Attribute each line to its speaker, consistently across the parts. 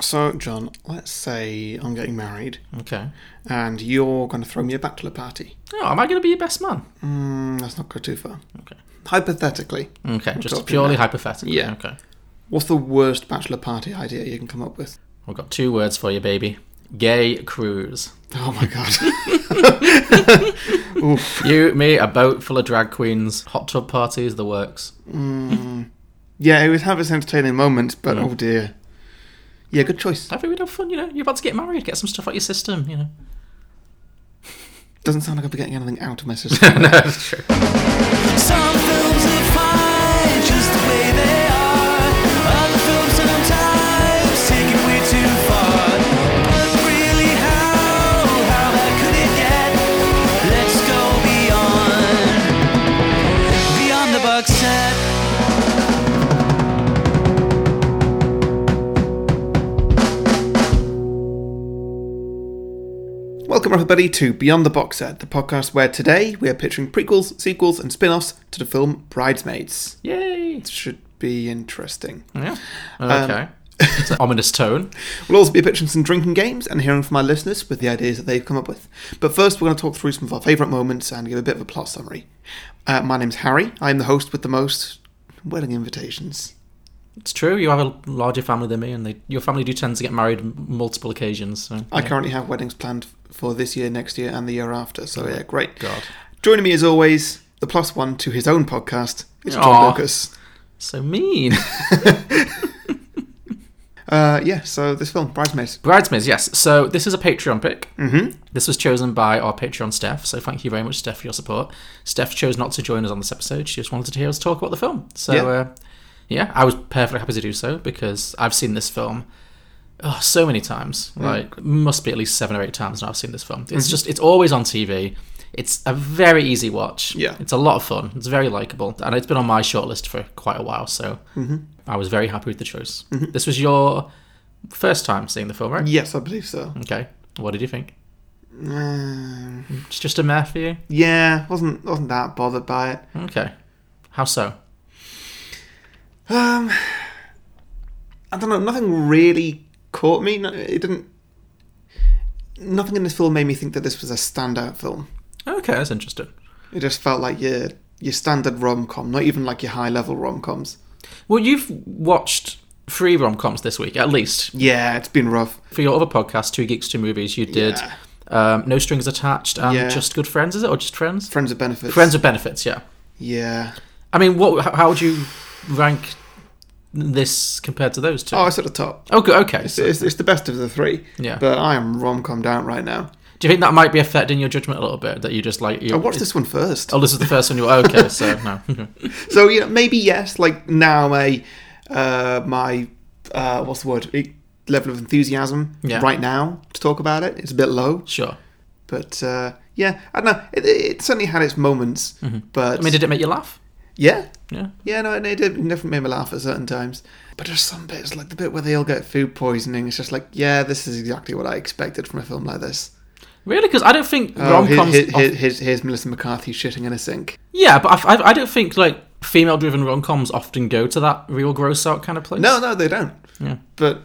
Speaker 1: So, John, let's say I'm getting married
Speaker 2: Okay.
Speaker 1: and you're going to throw me a bachelor party.
Speaker 2: Oh, am I going to be your best man?
Speaker 1: Mm, let's not go too far.
Speaker 2: Okay.
Speaker 1: Hypothetically,
Speaker 2: Okay, just
Speaker 1: talking
Speaker 2: purely
Speaker 1: now.
Speaker 2: hypothetical.
Speaker 1: Yeah.
Speaker 2: Okay.
Speaker 1: what's the worst bachelor party idea you can come up with?
Speaker 2: We've got two words for you, baby. Gay cruise.
Speaker 1: Oh my god.
Speaker 2: You, me, a boat full of drag queens, hot tub parties, the works.
Speaker 1: yeah, it would have its entertaining moments, but oh dear. Yeah, good choice.
Speaker 2: I think we'd have fun, you know. You're about to get married, get some stuff out your system, you know.
Speaker 1: Doesn't sound like I'll be getting anything out of my system.
Speaker 2: no, that's true.
Speaker 3: Some films are fine just the way they are. Other films sometimes take it way too far. But really, how, how bad could it get? Let's go beyond, beyond the box set.
Speaker 1: Welcome, everybody, to Beyond the Box Set, the podcast where today we are pitching prequels, sequels, and spin offs to the film Bridesmaids.
Speaker 2: Yay.
Speaker 1: Should be interesting.
Speaker 2: Yeah. Okay. it's an ominous tone.
Speaker 1: We'll also be pitching some drinking games and hearing from our listeners with the ideas that they've come up with. But first, we're going to talk through some of our favourite moments and give a bit of a plot summary. Uh, my name's Harry. I'm the host with the most wedding invitations.
Speaker 2: It's true. You have a larger family than me, and they, your family do tend to get married m- multiple occasions. So.
Speaker 1: I currently have weddings planned for this year, next year, and the year after. So yeah, great.
Speaker 2: God.
Speaker 1: Joining me as always, the plus one to his own podcast. It's
Speaker 2: Aw.
Speaker 1: John Lucas.
Speaker 2: So mean.
Speaker 1: Uh, yeah. So this film, Bridesmaids.
Speaker 2: Bridesmaids, yes. So this is a Patreon pick. Mm-hmm. This was chosen by our Patreon Steph. So thank you very much, Steph, for your support. Steph chose not to join us on this episode. She just wanted to hear us talk about the film. So
Speaker 1: Yeah.
Speaker 2: yeah, uh, yeah I was perfectly happy to do so because I've seen this film oh, so many times.
Speaker 1: Mm.
Speaker 2: Like must be at least seven or eight times now I've seen this film.
Speaker 1: Mm-hmm.
Speaker 2: It's just it's always on TV. It's a very easy watch.
Speaker 1: Yeah.
Speaker 2: it's a lot of fun. It's very likable, and it's been on my shortlist for quite a while. So
Speaker 1: Mm-hmm.
Speaker 2: I was very happy with the choice. This was your first time seeing the film, right?
Speaker 1: Yes, I believe so.
Speaker 2: Okay. What did you think?
Speaker 1: Um,
Speaker 2: It's just a meh for you?
Speaker 1: yeah, wasn't wasn't that bothered by it.
Speaker 2: Okay. How so?
Speaker 1: Um, I don't know. Nothing really caught me. No, It didn't. Nothing in this film made me think that this was a standout film.
Speaker 2: Okay, that's interesting.
Speaker 1: It just felt like your your standard rom com, not even like your high level rom coms.
Speaker 2: Well, you've watched three rom coms this week, at least.
Speaker 1: Yeah, it's been rough.
Speaker 2: For your other podcast, Two Geeks, Two Movies, you did
Speaker 1: Yeah.
Speaker 2: um, No Strings Attached and
Speaker 1: Yeah.
Speaker 2: Just Good Friends, is it? Or Just Friends?
Speaker 1: Friends of Benefits.
Speaker 2: Friends with Benefits, yeah.
Speaker 1: Yeah.
Speaker 2: I mean, what? h- how would you rank this compared to those two?
Speaker 1: Oh, it's at the top.
Speaker 2: Oh, good, okay.
Speaker 1: It's, it's, it's the best of the three.
Speaker 2: Yeah.
Speaker 1: But I am rom com down right now.
Speaker 2: Do you think that might be affecting your judgment a little bit? That you just like. You,
Speaker 1: I watched this one first.
Speaker 2: Oh, this is the first one you. Okay, so no.
Speaker 1: So you know, maybe yes. Like now, my uh, my uh, what's the word? E- level of enthusiasm
Speaker 2: Yeah.
Speaker 1: right now to talk about it. It's a bit low,
Speaker 2: sure.
Speaker 1: but uh, yeah, I don't know. It, it certainly had its moments, but
Speaker 2: Mm-hmm. I mean, did it make you laugh?
Speaker 1: yeah,
Speaker 2: Yeah.
Speaker 1: yeah, no, it, it did- it definitely made me laugh at certain times. But there's some bits, like the bit where they all get food poisoning. It's just like, yeah, this is exactly what I expected from a film like this.
Speaker 2: Really? Because I don't think
Speaker 1: Oh,
Speaker 2: rom
Speaker 1: here-
Speaker 2: coms.
Speaker 1: here- here- here's, here's Melissa McCarthy shitting in a sink.
Speaker 2: yeah, but I, I, I don't think like female-driven rom coms often go to that real gross-out kind of place.
Speaker 1: No, no, they don't.
Speaker 2: Yeah.
Speaker 1: But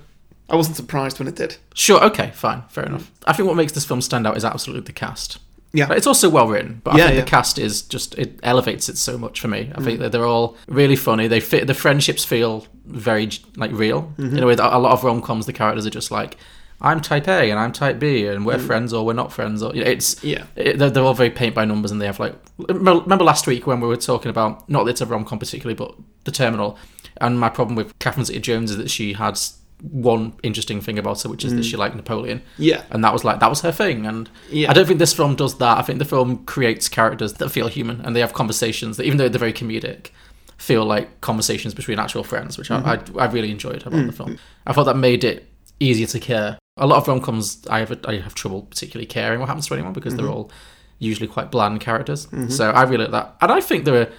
Speaker 1: I wasn't surprised when it did.
Speaker 2: Sure. Okay. Fine. Fair enough. I think what makes this film stand out is absolutely the cast.
Speaker 1: Yeah.
Speaker 2: But It's also well written, but I
Speaker 1: Yeah,
Speaker 2: think
Speaker 1: yeah.
Speaker 2: the cast is just it elevates it so much for me. I think that they're all really funny. They fit the friendships feel very like real
Speaker 1: Mm-hmm.
Speaker 2: in a way that a lot of rom coms the characters are just like I'm type A and I'm type B and we're friends or we're not friends or you know, it's
Speaker 1: Mm. Yeah.
Speaker 2: it, they're, they're all very paint by numbers and they have like remember remember last week when we were talking about not that it's a rom com particularly but the terminal and my problem with Catherine Zeta Jones is that she had s- one interesting thing about her which is that
Speaker 1: Mm.
Speaker 2: she liked Napoleon
Speaker 1: Yeah.
Speaker 2: and that was like that was her thing and
Speaker 1: Yeah.
Speaker 2: i don't think this film does that i think the film creates characters that feel human and they have conversations that even though they're very comedic feel like conversations between actual friends which
Speaker 1: Mm-hmm.
Speaker 2: I, I, I really enjoyed about
Speaker 1: Mm.
Speaker 2: the film i thought that made it easier to care a lot of rom-coms i have I have trouble particularly caring what happens to anyone because
Speaker 1: Mm-hmm.
Speaker 2: they're all usually quite bland characters so i really like that and i think there are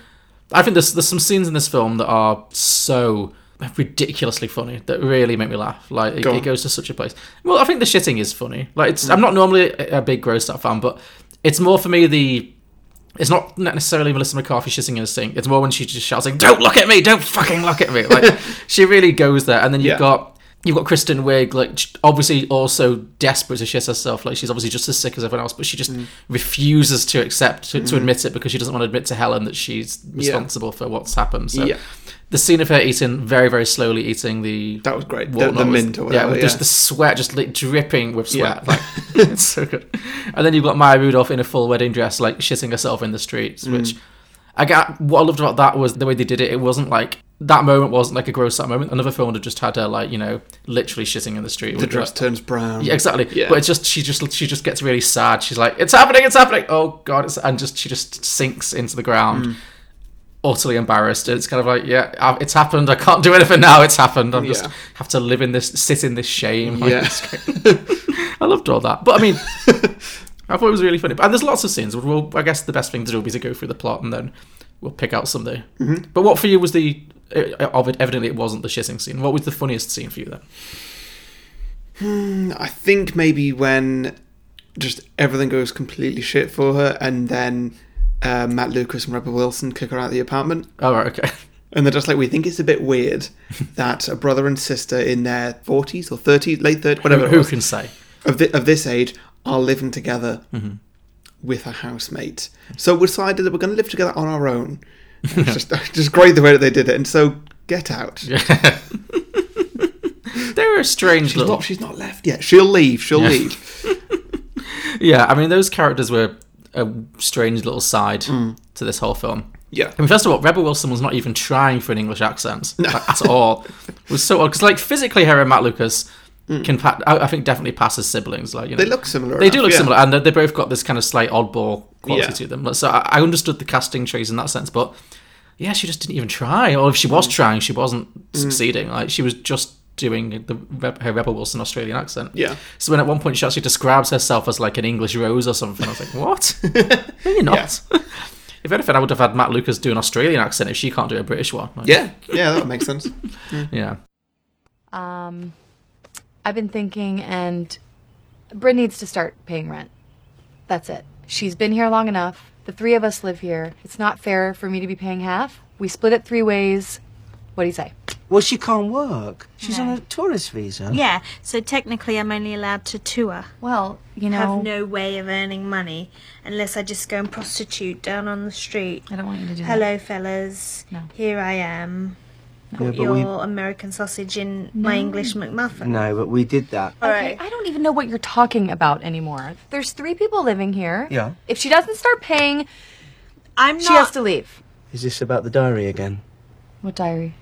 Speaker 2: I think there's there's some scenes in this film that are so ridiculously funny that really make me laugh. Like it,
Speaker 1: Go
Speaker 2: it
Speaker 1: on. Mm.
Speaker 2: goes to such a place. Well, I think the shitting is funny. Like it's I'm not normally a a big gross out fan, but it's more for me the it's not necessarily Melissa McCarthy shitting in a sink. It's more when she just shouts like, "Don't look at me! Don't fucking look at me!" Like she really goes there. And then you've
Speaker 1: Yeah.
Speaker 2: got you've got Kristen Wiig, like sh- obviously also desperate to shit herself. Like she's obviously just as sick as everyone else, but she
Speaker 1: Mm.
Speaker 2: just refuses to accept to, to admit it because she doesn't want to admit to Helen that she's responsible for what's happened. So
Speaker 1: Yeah.
Speaker 2: the scene of her eating very very slowly eating the
Speaker 1: That was great. The,
Speaker 2: walnut
Speaker 1: the
Speaker 2: was-
Speaker 1: mint or
Speaker 2: yeah,
Speaker 1: whatever.
Speaker 2: with
Speaker 1: Yeah,
Speaker 2: just the sweat just like dripping with sweat.
Speaker 1: Yeah.
Speaker 2: Like it's so good. And then you've got Maya Rudolph in a full wedding dress, like shitting herself in the streets,
Speaker 1: Mm.
Speaker 2: which I got what I loved about that was the way they did it. It wasn't like that moment wasn't like a gross out moment. Another film would have just had her like, you know, literally shitting in the street.
Speaker 1: the dress turns brown.
Speaker 2: Yeah, exactly.
Speaker 1: Yeah.
Speaker 2: But it's just she just she just gets really sad. She's like, "It's happening! It's happening!" Oh god! It's, and just she just sinks into the ground,
Speaker 1: Mm.
Speaker 2: utterly embarrassed. And it's kind of like, "Yeah, I- it's happened. I can't do anything now. It's happened. I'm just
Speaker 1: Yeah.
Speaker 2: have to live in this, sit in this shame." Like,
Speaker 1: Yeah.
Speaker 2: I loved all that. But I mean, I thought it was really funny. And there's lots of scenes. We'll, I guess the best thing to do will be to go through the plot and then we'll pick out someday.
Speaker 1: Mm-hmm.
Speaker 2: But what for you was the eh, of it? Evidently, it wasn't the shitting scene. What was the funniest scene for you then?
Speaker 1: I think maybe when just everything goes completely shit for her, and then uh, Matt Lucas and Rebel Wilson kick her out of the apartment.
Speaker 2: All right, okay.
Speaker 1: And they're just like, we think it's a bit weird that a brother and sister in their 40s or 30s, late 30s, whatever it
Speaker 2: Who
Speaker 1: was,
Speaker 2: can say?
Speaker 1: of, thi- of this age are living together
Speaker 2: Mm-hmm.
Speaker 1: with a housemate. So we decided that we're going to live together on our own. It's just, just great the way that they did it. And so get out.
Speaker 2: Yeah. They're a strange
Speaker 1: She's
Speaker 2: little.
Speaker 1: not, she's not left yet. She'll leave. She'll
Speaker 2: Yeah.
Speaker 1: leave.
Speaker 2: Yeah, I mean, those characters were a strange little side
Speaker 1: Mm.
Speaker 2: to this whole film.
Speaker 1: Yeah.
Speaker 2: I mean, first of all, Rebel Wilson was not even trying for an English accent like, at all. It was so odd because, like, physically, her and Matt Lucas can, pa- I, I think, definitely pass as siblings. Like, you know,
Speaker 1: Mm. They look similar.
Speaker 2: They do
Speaker 1: enough,
Speaker 2: look
Speaker 1: yeah.
Speaker 2: similar, and they they both got this kind of slight oddball quality
Speaker 1: Yeah.
Speaker 2: to them. Like, So I, I understood the casting choice in that sense, but yeah, she just didn't even try. Or if she
Speaker 1: Mm.
Speaker 2: was trying, she wasn't succeeding. Like she was just doing the Reb- her Rebel Wilson Australian accent.
Speaker 1: Yeah.
Speaker 2: So when at one point she actually describes herself as like an English rose or something, I was like, what? no, you're not. if anything, I would have had Matt Lucas do an Australian accent if she can't do a British one. Like,
Speaker 1: Yeah. Yeah, that makes sense.
Speaker 2: Yeah.
Speaker 4: Um, I've been thinking, and Brit needs to start paying rent. That's it. She's been here long enough. The three of us live here. It's not fair for me to be paying half. We split it three ways. What do you say?
Speaker 5: Well, she can't work. She's on
Speaker 6: No.
Speaker 5: a tourist visa.
Speaker 6: Yeah, so technically I'm only allowed to tour.
Speaker 4: Well, you
Speaker 6: I
Speaker 4: know,
Speaker 6: have no way of earning money unless I just go and prostitute down on the street.
Speaker 4: I don't want you to do that.
Speaker 6: Hello, fellas.
Speaker 4: No.
Speaker 6: Here I am.
Speaker 5: Yeah,
Speaker 6: Put
Speaker 5: but
Speaker 6: your
Speaker 5: we-
Speaker 6: American sausage in my English McMuffin.
Speaker 5: No, but we did that.
Speaker 6: All
Speaker 4: Okay,
Speaker 6: right.
Speaker 4: I don't even know what you're talking about anymore. There's three people living here.
Speaker 5: Yeah.
Speaker 4: If she doesn't start paying,
Speaker 6: I'm not.
Speaker 4: she has to leave.
Speaker 5: Is this about the diary again?
Speaker 4: What diary?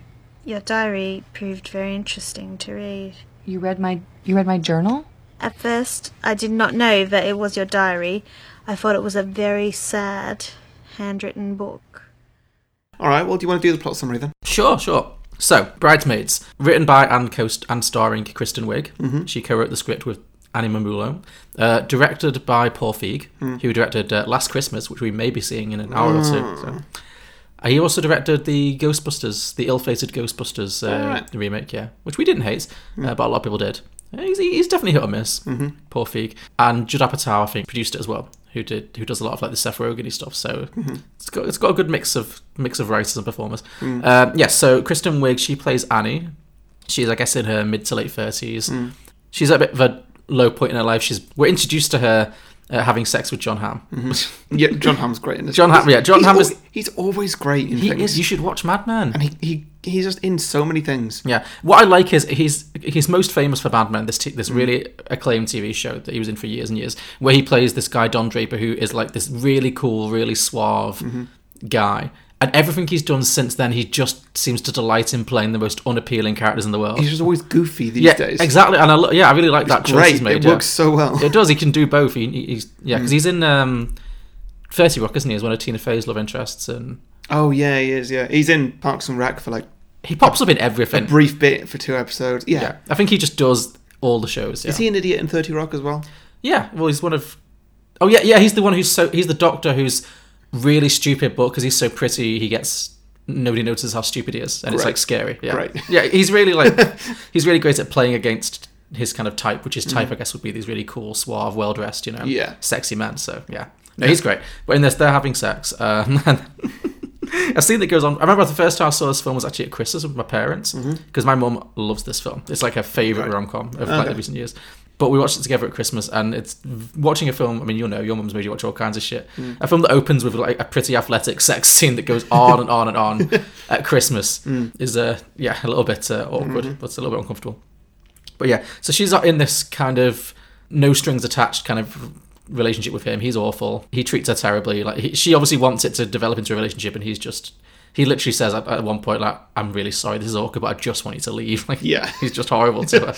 Speaker 6: Your diary proved very interesting to read.
Speaker 4: You read my you read my journal?
Speaker 6: At first, I did not know that it was your diary. I thought it was a very sad handwritten book.
Speaker 1: All right. Well, do you want to do the plot summary then?
Speaker 2: Sure, sure. So, Bridesmaids, written by and co and starring Kristen Wiig. She co-wrote the script with Annie Mamulo. Uh, directed by Paul Feig, who directed uh, Last Christmas, which we may be seeing in an hour or two. So. Uh, He also directed the Ghostbusters, the ill-fated Ghostbusters uh,
Speaker 1: Alright.
Speaker 2: remake, yeah, which we didn't hate, uh, but a lot of people did. Uh, He's, he's definitely hit or miss. Mm-hmm. Paul Feig and Judd Apatow, I think, produced it as well. Who did? Who does a lot of like the Seth Rogen stuff? So it's got it's got a good mix of mix of writers and performers. Um, yes, so Kristen Wiig she plays Annie. She's I guess in her mid to late thirties. She's at a bit of a low point in her life. She's we're introduced to her uh, having sex with John Hamm.
Speaker 1: Mm-hmm. Yeah, John Hamm's great in this.
Speaker 2: Mm-hmm. John Hamm, yeah, John
Speaker 1: he's
Speaker 2: Hamm
Speaker 1: al-
Speaker 2: is-
Speaker 1: He's always great in
Speaker 2: He
Speaker 1: things.
Speaker 2: is. You should watch Mad Men.
Speaker 1: and he, he he's just in so many things.
Speaker 2: Yeah, what I like is he's he's most famous for Mad Men, this t-
Speaker 1: Mm.
Speaker 2: this really acclaimed TV show that he was in for years and years, where he plays this guy Don Draper, who is like this really cool, really suave
Speaker 1: Mm-hmm.
Speaker 2: guy, and everything he's done since then, he just seems to delight in playing the most unappealing characters in the world.
Speaker 1: He's just always goofy these
Speaker 2: yeah,
Speaker 1: days.
Speaker 2: exactly, and I lo- yeah, I really like that
Speaker 1: It's
Speaker 2: choice
Speaker 1: great.
Speaker 2: he's made.
Speaker 1: it
Speaker 2: yeah.
Speaker 1: works Mm. so well.
Speaker 2: It does. He can do both. He, he- he's yeah, because he's in um, Thirty Rock, isn't he? As one of Tina Fey's love interests, and
Speaker 1: oh yeah, he is. Yeah, he's in Parks and Rec for like
Speaker 2: he pops up in
Speaker 1: a
Speaker 2: everything.
Speaker 1: brief bit for two episodes. Yeah.
Speaker 2: yeah, I think he just does all the shows. Yeah.
Speaker 1: Is he an idiot in Thirty Rock as well?
Speaker 2: Yeah, well, he's one of. Oh yeah, yeah, he's the one who's so he's the doctor who's really stupid, but because he's so pretty, he gets nobody notices how stupid he is, and it's
Speaker 1: Great.
Speaker 2: like scary. Yeah,
Speaker 1: Great.
Speaker 2: yeah, he's really like he's really great at playing against his kind of type, which his type, I guess, would be these really cool, suave, well dressed, you know,
Speaker 1: Yeah.
Speaker 2: sexy men. So yeah, no, he's great. But in this, they're having sex, um, and a scene that goes on. I remember the first time I saw this film was actually at Christmas with my parents because my mum loves this film. It's like her favorite
Speaker 1: Mm-hmm. Right.
Speaker 2: rom com of like,
Speaker 1: Okay.
Speaker 2: the recent years. But we watched it together at Christmas, and it's watching a film. I mean, you'll know your mum's made you watch all kinds of shit.
Speaker 1: Mm.
Speaker 2: A film that opens with like a pretty athletic sex scene that goes on and on and on at Christmas
Speaker 1: Mm.
Speaker 2: is uh, yeah a little bit uh, awkward,
Speaker 1: Mm-hmm.
Speaker 2: but it's a little bit uncomfortable. But yeah, so she's not in this kind of no strings attached kind of relationship with him. He's awful. He treats her terribly. Like he, she obviously wants it to develop into a relationship, and he's just he literally says at, at one point like, "I'm really sorry, this is awkward, but I just want you to leave." Like
Speaker 1: Yeah.
Speaker 2: he's just horrible to her.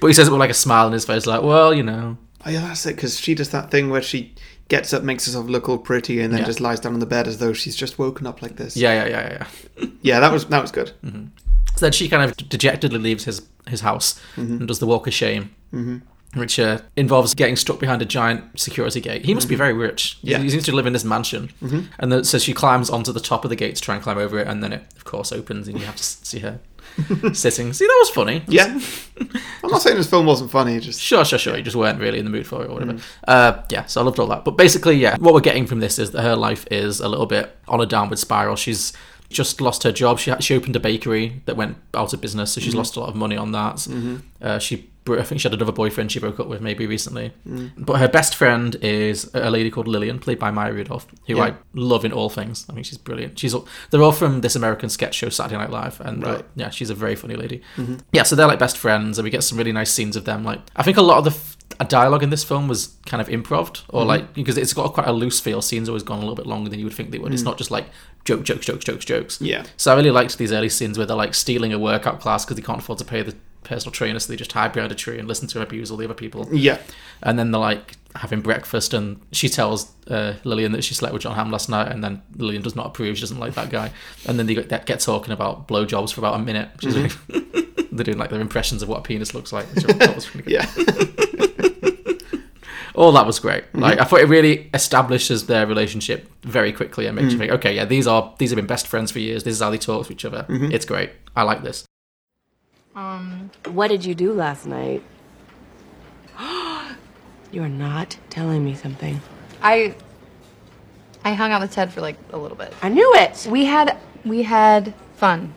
Speaker 2: but he says it with like a smile on his face, like, "Well, you know."
Speaker 1: Oh, yeah, that's it. Because she does that thing where she gets up, makes herself look all pretty, and then
Speaker 2: Yeah.
Speaker 1: just lies down on the bed as though she's just woken up like this.
Speaker 2: Yeah, Mm-hmm. yeah, yeah, yeah, yeah.
Speaker 1: yeah, that was that was good.
Speaker 2: So then she kind of dejectedly leaves his his house and does the walk of shame, mm-hmm. which uh, involves getting stuck behind a giant security gate. He must be very rich.
Speaker 1: Mm-hmm.
Speaker 2: He-
Speaker 1: Yeah. Mm-hmm.
Speaker 2: He, seems to live in this mansion. And then, so she climbs onto the top of the gate to try and climb over it, and then it, of course, opens and you have to s- see her sitting. See, that was funny.
Speaker 1: Yeah, I'm not saying this film wasn't funny. Just Mm.
Speaker 2: Sure, sure, sure. You just weren't really in the mood for it or whatever. Uh, yeah, so I loved all that. But basically, yeah, what we're getting from this is that her life is a little bit on a downward spiral. She's just lost her job. She she opened a bakery that went out of business, so she's
Speaker 1: Mm-hmm.
Speaker 2: lost a lot of money on that. Uh, she bro- I think she had another boyfriend she broke up with maybe recently.
Speaker 1: Mm.
Speaker 2: But her best friend is a lady called Lillian, played by Maya Rudolph, who I
Speaker 1: Yeah.
Speaker 2: love in all things. I mean, she's brilliant. She's all, they're all from this American sketch show Saturday Night Live, and uh,
Speaker 1: Right. Mm-hmm.
Speaker 2: yeah, she's a very funny lady. Yeah, so they're like best friends, and we get some really nice scenes of them. Like, I think a lot of the f- dialogue in this film was kind of improv, or
Speaker 1: Mm-hmm.
Speaker 2: like because it's got quite a loose feel. Scenes always gone a little bit longer than you would think they would. It's not just like joke, jokes, jokes, jokes, jokes.
Speaker 1: Mm. Yeah.
Speaker 2: So I really liked these early scenes where they're like stealing a workout class because they can't afford to pay the personal trainer, so they just hide behind a tree and listen to him abuse all the other people
Speaker 1: yeah,
Speaker 2: and then they're like having breakfast and she tells uh, Lillian that she slept with John Hamm last night and then Lillian does not approve she doesn't like that guy and then they get, get talking about blowjobs for about a minute which is really- they're doing like their impressions of what a penis looks like which I thought was really good.
Speaker 1: yeah,
Speaker 2: all that was great like I thought it really establishes their relationship very quickly and makes you think okay yeah these are these have been best friends for years this is how they talk to each other it's great I like this
Speaker 7: What did you do last night? You're not telling me something.
Speaker 4: I I hung out with Ted for like a little bit.
Speaker 7: I knew it.
Speaker 4: We had we had fun.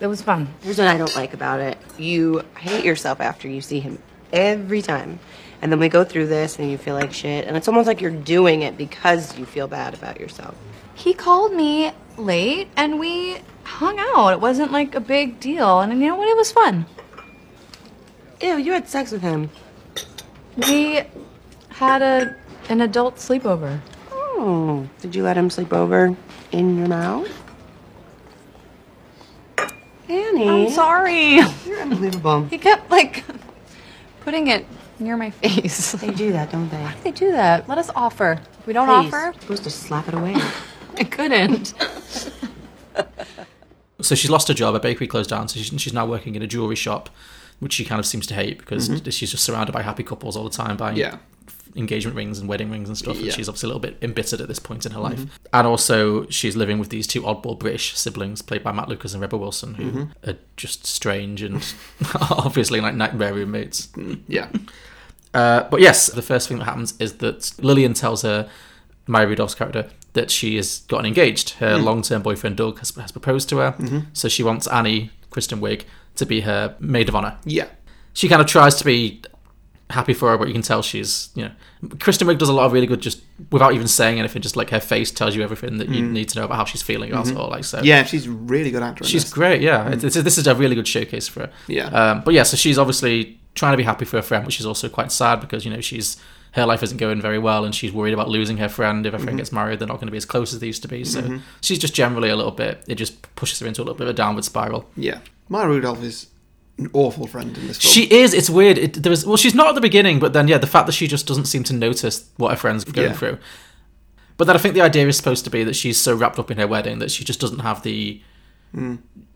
Speaker 4: It was fun.
Speaker 7: Here's what I don't like about it. You hate yourself after you see him every time. And then we go through this and you feel like shit. And it's almost like you're doing it because you feel bad about yourself.
Speaker 4: He called me late and we hung out. It wasn't like a big deal. And you know what? It was fun.
Speaker 7: Ew, you had sex with him.
Speaker 4: We had a an adult sleepover.
Speaker 7: Oh, did you let him sleep over in your mouth? Annie.
Speaker 4: I'm sorry.
Speaker 7: You're unbelievable.
Speaker 4: He kept like putting it near my face.
Speaker 7: They do that, don't they?
Speaker 4: they do that. Let us offer. If we don't offer,
Speaker 7: Please, supposed to slap it away.
Speaker 4: I couldn't.
Speaker 2: so she's lost her job. Her bakery closed down, so she's, she's now working in a jewelry shop, which she kind of seems to hate because she's just surrounded by happy couples all the time buying
Speaker 1: Mm-hmm. Yeah.
Speaker 2: engagement rings and wedding rings and stuff. And
Speaker 1: Yeah. Mm-hmm.
Speaker 2: she's obviously a little bit embittered at this point in her life. And also, she's living with these two oddball British siblings, played by Matt Lucas and Rebel Wilson, who
Speaker 1: Mm-hmm.
Speaker 2: are just strange and obviously like nightmare roommates.
Speaker 1: yeah.
Speaker 2: Uh, but yes, the first thing that happens is that Lillian tells her, Maya Rudolph's character, that she has gotten engaged. Her long term boyfriend Doug has, has proposed to her, so she wants Annie, Kristen Wiig, to be her maid of honor.
Speaker 1: Yeah.
Speaker 2: She kind of tries to be happy for her, but you can tell she's, you know, Kristen Wiig does a lot of really good just without even saying anything, just like her face tells you everything that you need to know about how she's feeling about it all. Like, so
Speaker 1: Yeah, she's a really good actress.
Speaker 2: Uh, She's great, yeah. It's- it's- this is a really good showcase for her.
Speaker 1: Hmm. Yeah.
Speaker 2: Um, but yeah, so she's obviously trying to be happy for her friend, which is also quite sad because, you know, she's her life isn't going very well and she's worried about losing her friend. If her
Speaker 1: Mm-hmm.
Speaker 2: friend gets married, they're not going to be as close as they used to be. So she's just generally a little bit, it just pushes her into a little bit of a downward spiral.
Speaker 1: yeah. Maya Rudolph is an awful friend in this film.
Speaker 2: She is. It's weird. It, there was well, she's not at the beginning, but then yeah, the fact that she just doesn't seem to notice what her friends going
Speaker 1: Yeah.
Speaker 2: through. But then I think the idea is supposed to be that she's so wrapped up in her wedding that she just doesn't have the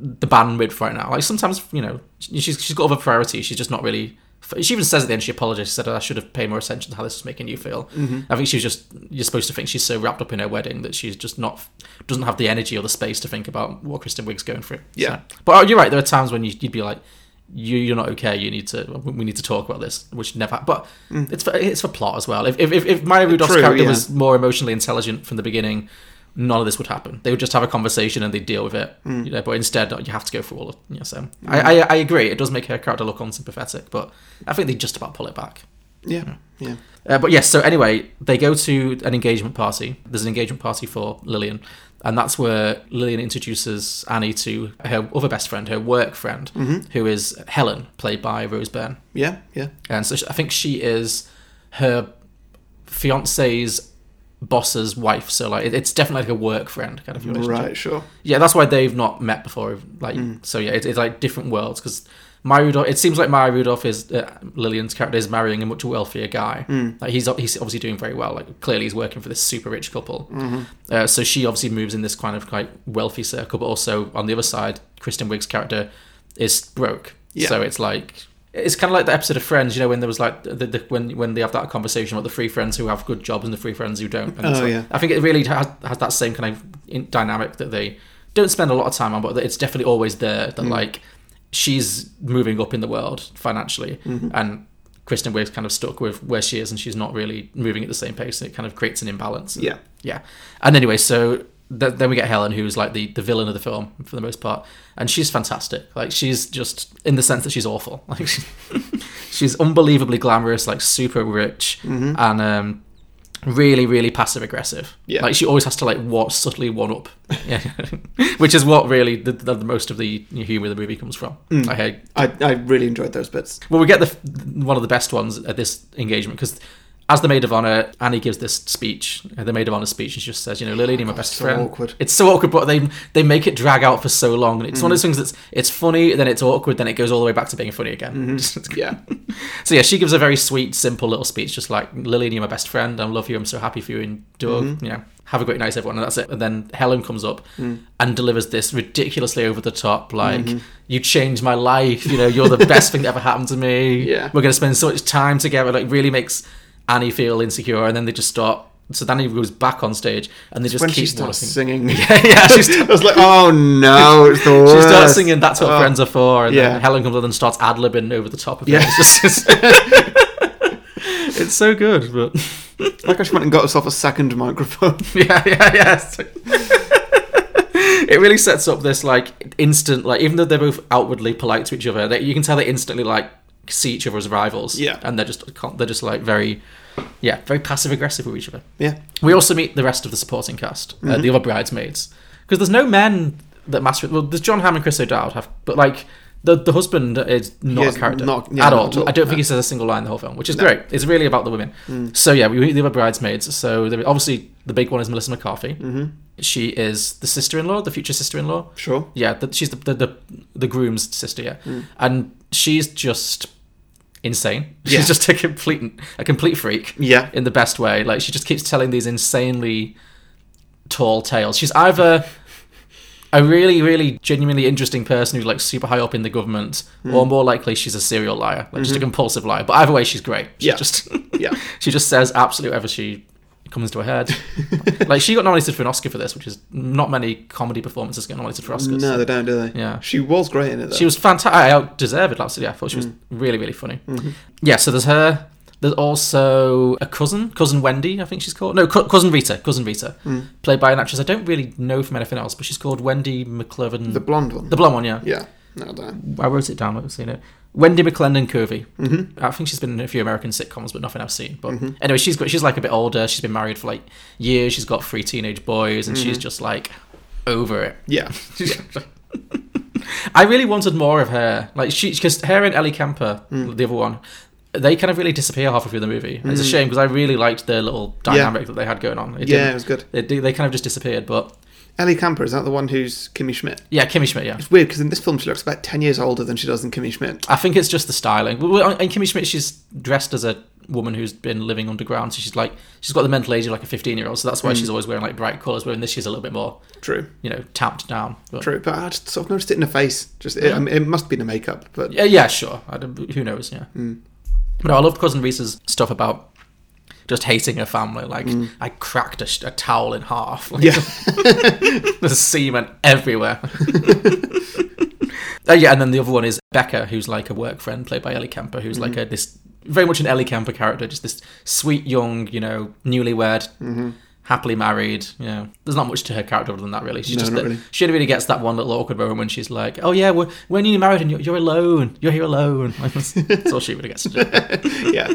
Speaker 2: the bandwidth for it now. Like sometimes you know she- she's she's got other priorities. She's just not really. She even says at the end she apologized. She said I should have paid more attention to how this was making you feel. I think she was just you're supposed to think she's so wrapped up in her wedding that she's just not doesn't have the energy or the space to think about what Kristen Wiig's going through.
Speaker 1: Yeah.
Speaker 2: So- but oh, you're right. There are times when you, you'd be like, you, you're not okay. You need to. We need to talk about this, which never. But it's for, it's for plot as well. If if if, if Maya Rudolph's
Speaker 1: True,
Speaker 2: character
Speaker 1: yeah.
Speaker 2: was more emotionally intelligent from the beginning, none of this would happen. They would just have a conversation and they would deal with it.
Speaker 1: Hmm.
Speaker 2: You know, but instead, you have to go through all of. You know, so I, I, I agree. It does make her character look unsympathetic, but I think they just about pull it back.
Speaker 1: Yeah. Yeah.
Speaker 2: Uh, but yes, so anyway, they go to an engagement party. There's an engagement party for Lillian, and that's where Lillian introduces Annie to her other best friend, her work friend,
Speaker 1: Mm-hmm.
Speaker 2: who is Helen, played by Rose Byrne.
Speaker 1: Yeah. Yeah.
Speaker 2: And so she, I think she is her fiance's boss's wife. So like, it, it's definitely like a work friend kind of relationship.
Speaker 1: Right. Sure.
Speaker 2: Yeah, that's why they've not met before. Like,
Speaker 1: Hmm.
Speaker 2: so yeah, it, it's like different worlds because Maya Rudolph. It seems like Maya Rudolph is uh, Lillian's character is marrying a much wealthier guy.
Speaker 1: Hmm.
Speaker 2: Like he's ob- he's obviously doing very well. Like clearly he's working for this super rich couple.
Speaker 1: Mm-hmm.
Speaker 2: Uh, so she obviously moves in this kind of quite wealthy circle, but also on the other side, Kristen Wiig's character is broke.
Speaker 1: Yeah.
Speaker 2: So it's like. It's kind of like the episode of Friends, you know, when there was like the, the when when they have that conversation about the three friends who have good jobs and the three friends who don't. And it's
Speaker 1: Oh,
Speaker 2: like-
Speaker 1: yeah.
Speaker 2: I think it really has, has that same kind of in- dynamic that they don't spend a lot of time on, but that it's definitely always there. That like she's moving up in the world financially, and Kristen Wiig's kind of stuck with where she is, and she's not really moving at the same pace, and it kind of creates an imbalance.
Speaker 1: Yeah.
Speaker 2: yeah. And anyway, so th- then we get Helen, who's like the the villain of the film for the most part, and she's fantastic. Like she's just in the sense that she's awful. Like she's unbelievably glamorous, like super rich,
Speaker 1: Mm-hmm.
Speaker 2: and um, really, really passive aggressive.
Speaker 1: Yeah.
Speaker 2: Like she always has to like what subtly one up. Yeah. Which is what really the, the, the most of the humor of the movie comes from.
Speaker 1: Mm.
Speaker 2: I heard.
Speaker 1: I, I really enjoyed those bits.
Speaker 2: Well, we get the one of the best ones at this engagement because. As the maid of honor, Annie gives this speech, uh, the maid of honor speech, and she just says, "You know, Lily, you're my best
Speaker 1: Oh, so
Speaker 2: friend."
Speaker 1: awkward.
Speaker 2: It's so awkward, but they they make it drag out for so long, and it's
Speaker 1: Mm.
Speaker 2: one of those things that's it's funny, then it's awkward, then it goes all the way back to being funny again. It's-
Speaker 1: Mm-hmm. Yeah.
Speaker 2: so yeah, she gives a very sweet, simple little speech, just like Lillian, you're my best friend. I love you. I'm so happy for you and Doug.
Speaker 1: Mm-hmm.
Speaker 2: You know, have a great night, everyone. And that's it. And then Helen comes up
Speaker 1: Mm.
Speaker 2: and delivers this ridiculously over the top, like
Speaker 1: Mm-hmm.
Speaker 2: you changed my life. You know, you're the best thing that ever happened to me.
Speaker 1: Yeah.
Speaker 2: we're gonna spend so much time together. Like really makes Annie feel insecure, and then they just stop. So Annie goes back on stage, and they just
Speaker 1: When
Speaker 2: keep
Speaker 1: she starts
Speaker 2: walking.
Speaker 1: singing,
Speaker 2: yeah, she
Speaker 1: I was like, oh no, it's the worst.
Speaker 2: she starts singing "That's What Friends Are For," and
Speaker 1: yeah.
Speaker 2: then Helen comes up and starts ad libbing over the top of
Speaker 1: Yeah.
Speaker 2: it. It's, just- it's so good, but
Speaker 1: Like I she went and got herself a second microphone.
Speaker 2: yeah, yeah, yeah. it's- it really sets up this like instant, like even though they're both outwardly polite to each other, they, you can tell they instantly like see each other as rivals.
Speaker 1: Yeah.
Speaker 2: and they're just they're just like very, yeah, very passive aggressive with each other.
Speaker 1: yeah.
Speaker 2: We also meet the rest of the supporting cast,
Speaker 1: Mm-hmm.
Speaker 2: uh, the other bridesmaids, because there's no men that master. Well, there's John Hamm and Chris O'Dowd have, but like the the husband is not
Speaker 1: is
Speaker 2: a character
Speaker 1: not- yeah,
Speaker 2: at,
Speaker 1: not
Speaker 2: all.
Speaker 1: at all,
Speaker 2: I don't think
Speaker 1: no. Mm.
Speaker 2: he says a single line the whole film, which is great. It's really about the women. So yeah, we meet the other bridesmaids. So there- obviously the big one is Melissa McCarthy. Mm-hmm. She is the sister-in-law, the future sister-in-law.
Speaker 1: Sure. Mm.
Speaker 2: Yeah, the, she's the, the the the groom's sister. Yeah, and she's just insane. She's
Speaker 1: Yeah.
Speaker 2: just a complete a complete freak
Speaker 1: Yeah.
Speaker 2: in the best way. Like she just keeps telling these insanely tall tales. She's either a really, really genuinely interesting person who's like super high up in the government,
Speaker 1: Mm.
Speaker 2: or more likely she's a serial liar, like just a compulsive liar. But either way, she's great. She's
Speaker 1: Mm-hmm. Yeah.
Speaker 2: just
Speaker 1: Yeah.
Speaker 2: she just says absolutely whatever she comes to her head. like she got nominated for an Oscar for this, which is not many comedy performances get nominated for Oscars.
Speaker 1: No, they don't, do they?
Speaker 2: Yeah.
Speaker 1: She was great in it. Though.
Speaker 2: She was fantastic. I deserved it. Absolutely, I thought she was
Speaker 1: Mm.
Speaker 2: really, really funny.
Speaker 1: Mm-hmm.
Speaker 2: Yeah. So there's her. There's also a cousin, cousin Wendy, I think she's called. No, cou- cousin Rita, cousin Rita,
Speaker 1: Mm.
Speaker 2: played by an actress I don't really know from anything else, but she's called Wendy McClurvin.
Speaker 1: the blonde one.
Speaker 2: the blonde one, yeah.
Speaker 1: yeah. No, I don't.
Speaker 2: I wrote it down. I've seen it. Wendy McClendon Curvey. Mm-hmm. I think she's been in a few American sitcoms, but nothing I've seen. But
Speaker 1: Mm-hmm.
Speaker 2: anyway, she's got she's like a bit older. She's been married for like years. She's got three teenage boys,
Speaker 1: Mm-hmm.
Speaker 2: and she's just like over it.
Speaker 1: Yeah.
Speaker 2: I really wanted more of her. Like she, because her and Ellie Kemper,
Speaker 1: Hmm.
Speaker 2: the other one, they kind of really disappear halfway through the movie. It's a shame because I really liked their little dynamic that they had going on. It
Speaker 1: Yeah,
Speaker 2: didn't-
Speaker 1: it was good.
Speaker 2: They, they kind of just disappeared. But
Speaker 1: Ellie Camper, is that the one who's Kimmy Schmidt?
Speaker 2: yeah, Kimmy Schmidt. Yeah,
Speaker 1: It's weird because in this film she looks about 10 years older than she does in Kimmy Schmidt.
Speaker 2: I think it's just the styling. Well, well, And Kimmy Schmidt, she's dressed as a woman who's been living underground, so she's like she's got the mental age of like a fifteen-year-old. So that's
Speaker 1: Hmm.
Speaker 2: why she's always wearing like bright colours. Whereas this, she's a little bit more,
Speaker 1: True.
Speaker 2: you know, tamped down. But,
Speaker 1: True. But I just sort of noticed it in her face. Just it, I mean, it must be in the makeup. But Hmm.
Speaker 2: Yeah, yeah, sure. I don't, who knows? Yeah. But no, I loved cousin Reese's stuff about just hating her family. Like I cracked a, sh- a towel in half.
Speaker 1: Hmm.
Speaker 2: Like,
Speaker 1: Yeah.
Speaker 2: there's semen everywhere. Oh yeah, and then the other one is Becca, who's like a work friend played by Ellie Kemper, who's
Speaker 1: Mm-hmm.
Speaker 2: like
Speaker 1: Mm-hmm.
Speaker 2: a this very much an Ellie Kemper character, just this sweet young, you know, newlywed. happily married. You know, there's not much to her character other than that, really. She's
Speaker 1: No,
Speaker 2: just
Speaker 1: not
Speaker 2: the-
Speaker 1: really.
Speaker 2: she only really gets that one little awkward moment when she's like, "Oh yeah, we're we're newly married and you're, you're alone. You're here alone." Like, that's, that's all she really gets to do.
Speaker 1: yeah.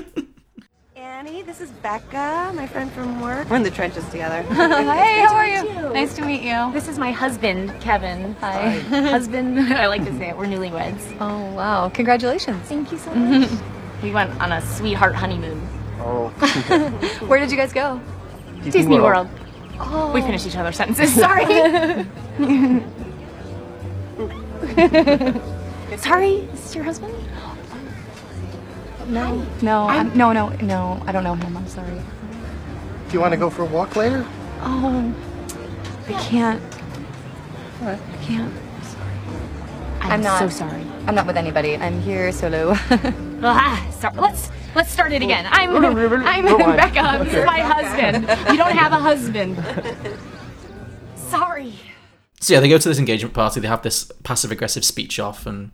Speaker 7: Annie, this is Becca, my friend from work. We're in the trenches together.
Speaker 8: Hey, how are you? Nice to meet you.
Speaker 9: This is my husband, Kevin. Hi. husband. I like to say it. We're newlyweds.
Speaker 8: Oh, wow. Congratulations.
Speaker 9: Thank you so much. we went on a sweetheart honeymoon.
Speaker 8: Where did you guys go?
Speaker 9: Disney World. Oh. We finished each other's sentences. Sorry. Sorry, is this your husband?
Speaker 8: No, I'm, no, no, no. I don't know him. I'm sorry.
Speaker 10: Do you want to go for a walk later?
Speaker 9: Um,
Speaker 8: Oh, I can't. I can't.
Speaker 9: I'm,
Speaker 8: I'm not-
Speaker 9: so sorry.
Speaker 8: I'm not with anybody. I'm here solo.
Speaker 9: Ah, sorry. Let's let's start it again. I'm I'm Becca. This is my husband. You don't have a husband. Sorry.
Speaker 2: So yeah, they go to this engagement party. They have this passive aggressive speech off, and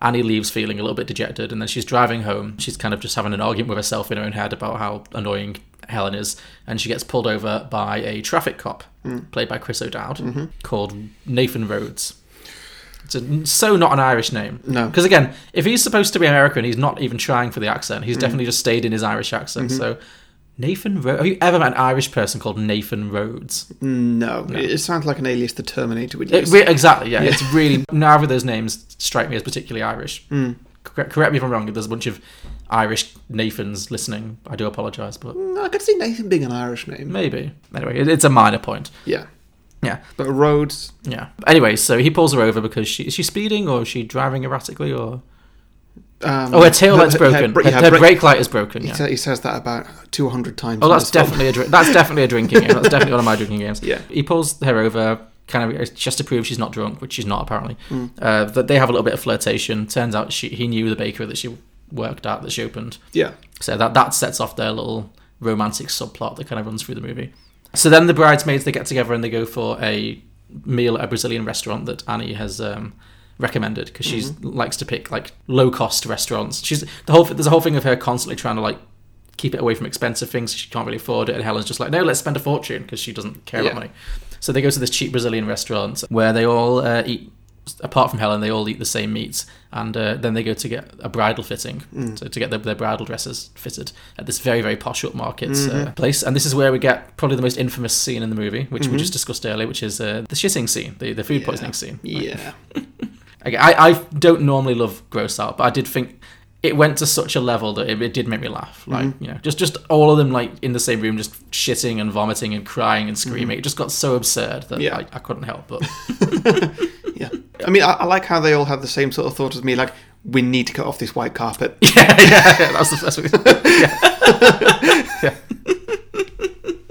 Speaker 2: Annie leaves feeling a little bit dejected. And then she's driving home. She's kind of just having an argument with herself in her own head about how annoying Helen is, and she gets pulled over by a traffic cop played by Chris O'Dowd called Nathan Rhodes. It's a, so not an Irish name.
Speaker 1: No.
Speaker 2: because again, if he's supposed to be American, he's not even trying for the accent. He's definitely just stayed in his Irish accent. So. Nathan Rhodes. Have you ever met an Irish person called Nathan Rhodes?
Speaker 1: No, It, it sounds like an alias the Terminator would
Speaker 2: It
Speaker 1: use.
Speaker 2: re- exactly, yeah. It's really neither of those names strike me as particularly Irish.
Speaker 1: Mm.
Speaker 2: Correct, correct me if I'm wrong. If there's a bunch of Irish Nathans listening, I do apologise, but
Speaker 1: mm, I could see Nathan being an Irish name.
Speaker 2: maybe. Anyway, it, it's a minor point.
Speaker 1: Yeah.
Speaker 2: Yeah,
Speaker 1: But Rhodes,
Speaker 2: yeah. Anyway, so he pulls her over because she is she speeding or is she driving erratically or
Speaker 1: um,
Speaker 2: oh her tail light's
Speaker 1: her-
Speaker 2: broken. Her,
Speaker 1: bra- yeah,
Speaker 2: her
Speaker 1: bra-
Speaker 2: brake light is broken.
Speaker 1: He,
Speaker 2: Yeah.
Speaker 1: sa- he says that about 200 times.
Speaker 2: Oh,
Speaker 1: in
Speaker 2: that's
Speaker 1: this film.
Speaker 2: definitely a drink. That's definitely a drinking game. That's definitely one of my drinking games.
Speaker 1: Yeah.
Speaker 2: He pulls her over, kind of just to prove she's not drunk, which she's not apparently. Uh, that they have a little bit of flirtation. Turns out she he knew the bakery that she worked at that she opened.
Speaker 1: Yeah.
Speaker 2: So that that sets off their little romantic subplot that kind of runs through the movie. So then the bridesmaids they get together and they go for a meal at a Brazilian restaurant that Annie has um, recommended because she likes to pick like low cost restaurants. She's the whole there's a whole thing of her constantly trying to like keep it away from expensive things. She can't really afford it, and Helen's just like, no, let's spend a fortune because she doesn't care
Speaker 1: Yeah.
Speaker 2: about money. So they go to this cheap Brazilian restaurant where they all uh, eat. Apart from Helen, they all eat the same meats, and uh, then they go to get a bridal fitting,
Speaker 1: Mm.
Speaker 2: so to get their, their bridal dresses fitted at this very very posh upmarket
Speaker 1: Mm-hmm.
Speaker 2: uh, place. And this is where we get probably the most infamous scene in the movie, which
Speaker 1: Mm-hmm.
Speaker 2: we just discussed earlier, which is uh, the shitting scene, the, the food poisoning scene.
Speaker 1: Yeah.
Speaker 2: Okay, I, I don't normally love gross out, but I did think it went to such a level that it, it did make me laugh. Like you know, just just all of them like in the same room, just shitting and vomiting and crying and screaming. It just got so absurd that
Speaker 1: Yeah.
Speaker 2: I, I couldn't help but.
Speaker 1: Yeah. I mean, I, I like how they all have the same sort of thought as me, like, we need to cut off this white carpet.
Speaker 2: yeah, yeah, yeah, that was the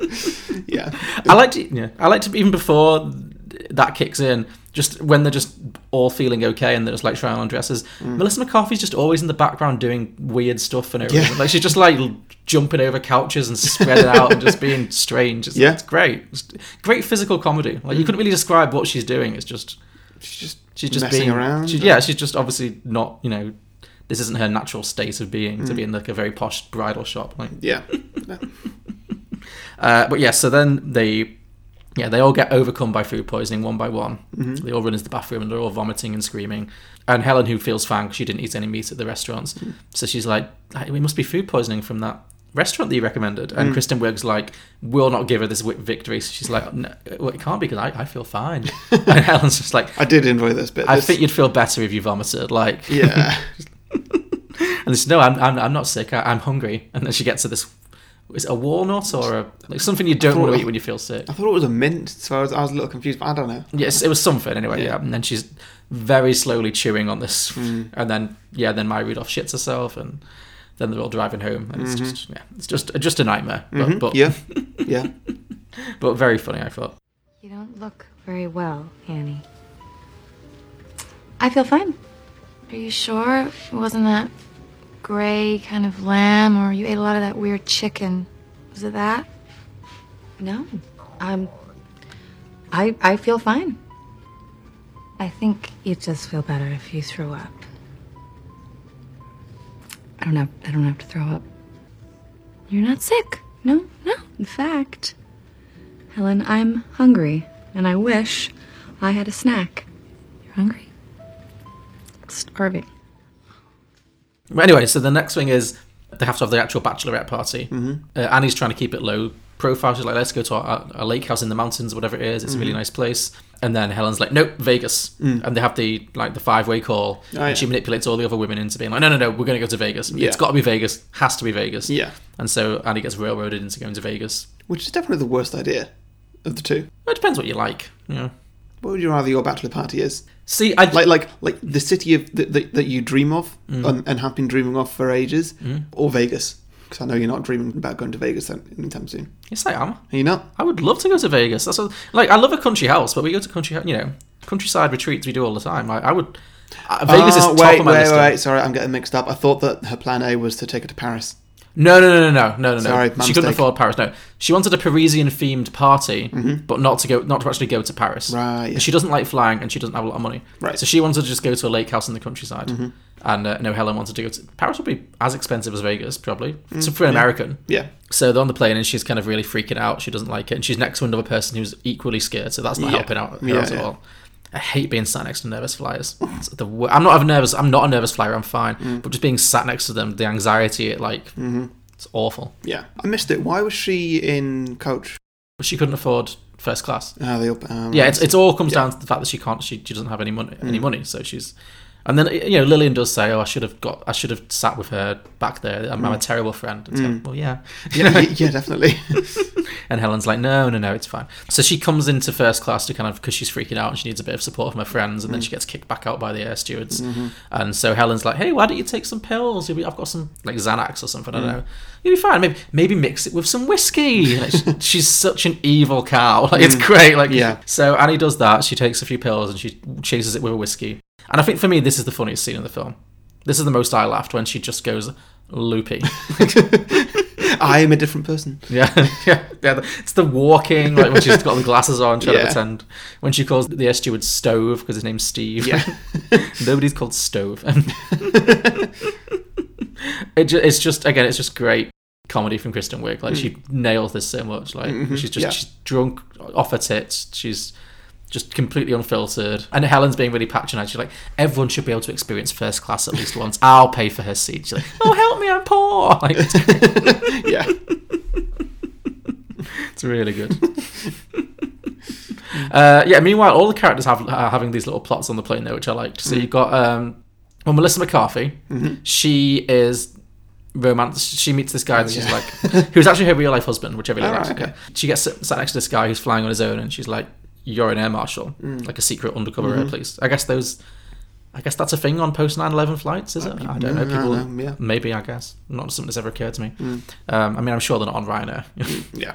Speaker 2: first reason.
Speaker 1: yeah.
Speaker 2: I like to, yeah, I like to even before that kicks in, just when they're just all feeling okay and they're just like trying on dresses.
Speaker 1: Mm.
Speaker 2: Melissa McCarthy's just always in the background doing weird stuff and everything.
Speaker 1: Yeah.
Speaker 2: Like she's just like jumping over couches and spreading out and just being strange. It's,
Speaker 1: Yeah. Mm.
Speaker 2: it's great, It's great physical comedy. Like you couldn't really describe what she's doing. It's just
Speaker 1: She's just,
Speaker 2: she's just
Speaker 1: messing
Speaker 2: being
Speaker 1: around.
Speaker 2: she- yeah, she's just obviously not you know. This isn't her natural state of being to
Speaker 1: Mm.
Speaker 2: be in like a very posh bridal shop. Like,
Speaker 1: Yeah.
Speaker 2: uh, but yeah, so then they, yeah, they all get overcome by food poisoning one by one.
Speaker 1: Mm-hmm.
Speaker 2: They all run into the bathroom and they're all vomiting and screaming. And Helen, who feels fine 'cause she didn't eat any meat at the restaurants,
Speaker 1: Mm.
Speaker 2: so she's like, "Hey, "We must be food poisoning from that restaurant that you recommended." And
Speaker 1: Mm.
Speaker 2: Kristen Wiig's like, "We'll not give her this wi- victory." So she's like, no, "Well, it can't be because I, I feel fine." and Helen's just like,
Speaker 1: I did enjoy this bit.
Speaker 2: "I
Speaker 1: This-
Speaker 2: think you'd feel better if you vomited." Like,
Speaker 1: Yeah.
Speaker 2: and she said, "No, I'm, I'm, I'm not sick. I, I'm hungry." And then she gets to this. Is it a walnut or a, like something you don't want
Speaker 1: thought-
Speaker 2: to eat when you feel sick?
Speaker 1: I thought it was a mint, so I was, I was a little confused, but I don't know.
Speaker 2: Yes, it was something anyway. Yeah. and then she's very slowly chewing on this,
Speaker 1: Hmm.
Speaker 2: and then yeah, then Maya Rudolph shits herself, and then they're all driving home, and it's just yeah, it's just just a nightmare, but but,
Speaker 1: Mm-hmm. Yeah. Yeah.
Speaker 2: but very funny. I thought.
Speaker 8: You don't look very well, Annie. I feel fine.
Speaker 4: Are you sure it wasn't that gray kind of lamb or you ate a lot of that weird chicken? Was it that?
Speaker 8: No, I'm. I I feel fine. I think you'd just feel better if you threw up. I don't have. I don't have to throw up.
Speaker 4: You're not sick.
Speaker 8: No, no. In fact, Helen, I'm hungry, and I wish I had a snack. You're hungry? Starving.
Speaker 2: But anyway, so the next thing is they have to have the actual bachelorette party. Mm-hmm. Uh, Annie's trying to keep it low profile. She's like, let's go to our, our lake house in the mountains, whatever it is. It's a really
Speaker 1: Mhm.
Speaker 2: nice place. And then Helen's like, nope, Vegas.
Speaker 1: Mm.
Speaker 2: And they have the like the five way
Speaker 1: Oh,
Speaker 2: call, and
Speaker 1: yeah.
Speaker 2: she manipulates all the other women into being like, no, no, no, we're going to go to Vegas.
Speaker 1: Yeah.
Speaker 2: It's got to be Vegas. Has to be Vegas.
Speaker 1: Yeah.
Speaker 2: And so Annie gets railroaded into going to Vegas.
Speaker 1: Which is definitely the worst idea of the two.
Speaker 2: It depends what you like. Yeah.
Speaker 1: What would you rather your bachelor party is?
Speaker 2: See, I
Speaker 1: like like like the city of that that that you dream of
Speaker 2: Mm.
Speaker 1: and, and have been dreaming of for ages,
Speaker 2: Mm.
Speaker 1: or Vegas. Because I know you're not dreaming about going to Vegas an- anytime soon.
Speaker 2: Yes, I am. Are
Speaker 1: you not?
Speaker 2: I would love to go to Vegas. That's what, like I love a country house, but we go to country, you know, countryside retreats we do all the time. I, I would. Uh, Vegas
Speaker 1: Ah,
Speaker 2: is top
Speaker 1: wait,
Speaker 2: of my
Speaker 1: wait,
Speaker 2: list.
Speaker 1: wait. Sorry, I'm getting mixed up. I thought that her plan A was to take her to Paris.
Speaker 2: No, no, no, no, no, no, no.
Speaker 1: Sorry, my
Speaker 2: she couldn't
Speaker 1: mistake.
Speaker 2: afford Paris. No, she wanted a Parisian themed party,
Speaker 1: Mhm.
Speaker 2: but not to go, not to actually go to Paris. Right. she doesn't like flying, and she doesn't have a lot of money.
Speaker 1: Right.
Speaker 2: So she wanted to just go to a lake house in the countryside.
Speaker 1: Mhm.
Speaker 2: And uh, no, Helen wanted to go to Paris. Would be as expensive as Vegas, probably.
Speaker 1: Mm,
Speaker 2: so for an
Speaker 1: yeah.
Speaker 2: American.
Speaker 1: Yeah.
Speaker 2: So they're on the plane, and she's kind of really freaking out. She doesn't like it, and she's next to another person who's equally scared. So that's not
Speaker 1: Yeah.
Speaker 2: helping out her
Speaker 1: Yeah,
Speaker 2: at
Speaker 1: yeah.
Speaker 2: all. I hate being sat next to nervous flyers. It's the wor- I'm not a nervous. I'm not a nervous flyer. I'm fine.
Speaker 1: Mm.
Speaker 2: But just being sat next to them, the anxiety, it like
Speaker 1: Mhm.
Speaker 2: it's awful.
Speaker 1: Yeah, I missed it. Why was she in coach?
Speaker 2: But she couldn't afford first class.
Speaker 1: Ah, they up- ah, right.
Speaker 2: yeah, it's, it's all comes
Speaker 1: Yeah.
Speaker 2: down to the fact that she can't. She, she doesn't have any money. Any
Speaker 1: Mm.
Speaker 2: money, so she's. And then you know Lillian does say, "Oh, I should have got. I should have sat with her back there. I'm, I'm a
Speaker 1: Mm.
Speaker 2: terrible friend." And so,
Speaker 1: Mm.
Speaker 2: well, yeah,
Speaker 1: Yeah, y- yeah, definitely.
Speaker 2: and Helen's like, "No, no, no, it's fine." So she comes into first class to kind of because she's freaking out and she needs a bit of support from her friends, and then
Speaker 1: Mm.
Speaker 2: she gets kicked back out by the air stewards.
Speaker 1: Mhm.
Speaker 2: And so Helen's like, "Hey, why don't you take some pills? You'll be, I've got some like Xanax or something. I don't
Speaker 1: Mm.
Speaker 2: know. You'll be fine. Maybe maybe mix it with some whiskey." And it's- she's such an evil cow. Like it's
Speaker 1: Mm.
Speaker 2: great. Like
Speaker 1: Yeah.
Speaker 2: So Annie does that. She takes a few pills and she chases it with a whiskey. And I think for me, this is the funniest scene in the film. This is the most I laughed when she just goes loopy.
Speaker 1: I am a different person.
Speaker 2: Yeah, yeah, yeah. It's the walking, like when she's got the glasses on, trying
Speaker 1: Yeah.
Speaker 2: to pretend. When she calls the air steward Stove because his name's Steve.
Speaker 1: Yeah.
Speaker 2: Nobody's called Stove. it ju- it's just again, it's just great comedy from Kristen Wiig. Like she nails this so much. Like
Speaker 1: Mhm,
Speaker 2: she's just
Speaker 1: Hmm. yeah.
Speaker 2: she's drunk off her tits. She's just completely unfiltered. And Helen's being really patronised. She's like, everyone should be able to experience first class at least once. I'll pay for her seat. She's like, oh help me, I'm poor. Like, it's-
Speaker 1: Yeah.
Speaker 2: it's really good. uh, yeah. Meanwhile, all the characters have are having these little plots on the plane there, which I liked. So
Speaker 1: Mm.
Speaker 2: you've got um, well, Melissa McCarthy.
Speaker 1: Mhm.
Speaker 2: She is romance. She meets this guy, and she's
Speaker 1: Oh, yeah.
Speaker 2: like, who's actually her real life husband, which I really
Speaker 1: Oh,
Speaker 2: liked.
Speaker 1: right, okay.
Speaker 2: She gets sit- sat next to this guy who's flying on his own, and she's like, "You're an air marshal,
Speaker 1: Mm.
Speaker 2: like a secret undercover
Speaker 1: Mhm.
Speaker 2: air police." I guess those. I guess that's a thing on post 9/11 flights, is it? I don't know.
Speaker 1: I don't
Speaker 2: People,
Speaker 1: know, yeah.
Speaker 2: maybe I guess not something that's ever occurred to me.
Speaker 1: Mm.
Speaker 2: Um, I mean, I'm sure they're not on Ryanair.
Speaker 1: Yeah.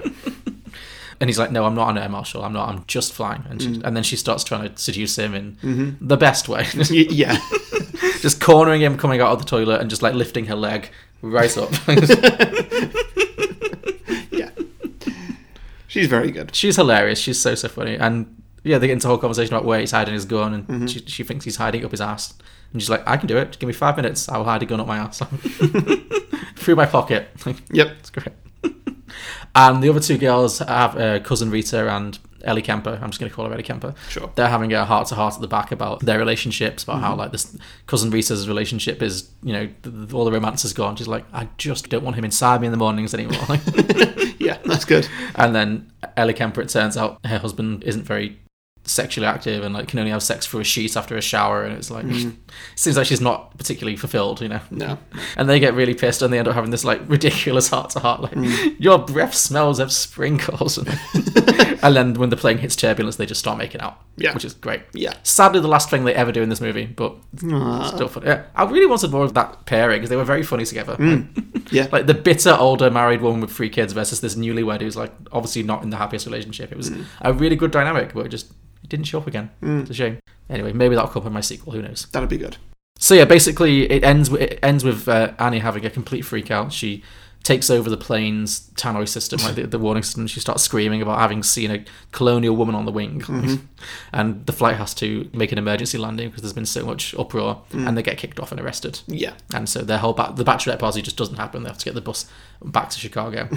Speaker 2: And he's like, "No, I'm not an air marshal. I'm not. I'm just flying." And, she,
Speaker 1: Mm.
Speaker 2: and then she starts trying to seduce him in
Speaker 1: Mhm.
Speaker 2: the best way.
Speaker 1: Y- yeah.
Speaker 2: just cornering him, coming out of the toilet, and just like lifting her leg right up.
Speaker 1: yeah. She's very good.
Speaker 2: She's hilarious. She's so so funny. And yeah, they get into a whole conversation about where he's hiding his gun, and
Speaker 1: Mhm.
Speaker 2: she, she thinks he's hiding it up his ass. And she's like, "I can do it. Give me five minutes. I'll hide a gun up my ass through my pocket."
Speaker 1: Yep.
Speaker 2: it's great. and the other two girls have uh, cousin Rita and Ellie Kemper. I'm just going to call her Ellie Kemper.
Speaker 1: Sure.
Speaker 2: They're having a heart to heart at the back about their relationships, about how
Speaker 1: Mhm.
Speaker 2: like this cousin Rita's relationship is, you know, th- th- all the romance is gone. She's like, I just don't want him inside me in the mornings anymore. Like,
Speaker 1: Yeah, that's good.
Speaker 2: and then Ellie Kemper, it turns out her husband isn't very sexually active and like can only have sex through a sheet after a shower and it's like
Speaker 1: Mhm.
Speaker 2: seems like she's not particularly fulfilled you know
Speaker 1: No.
Speaker 2: and they get really pissed and they end up having this like ridiculous heart to heart like
Speaker 1: Mm.
Speaker 2: your breath smells of sprinkles and, and then when the plane hits turbulence they just start making out
Speaker 1: Yeah.
Speaker 2: which is great
Speaker 1: Yeah.
Speaker 2: sadly the last thing they ever do in this movie but
Speaker 1: Aw.
Speaker 2: still funny yeah, I really wanted more of that pairing because they were very funny together
Speaker 1: Mm. Yeah.
Speaker 2: like the bitter older married woman with three kids versus this newlywed who's like obviously not in the happiest relationship. It was
Speaker 1: Mm.
Speaker 2: a really good dynamic, but it just it didn't show up again.
Speaker 1: Mm.
Speaker 2: It's a shame. Anyway, maybe that'll come up in my sequel. Who knows?
Speaker 1: That'd be good.
Speaker 2: So yeah, basically it ends with, it ends with uh, Annie having a complete freak out. She takes over the plane's tannoy system, like the, the warning system. She starts screaming about having seen a colonial woman on the wing,
Speaker 1: Mhm.
Speaker 2: and the flight has to make an emergency landing because there's been so much uproar,
Speaker 1: Mm.
Speaker 2: and they get kicked off and arrested.
Speaker 1: Yeah.
Speaker 2: And so their whole ba- the bachelorette party just doesn't happen. They have to get the bus back to Chicago.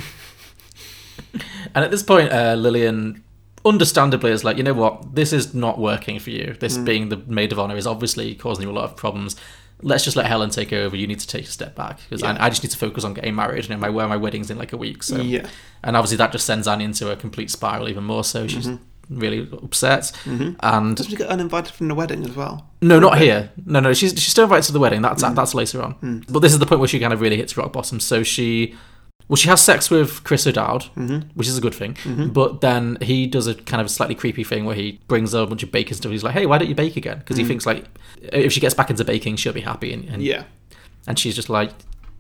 Speaker 2: And at this point, uh, Lillian, understandably, is like, you know what, this is not working for you. This
Speaker 11: Mm.
Speaker 2: being the maid of honor is obviously causing you a lot of problems. Let's just let Helen take over. You need to take a step back because
Speaker 11: Yeah.
Speaker 2: I, I just need to focus on getting married. You know, my where my wedding's in like a week. So,
Speaker 1: Yeah.
Speaker 2: and obviously that just sends Annie into a complete spiral even more. So she's
Speaker 1: Mhm.
Speaker 11: Mm-hmm.
Speaker 2: really upset.
Speaker 1: Mhm.
Speaker 2: And
Speaker 1: Doesn't she get uninvited from the wedding as well?
Speaker 2: no, not here. No, no, she's she's still invited to the wedding. That's that's later on.
Speaker 1: Mm.
Speaker 2: But this is the point where she kind of really hits rock bottom. So she, well, she has sex with Chris O'Dowd,
Speaker 1: Mhm.
Speaker 2: which is a good thing.
Speaker 1: Mhm.
Speaker 2: But then he does a kind of slightly creepy thing where he brings her a bunch of baking stuff. He's like, "Hey, why don't you bake again?" Because he
Speaker 1: Mm.
Speaker 2: thinks like if she gets back into baking, she'll be happy. And, and
Speaker 1: Yeah.
Speaker 2: and she's just like,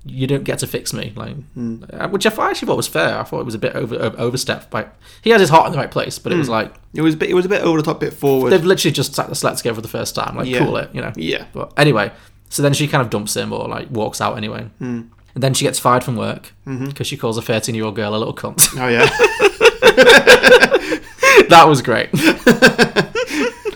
Speaker 2: "You don't get to fix me," like,
Speaker 1: Mm.
Speaker 2: uh, which I actually thought was fair. I thought it was a bit over over- overstepped. By he had his heart in the right place, but it was
Speaker 1: Mm.
Speaker 2: like
Speaker 1: it was a bit, it was a bit over the top, bit forward.
Speaker 2: They've literally just sat the slat together for the first time. Like,
Speaker 1: Yeah.
Speaker 2: cool it, you know.
Speaker 1: Yeah.
Speaker 2: But anyway, so then she kind of dumps him or like walks out anyway.
Speaker 1: Mm.
Speaker 2: And then she gets fired from work because
Speaker 1: Mhm.
Speaker 2: she calls a 13 year old girl a little cunt.
Speaker 1: Oh, yeah.
Speaker 2: that was great.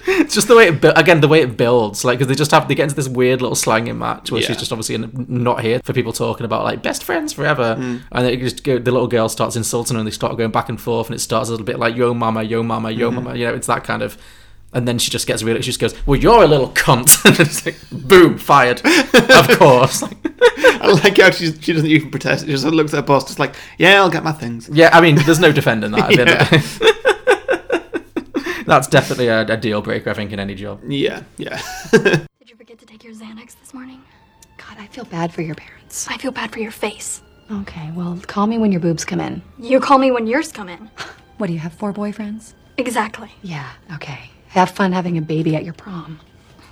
Speaker 2: It's just the way it bu- again the way it builds like because they just have they get into this weird little slanging match where
Speaker 1: Yeah.
Speaker 2: she's just obviously n- not here for people talking about like best friends forever
Speaker 1: Hmm.
Speaker 2: and then it just go, the little girl starts insulting her and they start going back and forth and it starts a little bit like yo mama yo mama yo
Speaker 1: Mhm.
Speaker 2: mama you know it's that kind of and then she just gets really she just goes well you're a little cunt and it's like boom fired of course like,
Speaker 1: I like how she she doesn't even protest. She just looks at her boss, just like, yeah, I'll get my things.
Speaker 2: yeah I mean there's no defending that I
Speaker 1: Yeah.
Speaker 2: mean, that's definitely a, a deal breaker I think in any job
Speaker 1: yeah yeah
Speaker 12: Did you forget to take your Xanax this morning?
Speaker 4: God, I feel bad for your parents.
Speaker 12: I feel bad for your face.
Speaker 4: Okay, well, call me when your boobs come in.
Speaker 12: You call me when yours come in.
Speaker 4: What do you have? Four boyfriends?
Speaker 12: Exactly.
Speaker 4: Yeah, okay. Have fun having a baby at your prom.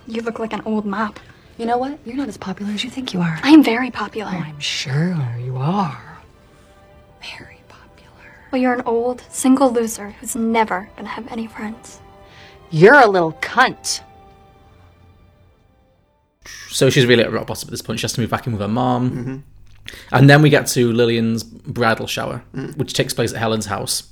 Speaker 12: You look like an old mop.
Speaker 4: You know what? You're not as popular as you think you are. Oh,
Speaker 12: I am very popular.
Speaker 4: I'm sure you are.
Speaker 12: Well, you're an old, single loser who's never gonna have any friends.
Speaker 4: You're a little cunt.
Speaker 2: so she's really at rock bottom at this point. She has to move back in with her mom.
Speaker 1: Mm-hmm.
Speaker 2: And then we get to Lillian's bridal shower,
Speaker 11: Mm.
Speaker 2: which takes place at Helen's house.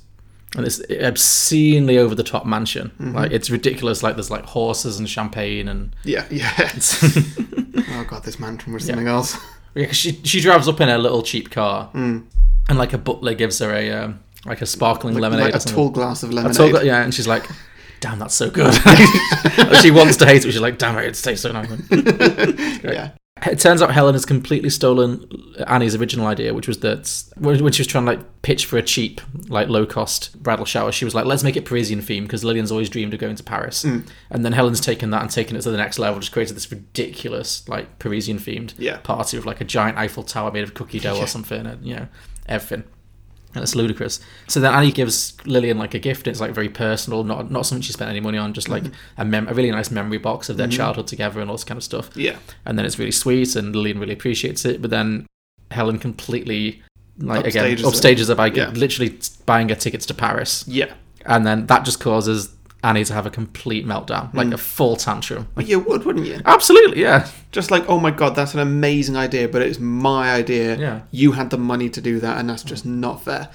Speaker 2: And it's obscenely over the top mansion.
Speaker 1: Mhm.
Speaker 2: Like it's ridiculous. Like there's like horses and champagne and
Speaker 1: yeah yeah. oh god, this mantra was something else.
Speaker 2: yeah, 'cause she she drives up in a little cheap car,
Speaker 1: Mm.
Speaker 2: and like a butler gives her a um, like a sparkling
Speaker 1: Like-
Speaker 2: lemonade,
Speaker 1: like
Speaker 2: or
Speaker 1: a
Speaker 2: something.
Speaker 1: tall glass of
Speaker 2: A
Speaker 1: lemonade.
Speaker 2: gla- yeah, and she's like, "Damn, that's so good." she wants to hate it, but she's like, "Damn it, it tastes so nice."
Speaker 1: yeah.
Speaker 2: It turns out Helen has completely stolen Annie's original idea, which was that when when she was trying to like pitch for a cheap, like low cost bridal shower, she was like, "Let's make it Parisian theme," because Lillian's always dreamed of going to Paris,
Speaker 1: Mm.
Speaker 2: and then Helen's taken that and taken it to the next level, just created this ridiculous like Parisian themed
Speaker 1: Yeah.
Speaker 2: party with like a giant Eiffel Tower made of cookie dough or something, and you know everything. And it's ludicrous. So then Annie gives Lillian like a gift. It's like very personal, not not something she spent any money on, just like
Speaker 1: Mhm.
Speaker 2: a, mem- a really nice memory box of their
Speaker 1: Mhm.
Speaker 2: childhood together and all this kind of stuff
Speaker 1: Yeah.
Speaker 2: and then it's really sweet and Lillian really appreciates it but then Helen completely like again
Speaker 1: Upstages it.
Speaker 2: upstages her by
Speaker 1: Yeah.
Speaker 2: literally t- buying her tickets to Paris
Speaker 1: Yeah.
Speaker 2: and then that just causes Annie to have a complete meltdown like
Speaker 1: Mm.
Speaker 2: a full tantrum
Speaker 1: But you would, wouldn't you?
Speaker 2: absolutely yeah
Speaker 1: Just like, oh my god, that's an amazing idea, but it's my idea.
Speaker 2: Yeah. Hmm.
Speaker 1: You had the money to do that, and that's just not fair.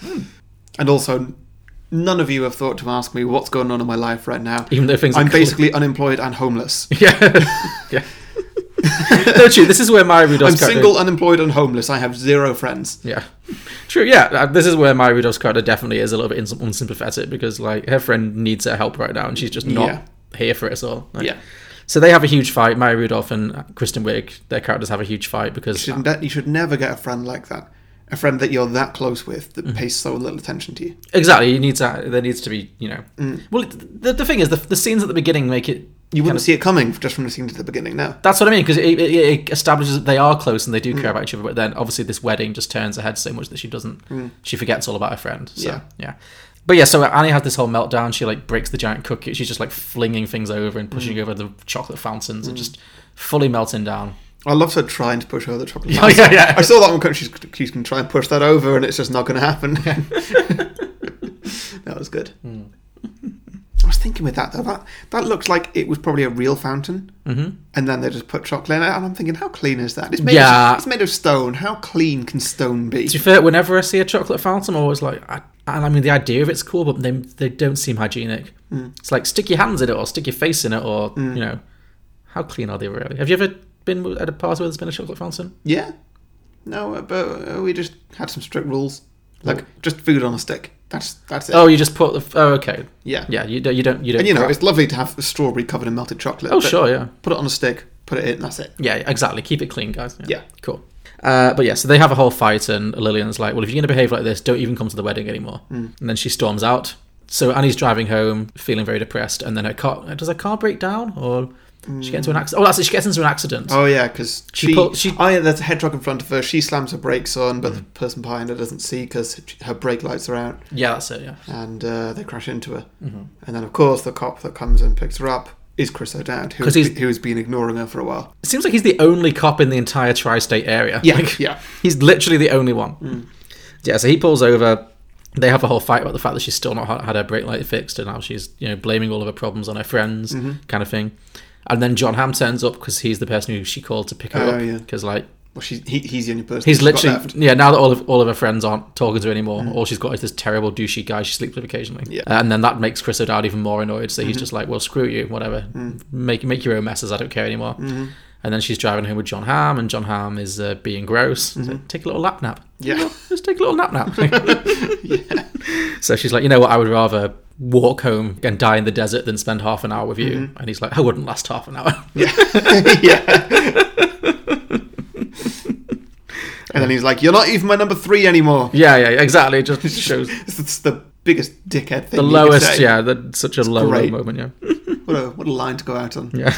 Speaker 1: And also, none of you have thought to ask me what's going on in my life right now.
Speaker 2: Even though things are
Speaker 1: I'm
Speaker 2: clear.
Speaker 1: basically unemployed and homeless.
Speaker 2: yeah no true this is where my Rudolph's
Speaker 1: I'm
Speaker 2: character-
Speaker 1: single, unemployed, and homeless. I have zero friends.
Speaker 2: Yeah. True, yeah. uh, This is where Maya Rudolph's character definitely is a little bit ins- unsympathetic because, like, her friend needs her help right now and she's just not
Speaker 1: Yeah.
Speaker 2: here for it at all. Like-
Speaker 1: Yeah.
Speaker 2: So they have a huge fight. Maya Rudolph and uh, Kristen Wiig, their characters have a huge fight because.
Speaker 1: You should, ne- you should never get a friend like that. A friend that you're that close with
Speaker 2: Hmm.
Speaker 1: that pays so little attention to you.
Speaker 2: Exactly, you need to. There needs to be, you know.
Speaker 1: Mm.
Speaker 2: Well, the, the thing is, the, the scenes at the beginning make it.
Speaker 1: You
Speaker 2: kind
Speaker 1: wouldn't
Speaker 2: of-
Speaker 1: see it coming just from listening to the beginning now.
Speaker 2: That's what I mean because it, it, it establishes that they are close and they do
Speaker 1: Mm.
Speaker 2: care about each other. But then obviously this wedding just turns her head so much that she doesn't.
Speaker 1: Mm.
Speaker 2: She forgets all about her friend. So,
Speaker 1: Yeah.
Speaker 2: yeah, But yeah, so Annie has this whole meltdown. She like breaks the giant cookie. She's just like flinging things over and pushing over the chocolate fountains and
Speaker 1: Mm.
Speaker 2: just fully melting down.
Speaker 1: I love her trying to push over the chocolate.
Speaker 2: Yeah,
Speaker 1: fountain.
Speaker 2: yeah, yeah.
Speaker 1: I saw that one. come- She's, she can try and push that over, and it's just not going to happen. that was good.
Speaker 2: Hmm.
Speaker 1: I was thinking with that though. That that looks like it was probably a real fountain,
Speaker 2: Mhm.
Speaker 1: and then they just put chocolate in it. And I'm thinking, how clean is that? It's made
Speaker 2: Yeah.
Speaker 1: Of, it's made of stone. How clean can stone be?
Speaker 2: To be fair, whenever I see a chocolate fountain, I'm always like, I, and I mean, the idea of it's cool, but they, they don't seem hygienic.
Speaker 1: Mm.
Speaker 2: It's like stick your hands in it or stick your face in it or, you know, how clean are they really? Have you ever been at a party where there's been a chocolate fountain?
Speaker 1: Yeah. No, uh, but uh, we just had some strict rules, like just food on a stick. That's that's it.
Speaker 2: Oh, you just put the. f- Oh, okay.
Speaker 1: Yeah.
Speaker 2: Yeah. You don't. You don't. You don't.
Speaker 1: and you know,
Speaker 2: crack-
Speaker 1: it's lovely to have the strawberry covered in melted chocolate.
Speaker 2: Oh,
Speaker 1: but
Speaker 2: sure, yeah.
Speaker 1: Put it on a stick, put it in, that's it.
Speaker 2: Yeah, exactly. Keep it clean, guys.
Speaker 1: Yeah.
Speaker 2: Cool. Uh, but yeah, so they have a whole fight, and Lillian's like, "Well, if you're going to behave like this, don't even come to the wedding anymore."
Speaker 1: Mm.
Speaker 2: And then she storms out. So Annie's driving home, feeling very depressed, and then her car does her car break down, or she gets into an accident. Oh, that's it. She gets into an accident.
Speaker 1: Mm. Oh yeah, because
Speaker 2: She
Speaker 1: she, Mm-hmm.
Speaker 2: pull-
Speaker 1: oh yeah, there's a head truck in front of her. She slams her brakes on, but the person behind her doesn't see because her brake lights are out.
Speaker 2: Yeah, that's it. Yeah.
Speaker 1: and uh, they crash into her.
Speaker 2: Mhm.
Speaker 1: And then of course the cop that comes and picks her up is Chris O'Dowd, who
Speaker 2: 'Cause he's-
Speaker 1: who has been ignoring her for a while.
Speaker 2: It seems like he's the only cop in the entire tri-state area.
Speaker 1: Yeah,
Speaker 2: Like,
Speaker 1: yeah. Mm.
Speaker 2: He's literally the only one. Yeah, so he pulls over. They have a whole fight about the fact that she's still not ha- had her brake light fixed and how she's you know blaming all of her problems on her friends,
Speaker 1: Mhm.
Speaker 2: kind of thing. And then John Hamm turns up because he's the person who she called to pick her
Speaker 1: Oh,
Speaker 2: up.
Speaker 1: yeah.
Speaker 2: Because like
Speaker 1: Well, she, he, he's the only person. she's
Speaker 2: he's
Speaker 1: got
Speaker 2: literally
Speaker 1: left. Mm.
Speaker 2: yeah. Now that all of all of her friends aren't talking to her anymore, all she's got is this terrible douchey guy she sleeps with occasionally. Uh,
Speaker 1: Yeah.
Speaker 2: And then that makes Chris O'Dowd even more annoyed. So he's
Speaker 1: Mhm.
Speaker 2: just like, well, screw you, whatever.
Speaker 1: Mm.
Speaker 2: Make make your own messes. I don't care anymore.
Speaker 1: Mhm.
Speaker 2: And then she's driving home with John Hamm, and John Hamm is uh, being gross. He's like, take a little lap nap.
Speaker 1: Mm-hmm. Yeah.
Speaker 2: Let's take a little nap nap. So she's like, you know what? I would rather walk home and die in the desert than spend half an hour with you.
Speaker 1: Mhm.
Speaker 2: And he's like, I wouldn't last half an hour.
Speaker 1: And then he's like, "You're not even my number three anymore."
Speaker 2: yeah, yeah, exactly. It just shows
Speaker 1: It's, it's the biggest dickhead thing.
Speaker 2: the
Speaker 1: you could
Speaker 2: lowest.
Speaker 1: say.
Speaker 2: Yeah, the, such a low, low
Speaker 1: great.
Speaker 2: moment. Yeah.
Speaker 1: What a what a line to go out on.
Speaker 2: Yeah.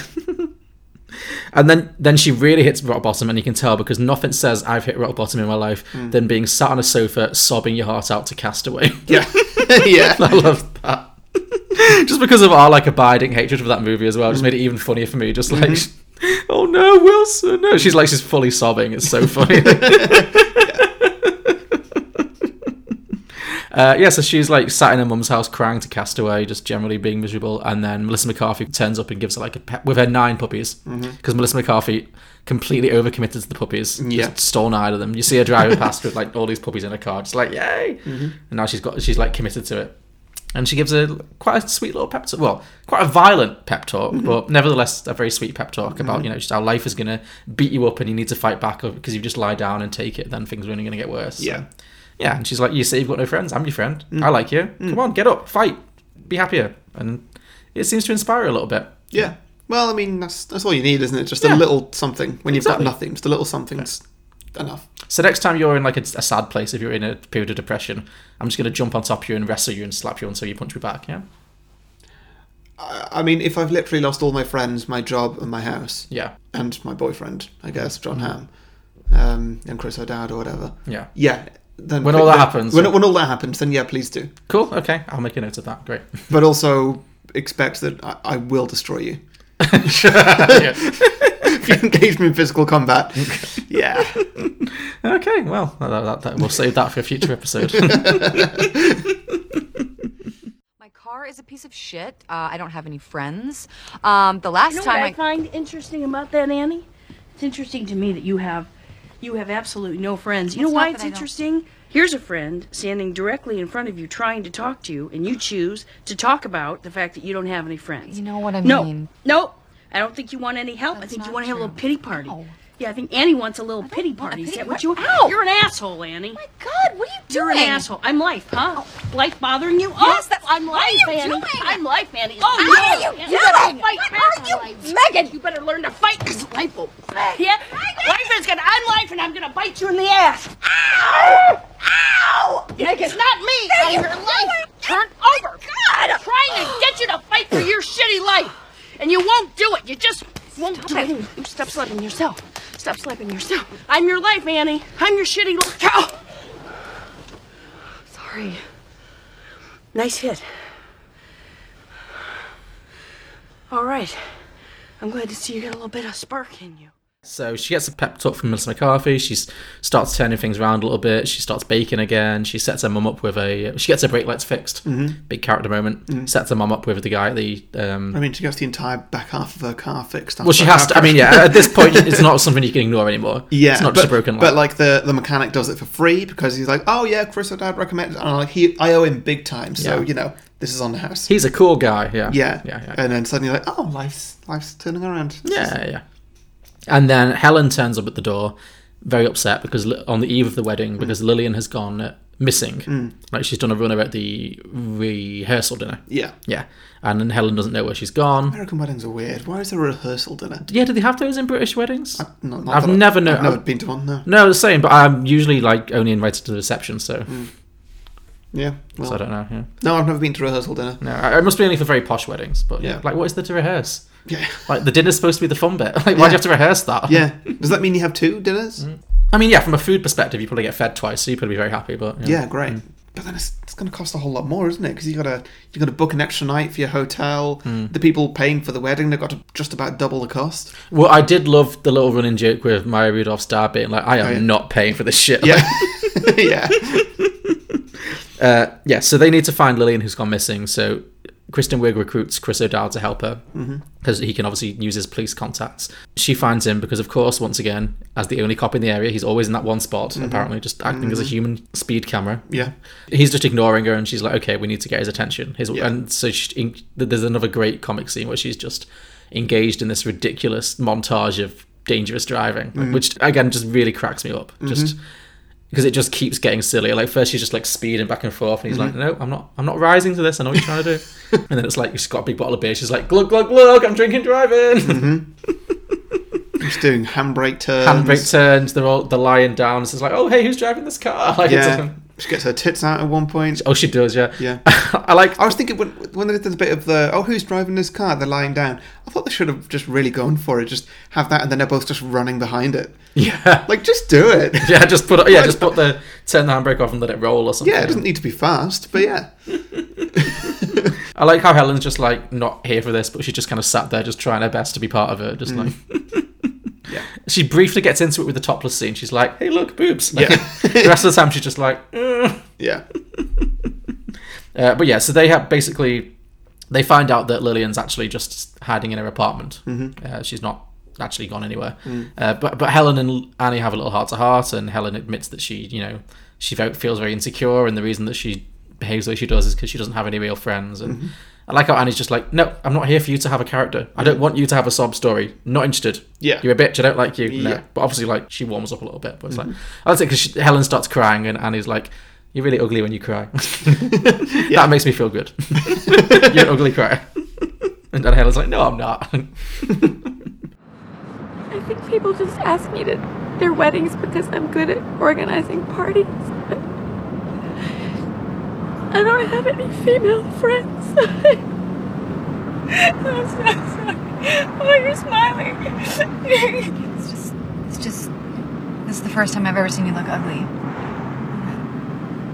Speaker 2: And then, then she really hits rock bottom, and you can tell because nothing says I've hit rock bottom in my life
Speaker 1: Mm.
Speaker 2: than being sat on a sofa sobbing your heart out to Castaway.
Speaker 1: Yeah. yeah.
Speaker 2: I love that. just because of our like abiding hatred for that movie as well, just made it even funnier for me. Just like, oh no, Wilson, no. She's like, she's fully sobbing. It's so funny. Uh, yeah, so she's like sat in her mum's house crying to Castaway, just generally being miserable. And then Melissa McCarthy turns up and gives her like a pet with her nine puppies because
Speaker 1: Mhm.
Speaker 2: Melissa McCarthy completely overcommitted to the puppies.
Speaker 1: Yeah.
Speaker 2: Just stole nine of them. You see her driving past with like all these puppies in her car, just like yay!
Speaker 1: Mhm.
Speaker 2: And now she's got she's like committed to it, and she gives a quite a sweet little pep talk. Well, quite a violent pep talk, but nevertheless a very sweet pep talk about
Speaker 1: Mhm.
Speaker 2: you know just how life is gonna beat you up and you need to fight back because you just lie down and take it, then things are only gonna get worse.
Speaker 1: Yeah.
Speaker 2: Yeah, and she's like, "You say you've got no friends. I'm your friend. I like you. Come on, get up, fight, be happier." And it seems to inspire her a little bit.
Speaker 1: Yeah. Well, I mean, that's that's all you need, isn't it? Just a
Speaker 2: Yeah.
Speaker 1: little something when you've
Speaker 2: Exactly.
Speaker 1: got nothing. Just a little something's enough.
Speaker 2: So next time you're in like a, a sad place, if you're in a period of depression, I'm just gonna jump on top of you and wrestle you and slap you until you punch me back. Yeah,
Speaker 1: I I mean, if I've literally lost all my friends, my job, and my house,
Speaker 2: yeah,
Speaker 1: and my boyfriend, I guess, John Hamm, um, and Chris O'Dowd or whatever.
Speaker 2: yeah.
Speaker 1: Yeah. Then
Speaker 2: When all that happens.
Speaker 1: When, when all that happens, then yeah, please do.
Speaker 2: Cool. Okay, I'll make a note of that. Great.
Speaker 1: But also expect that I, I will destroy you.
Speaker 2: Yeah.
Speaker 1: If you engage me in physical combat. Yeah.
Speaker 2: Okay. Well, that, that, that, we'll save that for a future episode.
Speaker 4: My car is a piece of shit. Uh, I don't have any friends. Um, the last
Speaker 11: You know what
Speaker 4: time
Speaker 11: I find interesting about that, Annie? It's interesting to me that you have you have absolutely no friends. You
Speaker 4: It's
Speaker 11: know
Speaker 4: not
Speaker 11: why
Speaker 4: that
Speaker 11: it's
Speaker 4: I don't-
Speaker 11: interesting? Here's a friend standing directly in front of you trying to talk to you and you choose to talk about the fact that you don't have any friends.
Speaker 4: You know what I
Speaker 11: no,
Speaker 4: mean.
Speaker 11: No. I don't think you want any help. I think you want to have a little pity party. Yeah, I think Annie wants a little pity party. Is
Speaker 4: pity
Speaker 11: that what
Speaker 4: par-
Speaker 11: you
Speaker 4: Ow!
Speaker 11: You're an asshole, Annie. My
Speaker 4: God, what are you
Speaker 11: You're an
Speaker 4: doing?
Speaker 11: asshole. I'm life, huh? Life bothering you?
Speaker 4: Yes,
Speaker 11: oh,
Speaker 4: that's-
Speaker 11: I'm life,
Speaker 4: what are you
Speaker 11: Annie.
Speaker 4: doing?
Speaker 11: I'm life, Annie.
Speaker 4: What
Speaker 11: Oh,
Speaker 4: are
Speaker 11: no.
Speaker 4: you
Speaker 11: You gotta
Speaker 4: doing?
Speaker 11: fight
Speaker 4: What
Speaker 11: back,
Speaker 4: are you-
Speaker 11: life.
Speaker 4: Megan!
Speaker 11: You better learn to fight, because life will yeah, life is gonna. I'm life, and I'm gonna bite you in the ass. Ow! Ow! It's not me. I'm your life. Turn over. God! I'm trying to get you to fight for your shitty life, and you won't do it. You just won't do it. You stop slapping yourself. Stop slapping yourself. I'm your life, Annie. I'm your shitty life. Ow! Sorry. Nice hit. All right. I'm glad to see you got a little bit of spark in you.
Speaker 2: So she gets a pep talk from Melissa McCarthy. She s- starts turning things around a little bit. She starts baking again. She sets her mum up with a. She gets her brake lights fixed.
Speaker 1: Mhm.
Speaker 2: Big character moment.
Speaker 1: Mhm.
Speaker 2: Sets her mum up with the guy at the. Um,
Speaker 1: I mean, she gets the entire back half of her car fixed.
Speaker 2: well, she
Speaker 1: after-
Speaker 2: has to. I mean, yeah. At this point, it's not something you can ignore anymore.
Speaker 1: Yeah,
Speaker 2: it's not
Speaker 1: but,
Speaker 2: just a broken light.
Speaker 1: But like the the mechanic does it for free because he's like, oh yeah, Chris O'Dowd recommended, and I'm like he, I owe him big time. So
Speaker 2: Yeah.
Speaker 1: you know, this is on the house.
Speaker 2: He's a cool guy. Yeah.
Speaker 1: yeah.
Speaker 2: Yeah. Yeah.
Speaker 1: And then suddenly you're like, oh, life's life's turning around. This is-
Speaker 2: Yeah, yeah. And
Speaker 1: Mm.
Speaker 2: then Helen turns up at the door, very upset because li- on the eve of the wedding, because Lillian has gone uh, missing. Like she's done a runner at the rehearsal dinner.
Speaker 1: Yeah.
Speaker 2: Yeah. And then Helen doesn't know where she's gone.
Speaker 1: American weddings are weird. Why is there a rehearsal dinner?
Speaker 2: Yeah, do they have those in British weddings?
Speaker 1: No, not
Speaker 2: I've
Speaker 1: that I-
Speaker 2: never known.
Speaker 1: I've never been to one. No.
Speaker 2: No, the same. But I'm usually like only invited to the reception, so
Speaker 1: Mm, Yeah.
Speaker 2: so I don't know. Yeah.
Speaker 1: No, I've never been to rehearsal dinner.
Speaker 2: No, I- it must be only for very posh weddings. But yeah, like what is there to rehearse?
Speaker 1: Yeah.
Speaker 2: Like the dinner's supposed to be the fun bit. Like why do
Speaker 1: Yeah.
Speaker 2: you have to rehearse that?
Speaker 1: Yeah. Does that mean you have two
Speaker 2: Mm.
Speaker 1: dinners?
Speaker 2: I mean, yeah, from a food perspective, you probably get fed twice, so you probably be very happy. But
Speaker 1: Yeah, great.
Speaker 2: Mm.
Speaker 1: But then it's, it's going to cost a whole lot more, isn't it? Because you got to you got to book an extra night for your hotel.
Speaker 2: Mm.
Speaker 1: The people paying for the wedding they've got to just about double the cost.
Speaker 2: Well, I did love the little running joke with Maya Rudolph's dad being like, "I am
Speaker 1: Oh, yeah.
Speaker 2: not paying for this shit."
Speaker 1: Yeah. yeah.
Speaker 2: uh, yeah. So they need to find Lillian, who's gone missing. So Kristen Wiig recruits Chris O'Dowd to help her
Speaker 1: Mm-hmm.
Speaker 3: Mhm.
Speaker 2: because he can obviously use his police contacts. She finds him because, of course, once again, as the only cop in the area, he's always in that one spot.
Speaker 1: Mhm.
Speaker 2: Apparently, just acting as a
Speaker 1: Mhm.
Speaker 2: human speed camera.
Speaker 1: Yeah.
Speaker 2: He's just ignoring her, and she's like, "Okay, we need to get his attention." His
Speaker 1: Yeah.
Speaker 2: and so she, in, there's another great comic scene where she's just engaged in this ridiculous montage of dangerous driving, like,
Speaker 1: Mhm.
Speaker 2: which again just really cracks me up. Just
Speaker 1: Mhm.
Speaker 2: because it just keeps getting sillier. Like first she's just like speeding back and forth, and he's
Speaker 1: Mhm.
Speaker 2: like, "No, I'm not. I'm not rising to this. I know what you're trying to do." and then it's like she's got a big bottle of beer. She's like, "Look, look, look! I'm drinking driving."
Speaker 1: Mm-hmm. Just doing handbrake turns.
Speaker 2: Handbrake turns. They're all they're lying down. It's just like, "Oh, hey, who's driving this car?" Like, it's
Speaker 1: yeah.
Speaker 2: like-
Speaker 1: She gets her tits out at one point.
Speaker 2: oh, she does. Yeah.
Speaker 1: Yeah.
Speaker 2: I like.
Speaker 1: I was thinking when when they did the bit of the oh who's driving this car they're lying down. I thought they should have just really gone for it. Just have that and then they're both just running behind it.
Speaker 2: Yeah.
Speaker 1: Like just do it.
Speaker 2: Yeah, just put yeah, just put the turn the handbrake off and let it roll or something.
Speaker 1: Yeah, it doesn't need to be fast, but yeah.
Speaker 2: I like how Helen's just like not here for this, but she just kind of sat there, just trying her best to be part of it. Just
Speaker 1: Mm.
Speaker 2: like, She briefly gets into it with the topless scene. She's like, "Hey, look, boobs."
Speaker 1: Yeah.
Speaker 2: the rest of the time, she's just like, "Ugh."
Speaker 1: Yeah.
Speaker 2: Uh, but yeah, so they have basically they find out that Lillian's actually just hiding in her apartment.
Speaker 1: Mhm.
Speaker 2: Uh, she's not actually gone anywhere.
Speaker 1: Mm.
Speaker 2: Uh, but but Helen and Annie have a little heart to heart, and Helen admits that she you know she ve- feels very insecure, and the reason that she behaves the way she does is because she doesn't have any real friends. And
Speaker 1: Mhm.
Speaker 2: I like how Annie's just like, "No, I'm not here for you to have a character. I don't want you to have a sob story. Not interested.
Speaker 1: Yeah.
Speaker 2: you're a bitch. I don't like you. No."
Speaker 1: Yeah.
Speaker 2: But obviously, like she warms up a little bit. But it's
Speaker 1: Mhm.
Speaker 2: like I like it because Helen starts crying, and Annie's like. You're really ugly when you cry. That makes me feel good. You're an ugly crier. And then Helen's like, no, I'm not.
Speaker 13: I think people just ask me to their weddings because I'm good at organizing parties. but I don't have any female friends. I'm so sorry. Oh, you're smiling.
Speaker 8: It's just, it's just, this is the first time I've ever seen you look ugly.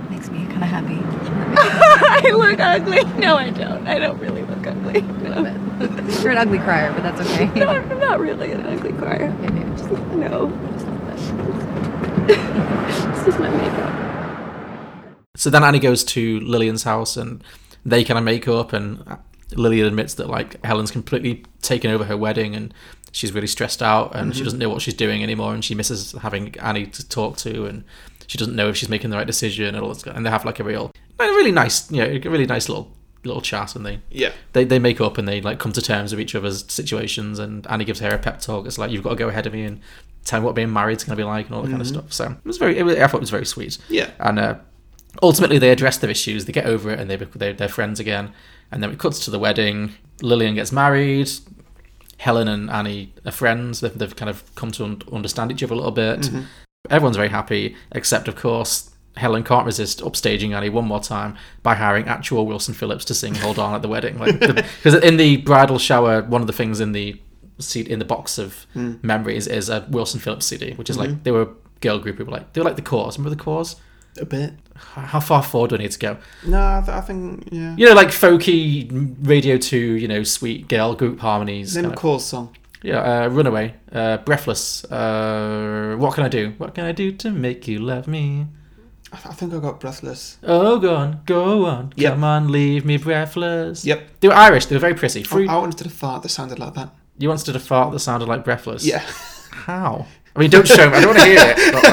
Speaker 8: Makes me kind of happy.
Speaker 13: I look ugly. No, I don't. I don't really look ugly. No.
Speaker 8: You're an ugly crier, but that's okay.
Speaker 13: No, I'm not really an ugly crier. No. This is my makeup.
Speaker 2: so then Annie goes to Lillian's house and they kind of make up. And Lillian admits that, like, Helen's completely taken over her wedding and she's really stressed out and she
Speaker 1: Mhm.
Speaker 2: doesn't know what she's doing anymore. And she misses having Annie to talk to and she doesn't know if she's making the right decision and all that. stuff. And they have, like, a real, a really nice, you know, a really nice little little chat and they
Speaker 1: Yeah.
Speaker 2: they, they make up and they like come to terms with each other's situations and Annie gives her a pep talk. It's like you've got to go ahead of me and tell me what being married's gonna be like and all that kind of
Speaker 1: Mhm.
Speaker 2: stuff. So it was very it was, I thought it was very sweet.
Speaker 1: Yeah.
Speaker 2: And uh, ultimately they address their issues, they get over it and they they they're friends again. And then it cuts to the wedding. Lillian gets married. Helen and Annie are friends. They've, they've kind of come to un- understand each other a little bit.
Speaker 1: Mhm.
Speaker 2: Everyone's very happy, except of course Helen can't resist upstaging Annie one more time by hiring actual Wilson Phillips to sing "Hold On" at the wedding. Because in the bridal shower, one of the things in the seat in the box of
Speaker 1: Mm.
Speaker 2: memories is a Wilson Phillips CD, which is
Speaker 1: Mhm.
Speaker 2: like they were a girl group who were like they were like the Cause. Remember the Cause?
Speaker 1: A bit.
Speaker 2: How far forward do I need to go?
Speaker 1: No, I, th- I think yeah.
Speaker 2: You know, like folky Radio Two, you know, sweet girl group harmonies.
Speaker 1: Name
Speaker 2: kind
Speaker 1: a
Speaker 2: of-
Speaker 1: Cause song.
Speaker 2: yeah, uh, Runaway, uh, Breathless. Uh, what can I do? What can I do to make you love me?
Speaker 1: I, th- I think I got breathless.
Speaker 2: Oh, go on, go on,
Speaker 1: Yep.
Speaker 2: come on, leave me breathless.
Speaker 1: Yep. Oh,
Speaker 2: They were Irish. They were very pretty.
Speaker 1: I,
Speaker 2: Free.
Speaker 1: I wanted to fart that sounded like that.
Speaker 2: You once did a fart that sounded like breathless.
Speaker 1: Yeah.
Speaker 2: How? I mean, don't show me. I don't want to hear it. but,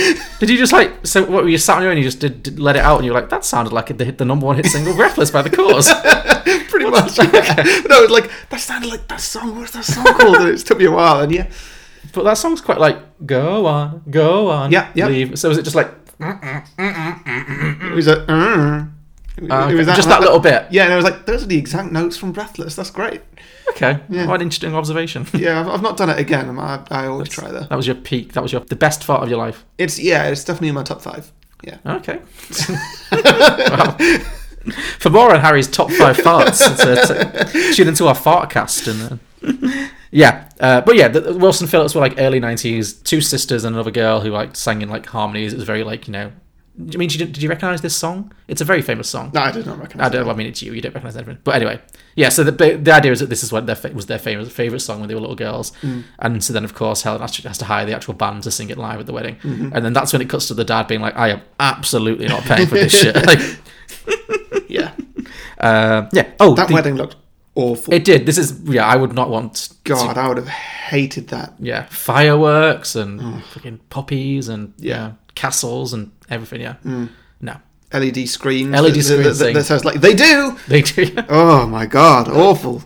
Speaker 2: like- did you just like so? What were you sat on your own? You just did, did- let it out, and you were like, "That sounded like the, the number one hit single, Breathless, by the Cause."
Speaker 1: Pretty much. yeah. No, it's like that sounded like that song. What's that song called? and it took me a while. And yeah,
Speaker 2: But that song's quite like "Go on, go on,
Speaker 1: Yeah, yeah.
Speaker 2: leave." So is it just like?
Speaker 1: was a. "Mm." It was-
Speaker 2: Ah,
Speaker 1: it was
Speaker 2: okay. Just that little bit.
Speaker 1: Yeah, and I was like, those are the exact notes from Breathless. That's great.
Speaker 2: Okay.
Speaker 1: Yeah.
Speaker 2: Quite an interesting observation.
Speaker 1: Yeah, I've, I've not done it again. I, I always try that.
Speaker 2: That was your peak. That was your the best part of your life.
Speaker 1: It's yeah, it's definitely in my top five. Yeah.
Speaker 2: Okay. Wow. For more on Harry's top five farts, it's a, t- tune into our fartcast and. Uh, yeah, uh, but yeah, the, the Wilson Phillips were like early nineties. Two sisters and another girl who like sang in like harmonies. It was very like you know. I mean, did you, did you recognize this song? It's a very famous song.
Speaker 1: No, I did not recognize.
Speaker 2: I don't. I mean, it's you. You don't recognize everyone. But anyway, yeah. So the ba- the idea is that this is what their fa- was their favorite favorite song when they were little girls,
Speaker 1: Mm.
Speaker 2: and so then of course Helen has to, has to hire the actual band to sing it live at the wedding,
Speaker 1: Mhm.
Speaker 2: and then that's when it cuts to the dad being like, "I am absolutely not paying for this shit." Like,
Speaker 1: yeah.
Speaker 2: uh, yeah. Oh,
Speaker 1: That
Speaker 2: the-
Speaker 1: wedding looked awful.
Speaker 2: It did. This is yeah. I would not want.
Speaker 1: God,
Speaker 2: to-
Speaker 1: I would have hated that.
Speaker 2: yeah, fireworks and
Speaker 1: Mm.
Speaker 2: fucking poppies and yeah. castles and everything. Yeah,
Speaker 1: Mm.
Speaker 2: no.
Speaker 1: LED screens.
Speaker 2: LED
Speaker 1: that-
Speaker 2: screen
Speaker 1: that, that,
Speaker 2: E thing.
Speaker 1: that says like they do.
Speaker 2: They do.
Speaker 1: Oh my god, awful.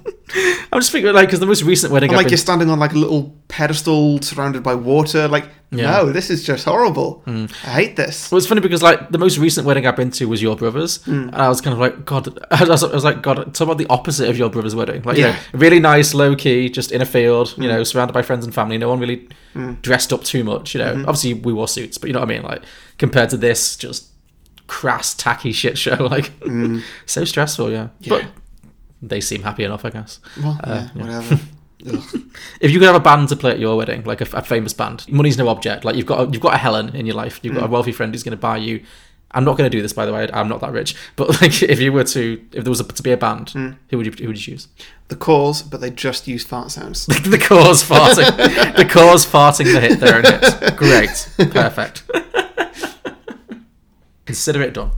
Speaker 2: I'm just thinking like because the most recent wedding.
Speaker 1: And,
Speaker 2: I've
Speaker 1: like
Speaker 2: been-
Speaker 1: you're standing on like a little pedestal surrounded by water. Like
Speaker 2: Yeah. Mm. Uh,
Speaker 1: no, this is just horrible. I hate this.
Speaker 2: Well, it's funny because like the most recent wedding I've been to was your brother's,
Speaker 1: Hmm.
Speaker 2: and I was kind of like, God, I was, I was like, God, talk about the opposite of your brother's wedding. Like, you
Speaker 1: Yeah. Hmm.
Speaker 2: know, really nice, low key, just in a field, you know, surrounded by friends and family. No one really
Speaker 1: Mm.
Speaker 2: dressed up too much, you know.
Speaker 1: Mhm.
Speaker 2: Obviously, we wore suits, but you know what I mean. Like compared to this, just crass, tacky shit show. Like
Speaker 1: Hmm.
Speaker 2: so stressful, yeah. But they seem happy enough, I guess.
Speaker 1: Well,
Speaker 2: Uh,
Speaker 1: yeah,
Speaker 2: yeah.
Speaker 1: whatever. Ugh.
Speaker 2: If you could have a band to play at your wedding, like a, a famous band, money's no object. Like you've got a, you've got a Helen in your life, you've got a
Speaker 1: Mm.
Speaker 2: wealthy friend who's going to buy you. I'm not going to do this, by the way. I'm not that rich, but like if you were to, if there was a, to be a band,
Speaker 1: Mm.
Speaker 2: who would you who would you choose?
Speaker 1: the cause, but they just use fart sounds.
Speaker 2: the cause farting, the cause farting the hit their own hits. Great, perfect. Consider it done.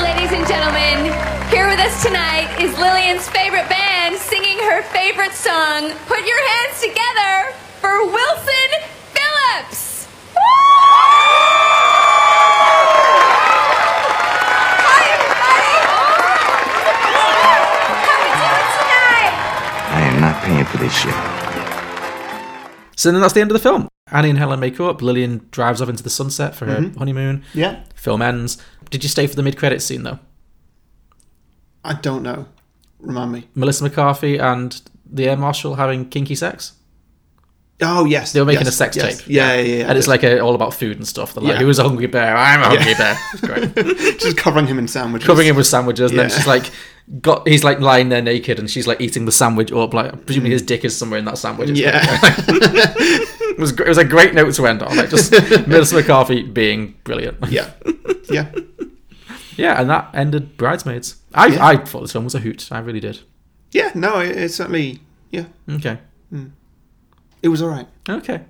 Speaker 9: Ladies and gentlemen, here with us tonight is Lillian's favorite band singing her favorite song. Put your hands together for Wilson Phillips.
Speaker 14: I am not paying for this shit.
Speaker 2: So then that's the end of the film. Annie and Helen make up. Lillian drives off into the sunset for her
Speaker 1: Mhm.
Speaker 2: honeymoon.
Speaker 1: Yeah.
Speaker 2: Film ends. Did you stay for the mid credits scene though?
Speaker 1: I don't know. Remind me.
Speaker 2: Melissa McCarthy and the air marshal having kinky sex.
Speaker 1: Oh yes,
Speaker 2: They were making
Speaker 1: yes,
Speaker 2: a sex
Speaker 1: yes.
Speaker 2: tape.
Speaker 1: Yeah, yeah, yeah. yeah
Speaker 2: and it's like a, all about food and stuff. They're like,
Speaker 1: Yeah.
Speaker 2: "Who's a hungry bear? I'm a hungry bear." It's great.
Speaker 1: just covering him in sandwiches.
Speaker 2: Covering him with sandwiches, and
Speaker 1: Yeah.
Speaker 2: then she's like, "Got." He's like lying there naked, and she's like eating the sandwich up. Like, presumably his dick is somewhere in that sandwich. It's
Speaker 1: Yeah.
Speaker 2: great. it was. gr- It was a great note to end on. Like, just Melissa McCarthy being brilliant.
Speaker 1: Yeah. Yeah.
Speaker 2: yeah, and that ended Bridesmaids. I, I thought this film was a hoot. I really did.
Speaker 1: Yeah, no, it, it certainly. Yeah,
Speaker 2: Okay.
Speaker 1: it was all right.
Speaker 2: Okay.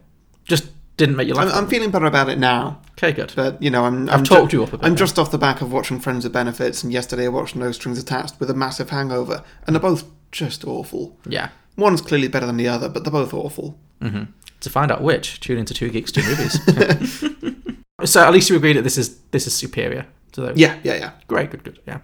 Speaker 2: Just didn't make you laugh.
Speaker 1: I'm, I'm feeling better about it now.
Speaker 2: Okay, good.
Speaker 1: But you know, I'm.
Speaker 2: I've
Speaker 1: I'm
Speaker 2: talked you up a bit
Speaker 1: I'm
Speaker 2: now.
Speaker 1: just off the back of watching Friends with Benefits, and yesterday I watched No Strings Attached with a massive hangover, and they're both just awful.
Speaker 2: Yeah.
Speaker 1: One's clearly better than the other, but they're both awful.
Speaker 2: hmm To find out which, tune into Two Geeks, Two Movies. so at least you agree that this is this is superior to those.
Speaker 1: Yeah, yeah, yeah.
Speaker 2: Great, good, good. Yeah.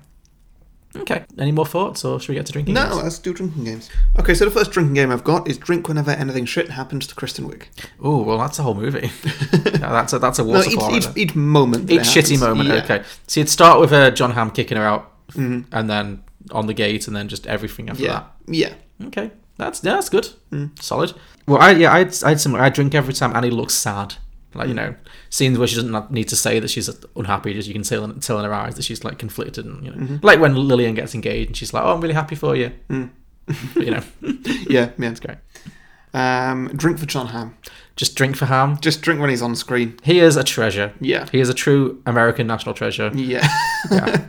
Speaker 2: Okay. Any more thoughts, or should we get to drinking?
Speaker 1: No,
Speaker 2: games?
Speaker 1: let's do drinking games. Okay, so the first drinking game I've got is drink whenever anything shit happens to Kristen Wiig.
Speaker 2: Oh well, that's a whole movie. Yeah, that's a that's a
Speaker 1: No,
Speaker 2: waterfall.
Speaker 1: each-
Speaker 2: right
Speaker 1: each-
Speaker 2: there.
Speaker 1: each moment that
Speaker 2: Each
Speaker 1: it happens,
Speaker 2: shitty moment.
Speaker 1: yeah.
Speaker 2: Okay, so you'd start with uh, John Hamm kicking her out,
Speaker 1: Mhm.
Speaker 2: and then on the gate, and then just everything after
Speaker 1: yeah,
Speaker 2: that.
Speaker 1: yeah.
Speaker 2: Okay, that's yeah, that's good.
Speaker 1: Mm.
Speaker 2: Solid. Hmm. Well, I yeah, I had, I had similar. I drink every time Annie looks sad. Like you know, scenes where she doesn't not- need to say that she's unhappy. Just you can tell in, tell in her eyes that she's like conflicted, and you know,
Speaker 1: Mhm.
Speaker 2: like when Lillian gets engaged and she's like, "Oh, I'm really happy for you."
Speaker 1: Mm.
Speaker 2: But, you know,
Speaker 1: yeah, yeah, it's
Speaker 2: great.
Speaker 1: Um, drink for John Ham.
Speaker 2: Just drink for Ham.
Speaker 1: Just drink when he's on screen.
Speaker 2: He is a treasure.
Speaker 1: Yeah.
Speaker 2: he is a true American national treasure.
Speaker 1: Yeah.
Speaker 2: yeah.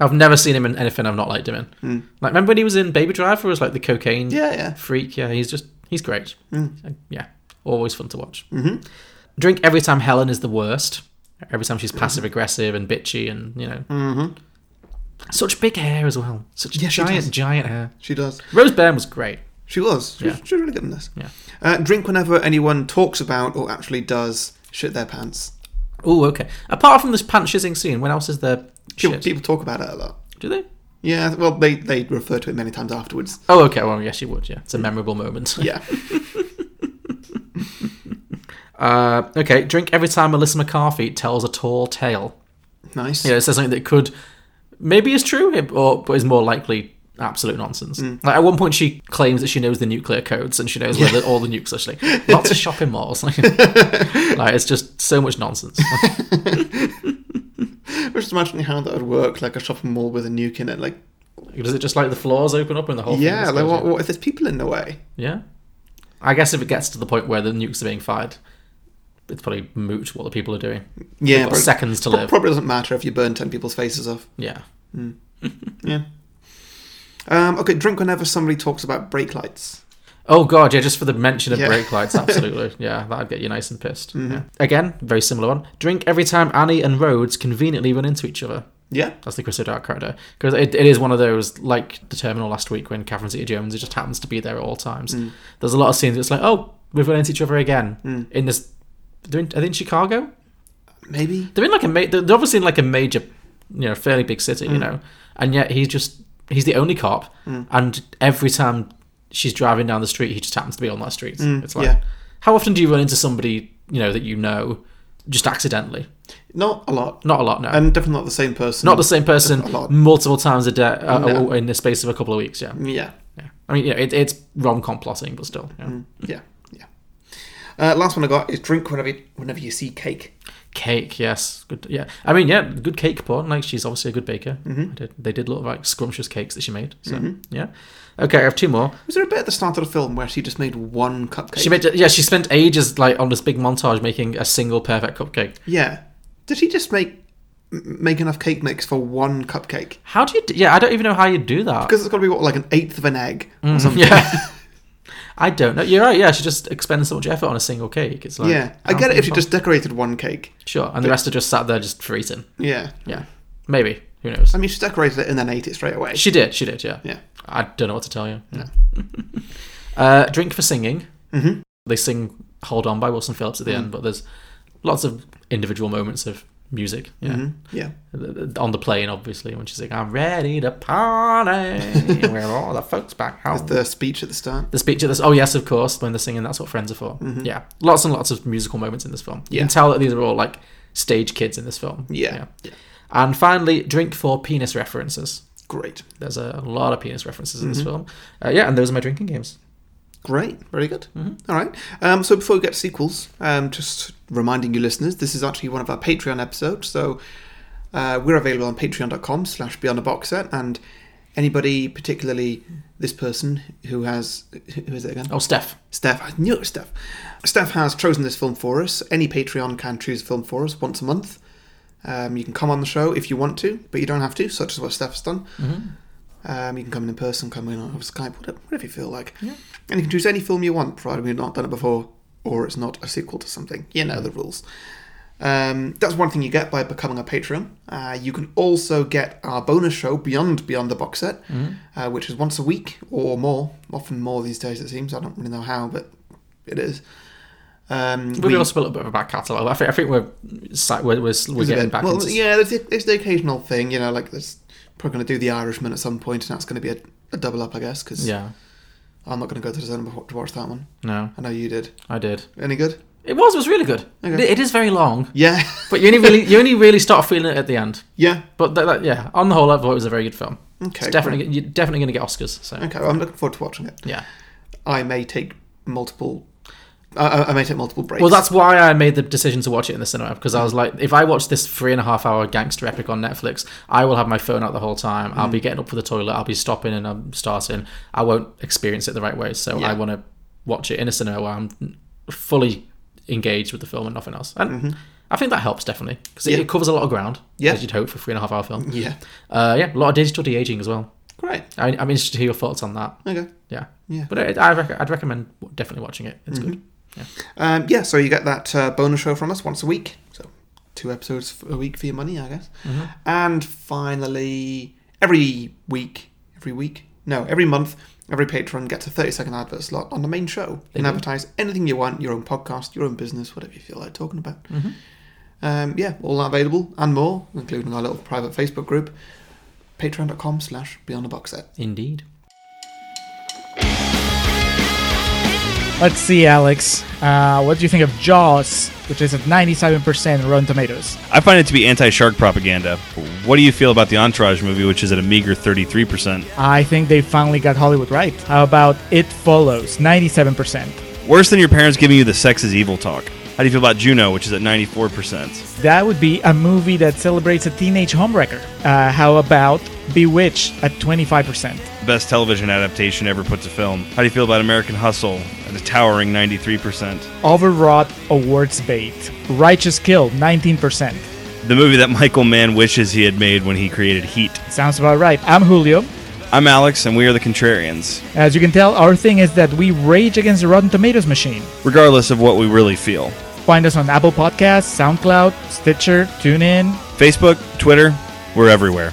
Speaker 2: I've never seen him in anything I've not liked him in.
Speaker 1: Mm.
Speaker 2: Like, remember when he was in Baby Driver as like the cocaine
Speaker 1: Yeah, yeah.
Speaker 2: freak? Yeah, he's just he's great.
Speaker 1: Mm.
Speaker 2: Yeah, always fun to watch.
Speaker 1: Mhm.
Speaker 2: Drink every time Helen is the worst. Every time she's passive aggressive and bitchy, and you know,
Speaker 1: Mhm.
Speaker 2: such big hair as well. Such
Speaker 1: Yeah, she does.
Speaker 2: giant, giant hair.
Speaker 1: She does.
Speaker 2: Rose Byrne was great.
Speaker 1: She was. She,
Speaker 2: Yeah.
Speaker 1: was, she was really good in this.
Speaker 2: Yeah.
Speaker 1: Uh, drink whenever anyone talks about or actually does shit their pants.
Speaker 2: Oh, okay. Apart from this pants shitting scene, when else is there
Speaker 1: People,
Speaker 2: shit?
Speaker 1: people talk about it a lot.
Speaker 2: Do they?
Speaker 1: Yeah. Well, they they refer to it many times afterwards.
Speaker 2: Oh, okay. Well, yes, you would. Yeah, it's a memorable moment.
Speaker 1: Yeah.
Speaker 2: Uh, okay, drink every time Melissa McCarthy tells a tall tale.
Speaker 1: Nice.
Speaker 2: Yeah, it says something that could maybe is true, it- or but is more likely absolute nonsense.
Speaker 1: Mm.
Speaker 2: Like at one point, she claims that she knows the nuclear codes and she knows where
Speaker 1: Yeah.
Speaker 2: the, all the nukes are. She's like, lots of shopping malls. like, it's just so much nonsense.
Speaker 1: I was just imagining how that would work, like a shopping mall with a nuke in it. Like,
Speaker 2: does it just like the floors open up and the whole thing
Speaker 1: Yeah,
Speaker 2: just
Speaker 1: like
Speaker 2: goes
Speaker 1: what,
Speaker 2: in?
Speaker 1: what if there's people in the way?
Speaker 2: Yeah. I guess if it gets to the point where the nukes are being fired, it's probably moot what the people are doing. They've
Speaker 1: Yeah,
Speaker 2: got
Speaker 1: prob-
Speaker 2: seconds to
Speaker 1: prob-
Speaker 2: live.
Speaker 1: Probably doesn't matter if you burn ten people's faces off.
Speaker 2: Yeah.
Speaker 1: Mm. yeah. Um, okay, drink whenever somebody talks about brake lights.
Speaker 2: Oh god, yeah, just for the mention of
Speaker 1: Yeah.
Speaker 2: brake lights, absolutely. yeah, that'd get you nice and pissed.
Speaker 1: Mhm.
Speaker 2: Yeah. Again, very similar one. Drink every time Annie and Rhodes conveniently run into each other.
Speaker 1: Yeah.
Speaker 2: That's the Chris O'Dowd character. Because it, it is one of those, like the terminal last week when Catherine Zeta Jones just happens to be there at all times.
Speaker 1: Mm.
Speaker 2: There's a lot of scenes that's like, oh, we've run into each other again.
Speaker 1: Mm.
Speaker 2: In this, they're in, are they in Chicago?
Speaker 1: Maybe.
Speaker 2: They're in like a, ma- they're they're obviously in like a major, you know, fairly big city, you
Speaker 1: Mm.
Speaker 2: know. And yet he's just, he's the only cop.
Speaker 1: Mm.
Speaker 2: And every time she's driving down the street, he just happens to be on that street.
Speaker 1: Mm,
Speaker 2: It's like,
Speaker 1: yeah.
Speaker 2: how often do you run into somebody, you know, that you know just accidentally?
Speaker 1: Not a lot.
Speaker 2: Not a lot, no.
Speaker 1: And definitely not the same person.
Speaker 2: Not the same person
Speaker 1: A lot.
Speaker 2: multiple times a day uh,
Speaker 1: No. Mm.
Speaker 2: in the space of a couple of weeks. Yeah.
Speaker 1: Yeah.
Speaker 2: Yeah. I mean, you know, it, it's rom com plotting, but still. Yeah.
Speaker 1: Mm, yeah. Yeah. Uh, last one I got is drink whenever you, whenever you see cake.
Speaker 2: Cake, yes, good. Yeah, I mean, yeah, good cake porn. Like she's obviously a good baker.
Speaker 1: Mhm.
Speaker 2: I did- They did look like scrumptious cakes that she made. So
Speaker 1: Mhm.
Speaker 2: yeah, okay, I have two more.
Speaker 1: Was there a bit at the start of the film where she just made one cupcake?
Speaker 2: She made yeah. She spent ages like on this big montage making a single perfect cupcake.
Speaker 1: Yeah. Did she just make m- make enough cake mix for one cupcake?
Speaker 2: How do you? Do, yeah, I don't even know how you do that.
Speaker 1: Because it's got to be what like an eighth of an egg or
Speaker 2: Mm,
Speaker 1: something.
Speaker 2: yeah. I don't know. You're right. Yeah, she just expends so much effort on a single cake. It's like
Speaker 1: yeah, I
Speaker 2: how's
Speaker 1: get it
Speaker 2: that
Speaker 1: if you just
Speaker 2: possible?
Speaker 1: decorated one cake.
Speaker 2: sure, and the rest are just sat there just for eating.
Speaker 1: Yeah,
Speaker 2: Yeah, maybe. Who knows?
Speaker 1: I mean, she decorated it and then ate it straight away.
Speaker 2: She did. She did. Yeah.
Speaker 1: Yeah.
Speaker 2: I don't know what to tell you. Yeah. uh, drink for singing.
Speaker 1: Mhm.
Speaker 2: They sing "Hold On" by Wilson Phillips at the
Speaker 1: Mm.
Speaker 2: end, but there's lots of individual moments of music. Yeah.
Speaker 1: Mhm. Yeah.
Speaker 2: On the plane, obviously, when she's like, "I'm ready to party," where all the folks back home.
Speaker 1: There's the speech at the start.
Speaker 2: The speech at this. Oh yes, of course. When they're singing, that's what friends are for.
Speaker 1: Mhm.
Speaker 2: Yeah, lots and lots of musical moments in this film. You
Speaker 1: Yeah.
Speaker 2: can tell that these are all like stage kids in this film.
Speaker 1: Yeah.
Speaker 2: And finally, drink for penis references.
Speaker 1: Great.
Speaker 2: There's a lot of penis references in this
Speaker 1: Mhm.
Speaker 2: film. Uh, yeah, and those are my drinking games.
Speaker 1: Great, very good. All right. Um, so before we get to sequels, um, just reminding you listeners, this is actually one of our Patreon episodes. So uh, we're available on patreon.com slash beyond a box set. And anybody, particularly this person who has, who is it again?
Speaker 2: Oh, Steph.
Speaker 1: Steph, I knew it was Steph. Steph has chosen this film for us. Any Patreon can choose a film for us once a month. Um, you can come on the show if you want to, but you don't have to, such as what Steph's done. Um, you can come in in person, come in on Skype, whatever, whatever you feel like. And you can choose any film you want, provided we've not done it before, or it's not a sequel to something. You know the rules. Um, that's one thing you get by becoming a Patreon. Uh, you can also get our bonus show beyond Beyond the Box Set,
Speaker 2: Mhm.
Speaker 1: uh, which is once a week or more, often more these days it seems. I don't really know how, but it is. Um,
Speaker 2: We've also got a little bit of a back catalogue. I think, I think we're, si- we're, we're, we're
Speaker 1: there's a
Speaker 2: getting
Speaker 1: bit-
Speaker 2: back
Speaker 1: well,
Speaker 2: into...
Speaker 1: yeah, there's the, there's the occasional thing, you know, like there's probably going to do The Irishman at some point, and that's going to be a, a double up, I guess, because
Speaker 2: Yeah.
Speaker 1: I'm not going to go to the cinema to watch that one.
Speaker 2: No,
Speaker 1: I know you did.
Speaker 2: I did.
Speaker 1: Any good?
Speaker 2: It was, it was really good.
Speaker 1: Okay.
Speaker 2: It is very long.
Speaker 1: Yeah.
Speaker 2: But you only really you only really start feeling it at the end.
Speaker 1: Yeah.
Speaker 2: But that, that, yeah, on the whole, I thought it was a very good film.
Speaker 1: Okay,
Speaker 2: It's definitely you're definitely going to get Oscars. So
Speaker 1: Okay, well, I'm looking forward to watching it.
Speaker 2: yeah.
Speaker 1: I may take multiple. I I- I may take multiple breaks.
Speaker 2: Well, that's why I made the decision to watch it in the cinema because I was like, if I watch this three and a half hour gangster epic on Netflix, I will have my phone out the whole time. I'll
Speaker 1: Mm.
Speaker 2: be getting up for the toilet. I'll be stopping and I'm starting. I won't experience it the right way. So
Speaker 1: Yeah.
Speaker 2: I want to watch it in a cinema where I'm fully engaged with the film and nothing else. And I think that helps definitely because
Speaker 1: Mm-hmm. Yeah.
Speaker 2: it, it covers a lot of ground.
Speaker 1: Yeah.
Speaker 2: as you'd hope for a three and a half hour film.
Speaker 1: Yeah.
Speaker 2: uh, yeah, a lot of digital de aging as well.
Speaker 1: great.
Speaker 2: I, I'm interested to hear your thoughts on that.
Speaker 1: Okay.
Speaker 2: Yeah,
Speaker 1: Yeah.
Speaker 2: But I, I rec- I'd recommend definitely watching it. It's good. Yeah.
Speaker 1: Um, yeah, so you get that uh, bonus show from us once a week. So two episodes a week for your money, I guess.
Speaker 2: Mhm.
Speaker 1: And finally, every week, every week, no, every month, every patron gets a 30 second advert slot on the main show. You
Speaker 2: They
Speaker 1: can
Speaker 2: do.
Speaker 1: advertise anything you want your own podcast, your own business, whatever you feel like talking about.
Speaker 2: Mhm.
Speaker 1: Um, yeah, all that available and more, including our little private Facebook group, patreon.com slash beyond the box set.
Speaker 2: Indeed.
Speaker 15: Let's see, Alex. Uh, what do you think of Jaws, which is at 97% Rotten Tomatoes?
Speaker 16: I find it to be anti shark propaganda. What do you feel about the Entourage movie, which is at a meager 33%?
Speaker 15: I think they finally got Hollywood right. How about It Follows, 97%?
Speaker 16: Worse than your parents giving you the sex is evil talk. How do you feel about Juno, which is at 94%?
Speaker 15: That would be a movie that celebrates a teenage homewrecker. Uh, how about Bewitched at 25%?
Speaker 16: Best television adaptation ever put to film. How do you feel about American Hustle at a towering 93%?
Speaker 15: Overwrought awards bait. Righteous Kill, 19%.
Speaker 16: The movie that Michael Mann wishes he had made when he created Heat.
Speaker 15: Sounds about right. I'm Julio.
Speaker 16: I'm Alex, and we are the Contrarians.
Speaker 15: As you can tell, our thing is that we rage against the Rotten Tomatoes machine.
Speaker 16: Regardless of what we really feel.
Speaker 15: Find us on Apple Podcasts, SoundCloud, Stitcher, TuneIn.
Speaker 16: Facebook, Twitter, we're everywhere.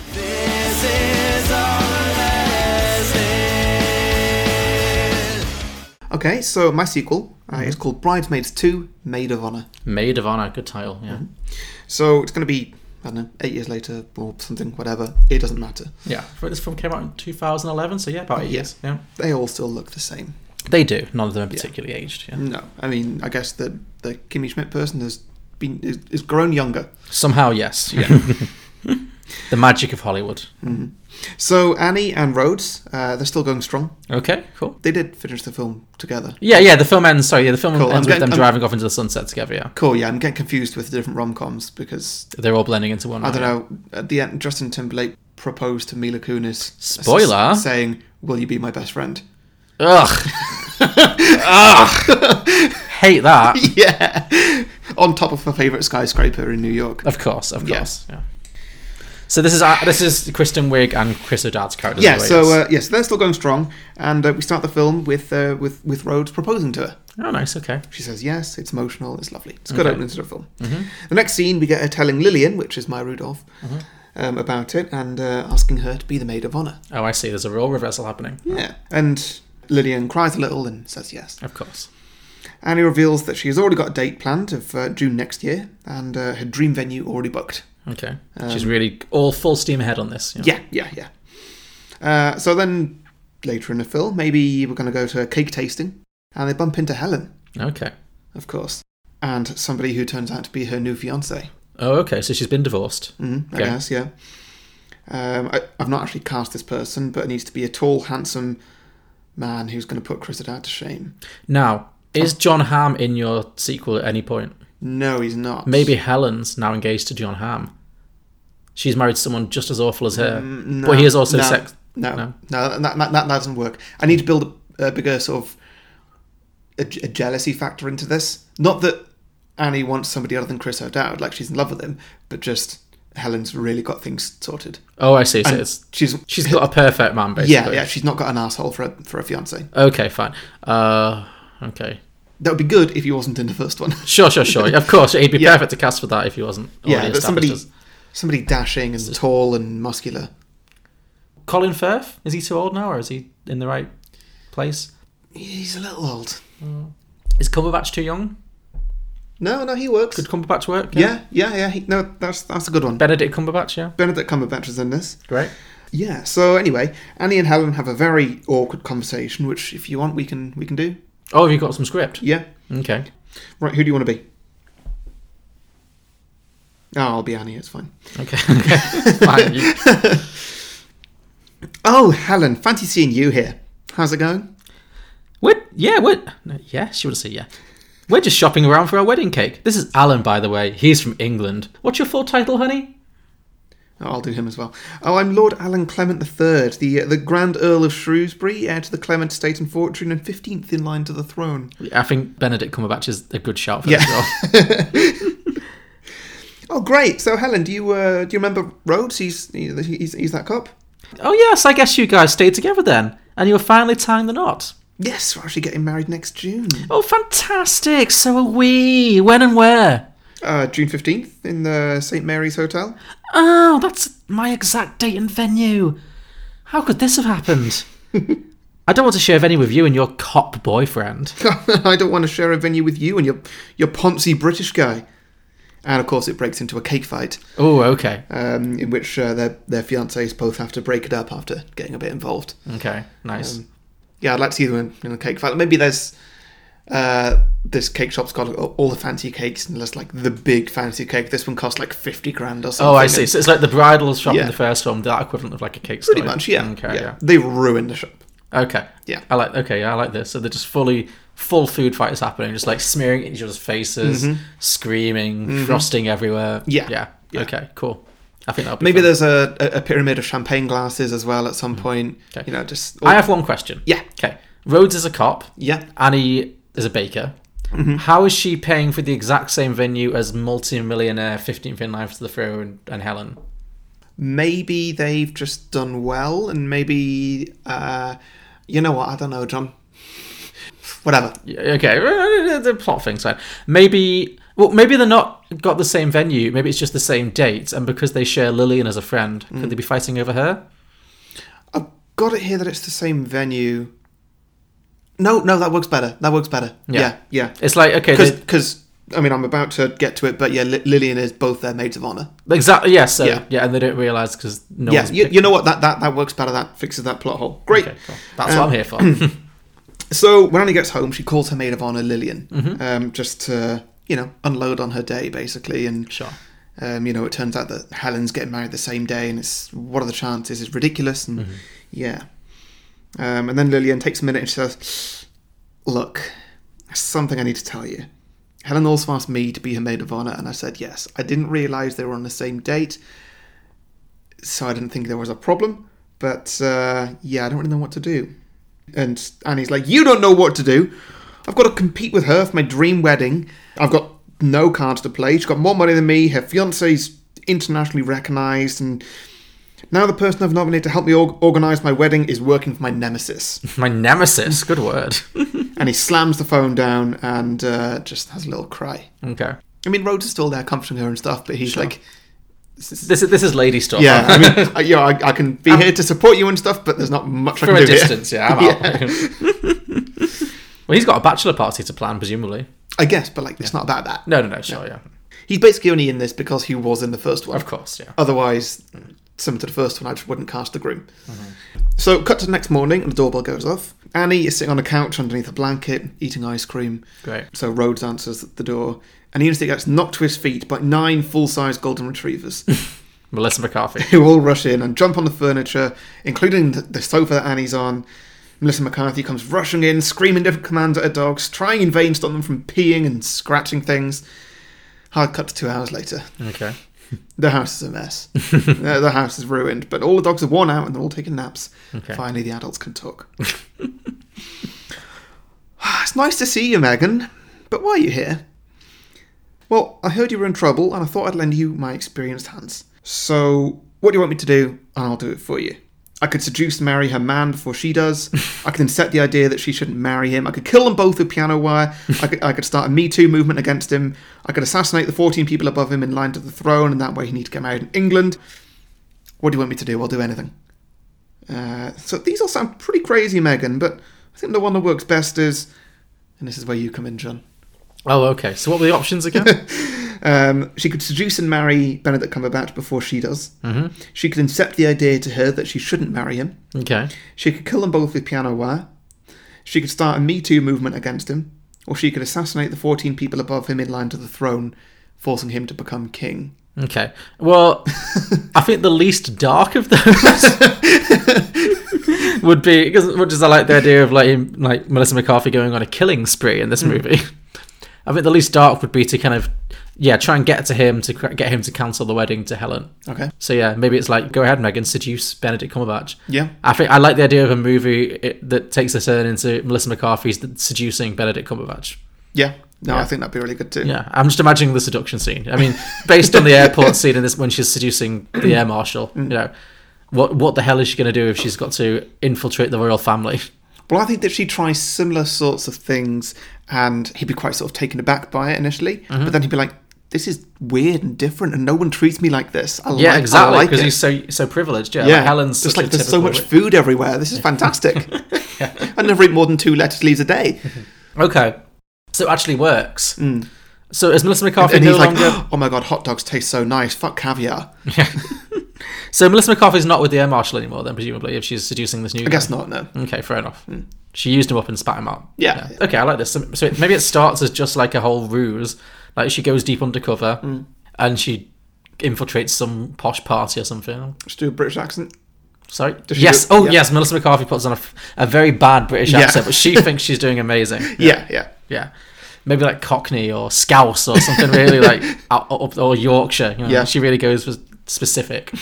Speaker 1: Okay, so my sequel uh,
Speaker 2: Mm-hmm.
Speaker 1: is called Bridesmaids 2 Maid of Honor.
Speaker 2: Maid of Honor, good title. Yeah.
Speaker 1: So it's going to be, I don't know, eight years later or something, whatever. It doesn't matter.
Speaker 2: Yeah. This film came out in 2011, so yeah, about eight
Speaker 1: Oh, Yeah.
Speaker 2: years. Yeah.
Speaker 1: They all still look the same.
Speaker 2: They do. None of them are particularly aged. Yeah.
Speaker 1: No, I mean, I guess the the Kimmy Schmidt person has been is, is grown younger.
Speaker 2: Somehow, yes. Yeah. the magic of Hollywood.
Speaker 1: Mhm. So Annie and Rhodes, uh, they're still going strong.
Speaker 2: Okay, cool.
Speaker 1: They did finish the film together.
Speaker 2: Yeah, yeah. The film ends. Sorry, yeah. The film
Speaker 1: Cool, I'm
Speaker 2: ends with
Speaker 1: getting-
Speaker 2: them
Speaker 1: I'm-
Speaker 2: driving off into the sunset together. Yeah.
Speaker 1: Cool. Yeah, I'm getting confused with the different rom coms because
Speaker 2: They're all blending into one.
Speaker 1: I don't
Speaker 2: right?
Speaker 1: know. At the end, Justin Timberlake proposed to Mila Kunis.
Speaker 2: Spoiler.
Speaker 1: s- saying, "Will you be my best friend?"
Speaker 2: Ugh. Ugh. Hate that.
Speaker 1: yeah. On top of her favorite skyscraper in New York.
Speaker 2: Of course. Of course. Yeah. So this is uh, this is Kristen Wiig and Chris O'Dowd's characters.
Speaker 1: Yeah,
Speaker 2: the way
Speaker 1: so uh,
Speaker 2: it's-
Speaker 1: yes, they're still going strong, and uh, we start the film with uh, with with Rhodes proposing to her.
Speaker 2: Oh, nice. Okay.
Speaker 1: She says yes. It's emotional. It's lovely. It's a good
Speaker 2: Okay.
Speaker 1: opening to the film.
Speaker 2: Mhm.
Speaker 1: The next scene, we get her telling Lillian, which is my Rudolph,
Speaker 2: Mhm.
Speaker 1: um, about it, and uh, asking her to be the maid of honor.
Speaker 2: oh, I see. There's a role reversal happening.
Speaker 1: Yeah, and Lillian cries a little and says yes.
Speaker 2: Of course.
Speaker 1: Annie reveals that she has already got a date planned of uh, June next year, and uh, her dream venue already booked.
Speaker 2: Okay.
Speaker 1: Um,
Speaker 2: She's really all full steam ahead on this.
Speaker 1: Yeah, yeah, yeah. Uh, so then later in the film, maybe we're going to go to a cake tasting, and they bump into Helen,
Speaker 2: Okay.
Speaker 1: of course, and somebody who turns out to be her new fiance.
Speaker 2: Oh, okay. So she's been divorced.
Speaker 1: Mm, I
Speaker 2: Okay.
Speaker 1: guess, yeah. Um, I, I've not actually cast this person, but it needs to be a tall, handsome man who's going to put Chris Haddad to shame.
Speaker 2: Now, is John Hamm in your sequel at any point?
Speaker 1: No, he's not.
Speaker 2: Maybe Helen's now engaged to John Hamm. She's married to someone just as awful as her,
Speaker 1: Mm,
Speaker 2: but he is also
Speaker 1: no,
Speaker 2: sex.
Speaker 1: No, no, that, that, that doesn't work. I need to build a, a bigger sort of a, a jealousy factor into this. Not that Annie wants somebody other than Chris O'Dowd, like she's in love with him, but just Helen's really got things sorted.
Speaker 2: Oh, I see. So
Speaker 1: And
Speaker 2: it's,
Speaker 1: she's
Speaker 2: she's got a perfect man,
Speaker 1: yeah,
Speaker 2: basically.
Speaker 1: yeah. She's not got an asshole for a, for a fiance.
Speaker 2: Okay, fine. Uh, okay.
Speaker 1: That would be good if he wasn't in the first one.
Speaker 2: Sure, sure, sure. of course, he'd be perfect to cast for that if he wasn't.
Speaker 1: yeah,
Speaker 2: already
Speaker 1: but somebody,
Speaker 2: established
Speaker 1: somebody dashing and tall and muscular.
Speaker 2: as- Colin Firth is he too old now, or is he in the right place?
Speaker 1: He's a little old.
Speaker 2: Is Cumberbatch too young?
Speaker 1: No, no, he works.
Speaker 2: Could Cumberbatch work?
Speaker 1: Yeah, yeah, yeah. He, no, that's that's a good one.
Speaker 2: Benedict Cumberbatch, yeah.
Speaker 1: Benedict Cumberbatch is in this.
Speaker 2: Great.
Speaker 1: Yeah. So anyway, Annie and Helen have a very awkward conversation, which, if you want, we can we can do.
Speaker 2: Oh, have you got some script?
Speaker 1: Yeah.
Speaker 2: Okay.
Speaker 1: Right. Who do you want to be? Oh, I'll be Annie. It's fine.
Speaker 2: Okay. Fine, you-
Speaker 1: oh, Helen, fancy seeing you here. How's it going?
Speaker 2: What? Yeah, what? No, yeah, she would say yeah. We're just shopping around for our wedding cake. This is Alan, by the way. He's from England. What's your full title, honey?
Speaker 1: Oh, I'll do him as well. Oh, I'm Lord Alan Clement III, the the Grand Earl of Shrewsbury, heir to the Clement estate and fortune, and fifteenth in line to the throne.
Speaker 2: I think Benedict Cumberbatch is a good shout for
Speaker 1: Yeah.
Speaker 2: this role.
Speaker 1: Oh, great. So, Helen, do you uh, do you remember Rhodes? He's he's he's that cop.
Speaker 2: oh yes, I guess you guys stayed together then, and you were finally tying the knot.
Speaker 1: Yes, we're actually getting married next June.
Speaker 2: Oh, fantastic! So are we. When and where?
Speaker 1: Uh, June fifteenth in the St Mary's Hotel.
Speaker 2: Oh, that's my exact date and venue. How could this have happened? I don't want to share a venue with you and your cop boyfriend.
Speaker 1: I don't want to share a venue with you and your your poncy British guy. And of course, it breaks into a cake fight.
Speaker 2: Oh, okay.
Speaker 1: Um, in which uh, their their fiancés both have to break it up after getting a bit involved.
Speaker 2: Okay, nice.
Speaker 1: Um, yeah, I'd like to see them in, in a cake fight. Maybe there's Uh, this cake shop's got all the fancy cakes, and there's like the big fancy cake. This one costs like fifty grand or something.
Speaker 2: Oh, I see. So it's like the bridal shop in
Speaker 1: Yeah.
Speaker 2: the first film, that equivalent of like a cake store.
Speaker 1: Pretty much, yeah.
Speaker 2: Okay,
Speaker 1: Yeah.
Speaker 2: yeah.
Speaker 1: They ruined the shop.
Speaker 2: Okay.
Speaker 1: Yeah.
Speaker 2: I like. Okay, yeah, I like this. So they're just fully full food fight is happening, just like smearing it in each other's faces,
Speaker 1: Mhm.
Speaker 2: screaming,
Speaker 1: Mhm.
Speaker 2: frosting everywhere.
Speaker 1: Yeah.
Speaker 2: Yeah. Okay. Cool. I think that'll be.
Speaker 1: Maybe
Speaker 2: fun.
Speaker 1: there's a, a a pyramid of champagne glasses as well at some point. You know, just
Speaker 2: Mm. I have one question.
Speaker 1: Yeah.
Speaker 2: Okay. Rhodes is a cop.
Speaker 1: Yeah.
Speaker 2: Annie is a baker.
Speaker 1: Mhm.
Speaker 2: How is she paying for the exact same venue as multi-millionaire 15th in Knives to the Throne and Helen?
Speaker 1: Maybe they've just done well, and maybe uh, you know what? I don't know, John. Whatever.
Speaker 2: Yeah, Okay, uh, the plot thing's fine. Maybe, well, maybe they're not got the same venue. Maybe it's just the same date, and because they share Lillian as a friend, could
Speaker 1: Mm.
Speaker 2: they be fighting over her?
Speaker 1: Got it here that it's the same venue. No, no, that works better. That works better.
Speaker 2: Yeah.
Speaker 1: Yeah, yeah.
Speaker 2: It's like, okay, they-
Speaker 1: because I mean, I'm about to get to it, but yeah, Li- Lillian is both their maids of honor.
Speaker 2: Exactly. Yeah. So yeah,
Speaker 1: Yeah.
Speaker 2: and they don't realize because no.
Speaker 1: yeah,
Speaker 2: one's
Speaker 1: you,
Speaker 2: picked-
Speaker 1: you know what? That, that that works better. That fixes that plot hole. Great.
Speaker 2: Okay, cool. That's
Speaker 1: Um,
Speaker 2: what I'm here for.
Speaker 1: so when Annie gets home, she calls her maid of honor, Lillian,
Speaker 2: Mhm.
Speaker 1: um, just to you know unload on her day, basically. And
Speaker 2: sure,
Speaker 1: um, you know, it turns out that Helen's getting married the same day, and it's what are the chances? It's ridiculous. And yeah, um, and then Lillian takes a minute and she says, "Look, there's something I need to tell you." Helen also asked me to be her maid of honor, and I said yes. I didn't realize they were on the same date, so I didn't think there was a problem. But uh, yeah, I don't really know what to do. And Annie's like, You don't know what to do. I've got to compete with her for my dream wedding. I've got no cards to play. She's got more money than me. Her fiance's internationally recognized. And now the person I've nominated to help me org- organize my wedding is working for my nemesis.
Speaker 2: my nemesis. Good word.
Speaker 1: and he slams the phone down and uh, just has a little cry.
Speaker 2: Okay.
Speaker 1: I mean, Rhodes is still there comforting her and stuff, but he's like,
Speaker 2: This is this is lady stuff.
Speaker 1: yeah, I mean, I, you know, I, I can be here to support you and stuff, but there's not much I
Speaker 2: from
Speaker 1: can
Speaker 2: a
Speaker 1: do here.
Speaker 2: distance. Yeah, I'm out. well, he's got a bachelor party to plan, presumably.
Speaker 1: I guess, but like, it's not about that.
Speaker 2: No, no, no. Sure, yeah.
Speaker 1: He's basically only in this because he was in the first one.
Speaker 2: Of course, yeah.
Speaker 1: Otherwise, similar to the first one, I just wouldn't cast the groom.
Speaker 2: Mm-hmm.
Speaker 1: So, cut to the next morning, and the doorbell goes off. Annie is sitting on a couch underneath a blanket, eating ice cream.
Speaker 2: Great.
Speaker 1: So, Rhodes answers the door, and he instantly gets knocked to his feet by nine full size golden retrievers
Speaker 2: Melissa McCarthy.
Speaker 1: who all rush in and jump on the furniture, including the, the sofa that Annie's on. Melissa McCarthy comes rushing in, screaming different commands at her dogs, trying in vain to stop them from peeing and scratching things. Hard cut to two hours later.
Speaker 2: Okay.
Speaker 1: The house is a mess. the, the house is ruined, but all the dogs are worn out and they're all taking naps.
Speaker 2: Okay.
Speaker 1: Finally, the adults can talk. Ah, it's nice to see you, Megan, but why are you here? Well, I heard you were in trouble and I thought I'd lend you my experienced hands. So, what do you want me to do? And I'll do it for you. I could seduce and marry her man before she does. I could set the idea that she shouldn't marry him. I could kill them both with piano wire. I could, I could start a Me Too movement against him. I could assassinate the 14 people above him in line to the throne, and that way he need to get married in England. What do you want me to do? I'll do anything. Uh, so these all sound pretty crazy, Megan, but I think the one that works best is. And this is where you come in, John.
Speaker 2: Oh, okay. So what were the options again?
Speaker 1: Um, she could seduce and marry Benedict Cumberbatch before she does.
Speaker 2: Mhm.
Speaker 1: She could incept the idea to her that she shouldn't marry him.
Speaker 2: okay.
Speaker 1: She could kill them both with piano wire. She could start a Me Too movement against him. Or she could assassinate the 14 people above him in line to the throne, forcing him to become king.
Speaker 2: Okay. Well, I think the least dark of those would be because what does I like the idea of like him- like Melissa McCarthy going on a killing spree in
Speaker 1: Hmm.
Speaker 2: this movie. I think the least dark would be to kind of yeah try and get to him to cr- get him to cancel the wedding to Helen.
Speaker 1: Okay.
Speaker 2: So yeah, maybe it's like go ahead, Megan, seduce Benedict Cumberbatch.
Speaker 1: Yeah.
Speaker 2: I think I like the idea of a movie it, that takes a turn into Melissa McCarthy's seducing Benedict Cumberbatch.
Speaker 1: Yeah. No,
Speaker 2: Yeah.
Speaker 1: I think that'd be really good too.
Speaker 2: Yeah, I'm just imagining the seduction scene. I mean, based on the airport scene in this, when she's seducing the air marshal,
Speaker 1: Mm.
Speaker 2: you know, what what the hell is she going to do if she's got to infiltrate the royal family?
Speaker 1: Well, I think that she tries similar sorts of things, and he'd be quite sort of taken aback by it initially.
Speaker 2: Mhm.
Speaker 1: But then he'd be like, "This is weird and different, and no one treats me like this." I
Speaker 2: yeah,
Speaker 1: like,
Speaker 2: exactly,
Speaker 1: Because
Speaker 2: because he's so so privileged. Yeah, like Helen's
Speaker 1: just
Speaker 2: such a
Speaker 1: like there's so much
Speaker 2: typical-
Speaker 1: food everywhere. This is fantastic. I never eat more than two lettuce leaves a day.
Speaker 2: Okay, so it actually works.
Speaker 1: Mm.
Speaker 2: So is Melissa McCarthy
Speaker 1: and
Speaker 2: no
Speaker 1: he's like,
Speaker 2: longer?
Speaker 1: "Oh my god, hot dogs taste so nice. Fuck caviar."
Speaker 2: So Melissa McCarthy's not with the air marshal anymore, then presumably, if she's seducing this new. I
Speaker 1: guess not. No.
Speaker 2: Okay, fair enough. She used him up and spat him out.
Speaker 1: Hmm. Yeah.
Speaker 2: Okay, I like this. So, so it, maybe it starts as just like a whole ruse. Like she goes deep undercover,
Speaker 1: Mm.
Speaker 2: and she infiltrates some posh party or something.
Speaker 1: Just do a British accent.
Speaker 2: Sorry.
Speaker 1: Does she
Speaker 2: yes.
Speaker 1: do-
Speaker 2: oh,
Speaker 1: yeah.
Speaker 2: yes. Melissa McCarthy puts on a, f- a very bad British
Speaker 1: Yeah.
Speaker 2: accent, but she thinks she's doing amazing.
Speaker 1: Yeah, yeah.
Speaker 2: yeah. Maybe like Cockney or Scouse or something really like out, up or Yorkshire. You know?
Speaker 1: Yeah.
Speaker 2: She really goes for specific.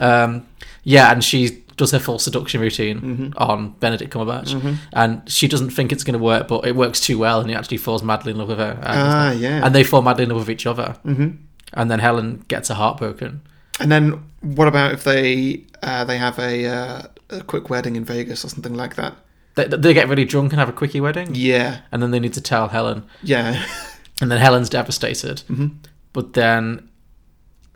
Speaker 2: um, yeah, and she does her full seduction routine
Speaker 1: Mhm.
Speaker 2: on Benedict Cumberbatch,
Speaker 1: Mhm.
Speaker 2: and she doesn't think it's going to work, but it works too well, and he actually falls madly in love with her. And,
Speaker 1: Ah, yeah.
Speaker 2: And they fall madly in love with each other.
Speaker 1: Mhm.
Speaker 2: And then Helen gets her heart broken.
Speaker 1: And then what about if they uh, they have a, uh, a quick wedding in Vegas or something like that?
Speaker 2: They, they get really drunk and have a quickie wedding.
Speaker 1: Yeah.
Speaker 2: And then they need to tell Helen.
Speaker 1: Yeah.
Speaker 2: And then Helen's devastated.
Speaker 1: Mhm.
Speaker 2: But then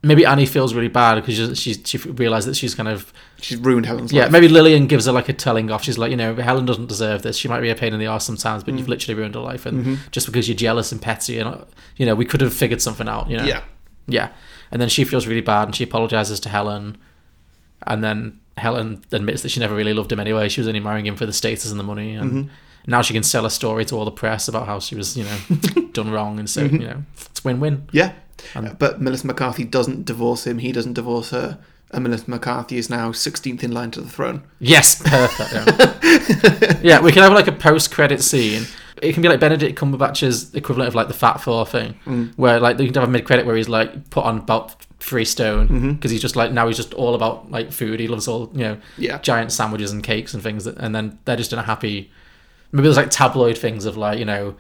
Speaker 2: maybe Annie feels really bad because she, she, she realized that she's kind of.
Speaker 1: She's ruined Helen's
Speaker 2: Yeah,
Speaker 1: life.
Speaker 2: maybe Lillian gives her like a telling off. She's like, you know, Helen doesn't deserve this. She might be a pain in the arse sometimes, but you've
Speaker 1: Mm.
Speaker 2: literally ruined her life. And
Speaker 1: Mhm.
Speaker 2: just because you're jealous and petty, and, uh, you know, we could have figured something out, you know?
Speaker 1: Yeah.
Speaker 2: Yeah. And then she feels really bad and she apologizes to Helen. And then Helen admits that she never really loved him anyway. She was only marrying him for the status and the money. And
Speaker 1: Mhm.
Speaker 2: now she can sell a story to all the press about how she was, you know, done wrong. And so,
Speaker 1: Mhm.
Speaker 2: you know, it's win win.
Speaker 1: Yeah. Uh,
Speaker 2: And-
Speaker 1: but Melissa McCarthy doesn't divorce him. He doesn't divorce her. And Melissa McCarthy is now 16th in line to the throne.
Speaker 2: Yes, perfect. Yeah. Yeah, we can have like a post-credit scene. It can be like Benedict Cumberbatch's equivalent of like the Fat Four thing,
Speaker 1: Mm.
Speaker 2: where like they can have a mid-credit where he's like put on about three stone because
Speaker 1: Mhm.
Speaker 2: he's just like now he's just all about like food. He loves all you know,
Speaker 1: Yeah.
Speaker 2: giant sandwiches and cakes and things. That, and then they're just in a happy. Maybe there's like tabloid things of like you know,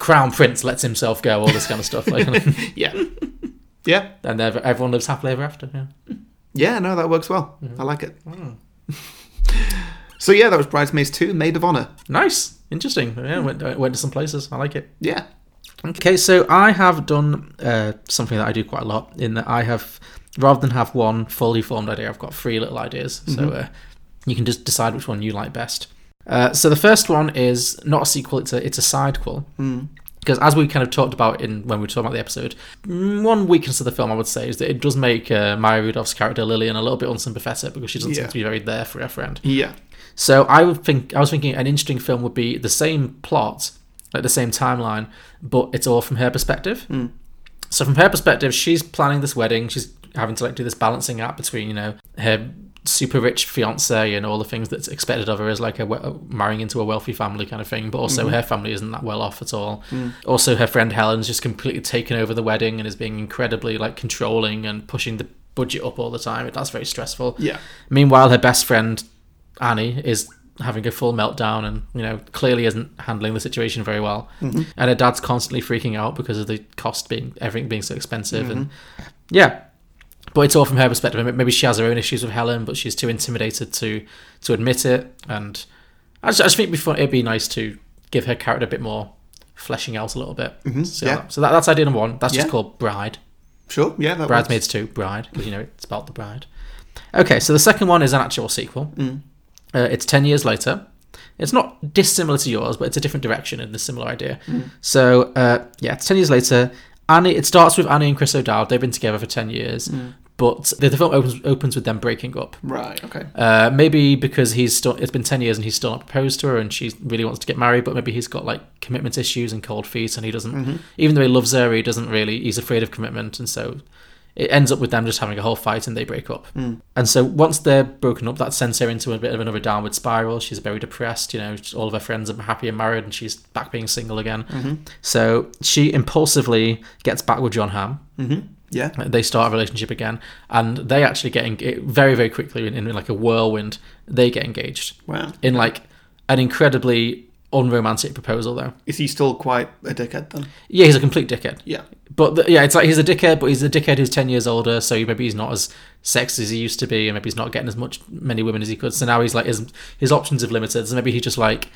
Speaker 2: crown prince lets himself go, all this kind of stuff. Like,
Speaker 1: yeah, yeah.
Speaker 2: And they're- everyone lives happily ever after. Yeah.
Speaker 1: Yeah, no, that works well.
Speaker 2: Mm-hmm.
Speaker 1: I like it. so yeah, that was Bridesmaids 2, Maid of Honor.
Speaker 2: Nice, interesting. Yeah, went went to some places. I like it.
Speaker 1: Yeah.
Speaker 2: Okay, so I have done uh, something that I do quite a lot in that I have, rather than have one fully formed idea, I've got three little ideas. So
Speaker 1: Mhm.
Speaker 2: uh, you can just decide which one you like best. Uh, so the first one is not a sequel; it's a it's a sidequel.
Speaker 1: Mm.
Speaker 2: Because as we kind of talked about in when we were talking about the episode, mm, one weakness of the film I would say is that it does make uh, Maya Rudolph's character Lillian a little bit unsympathetic because she doesn't seem
Speaker 1: Yeah.
Speaker 2: to be very there for her friend.
Speaker 1: Yeah.
Speaker 2: So I would think I was thinking an interesting film would be the same plot, like the same timeline, but it's all from her perspective.
Speaker 1: Mm.
Speaker 2: So from her perspective, she's planning this wedding. She's having to like do this balancing act between you know her super rich fiance and all the things that's expected of her as like a we- marrying into a wealthy family kind of thing, but also
Speaker 1: Mhm.
Speaker 2: her family isn't that well off at all.
Speaker 1: Mm.
Speaker 2: Also, her friend Helen's just completely taken over the wedding and is being incredibly like controlling and pushing the budget up all the time. That's very stressful.
Speaker 1: Yeah.
Speaker 2: Meanwhile, her best friend Annie is having a full meltdown and you know clearly isn't handling the situation very well.
Speaker 1: Mhm.
Speaker 2: And her dad's constantly freaking out because of the cost being everything being so expensive
Speaker 1: Mhm.
Speaker 2: and yeah. But it's all from her perspective. and Maybe she has her own issues with Helen, but she's too intimidated to to admit it. And I just, I just think before it'd be nice to give her character a bit more fleshing out a little bit.
Speaker 1: Mhm,
Speaker 2: So,
Speaker 1: yeah.
Speaker 2: that- so that, that's idea number one. That's just
Speaker 1: Yeah.
Speaker 2: called Bride.
Speaker 1: Sure, yeah, that
Speaker 2: Bridesmaids too. Bride, because you know it's about the bride. Okay, so the second one is an actual sequel.
Speaker 1: Mm.
Speaker 2: Uh, it's ten years later. It's not dissimilar to yours, but it's a different direction and a similar idea.
Speaker 1: Mm.
Speaker 2: So uh, yeah, it's ten years later. Annie. It starts with Annie and Chris O'Dowd. They've been together for ten years,
Speaker 1: Mm.
Speaker 2: but the, the film opens opens with them breaking up.
Speaker 1: Right, okay.
Speaker 2: Uh, maybe because he's still it's been 10 years and he's still not proposed to her and she really wants to get married but maybe he's got like commitment issues and cold feet and he doesn't
Speaker 1: Mhm.
Speaker 2: even though he loves her he doesn't really he's afraid of commitment and so it ends up with them just having a whole fight and they break up
Speaker 1: Mm.
Speaker 2: and so once they're broken up that sends her into a bit of another downward spiral she's very depressed you know all of her friends are happy and married and she's back being single again
Speaker 1: Mhm.
Speaker 2: so she impulsively gets back with john hamm
Speaker 1: Mm-hmm. Yeah.
Speaker 2: they start a relationship again and they actually get eng- very very quickly in, in like a whirlwind they get engaged
Speaker 1: Wow.
Speaker 2: in like an incredibly unromantic proposal though
Speaker 1: Is he still quite a dickhead then?
Speaker 2: yeah he's a complete dickhead
Speaker 1: Yeah.
Speaker 2: but the, yeah it's like he's a dickhead but he's a dickhead who's 10 years older so maybe he's not as sexy as he used to be and maybe he's not getting as much many women as he could so now he's like his, his options have limited so maybe he just like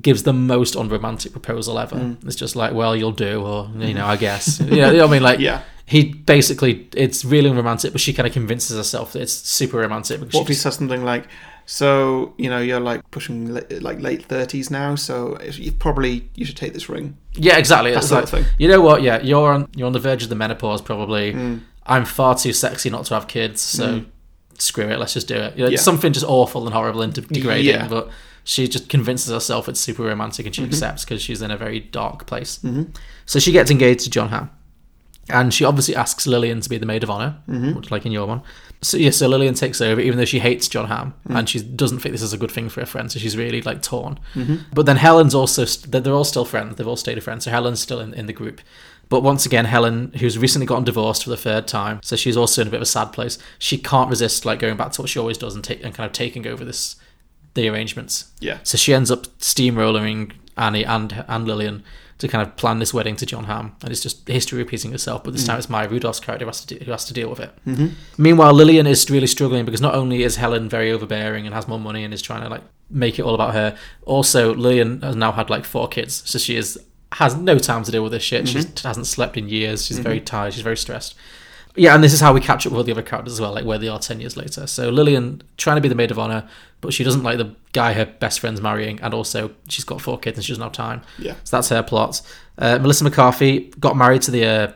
Speaker 2: gives the most unromantic proposal ever
Speaker 1: Mm.
Speaker 2: it's just like well you'll do or you know
Speaker 1: Mhm.
Speaker 2: i guess you know, you know what i mean like
Speaker 1: Yeah.
Speaker 2: he basically it's really unromantic but she kind of convinces herself that it's super romantic because
Speaker 1: What if
Speaker 2: she
Speaker 1: he says something like, so, you know, you're like pushing li- like late 30s now, so it's- you probably, you should take this ring.
Speaker 2: Yeah, exactly.
Speaker 1: That
Speaker 2: It's
Speaker 1: sort
Speaker 2: like,
Speaker 1: of thing.
Speaker 2: You know what? Yeah, you're on you're on the verge of the menopause probably.
Speaker 1: Mm.
Speaker 2: I'm far too sexy not to have kids, so
Speaker 1: Mm.
Speaker 2: screw it, let's just do it. You know,
Speaker 1: Yeah.
Speaker 2: Something just awful and horrible and de- degrading,
Speaker 1: Yeah.
Speaker 2: but she just convinces herself it's super romantic and she
Speaker 1: Mhm.
Speaker 2: accepts because she's in a very dark place.
Speaker 1: Mhm.
Speaker 2: So she gets engaged to John Hamm. And she obviously asks Lillian to be the maid of honor,
Speaker 1: Mhm.
Speaker 2: much like in your one. So yeah, so Lillian takes over, even though she hates John Hamm
Speaker 1: Mm.
Speaker 2: and she doesn't think this is a good thing for her friend. So she's really like torn.
Speaker 1: Mhm.
Speaker 2: But then Helen's also st- they're- they're all still friends. They've all stayed a friend. So Helen's still in, in the group. But once again, Helen, who's recently gotten divorced for the third time, so she's also in a bit of a sad place. She can't resist like going back to what she always does and take and kind of taking over this the arrangements.
Speaker 1: Yeah.
Speaker 2: So she ends up steamrolling Annie and and Lillian to kind of plan this wedding to John Hamm, and it's just history repeating itself. But this
Speaker 1: Mm.
Speaker 2: time, it's Maya Rudolph's character who has to de- who has to deal with it.
Speaker 1: Mhm.
Speaker 2: Meanwhile, Lillian is really struggling because not only is Helen very overbearing and has more money and is trying to like make it all about her, also Lillian has now had like four kids, so she is has no time to deal with this shit.
Speaker 1: Mm-hmm.
Speaker 2: She hasn't slept in years. She's very
Speaker 1: Mhm.
Speaker 2: tired. She's very stressed. Yeah, and this is how we catch up with all the other characters as well, like where they are ten years later. So Lillian trying to be the maid of honor, but she doesn't like the guy her best friend's marrying, and also she's got four kids and she doesn't have time.
Speaker 1: Yeah.
Speaker 2: so that's her plot. Uh, Melissa McCarthy got married to the uh,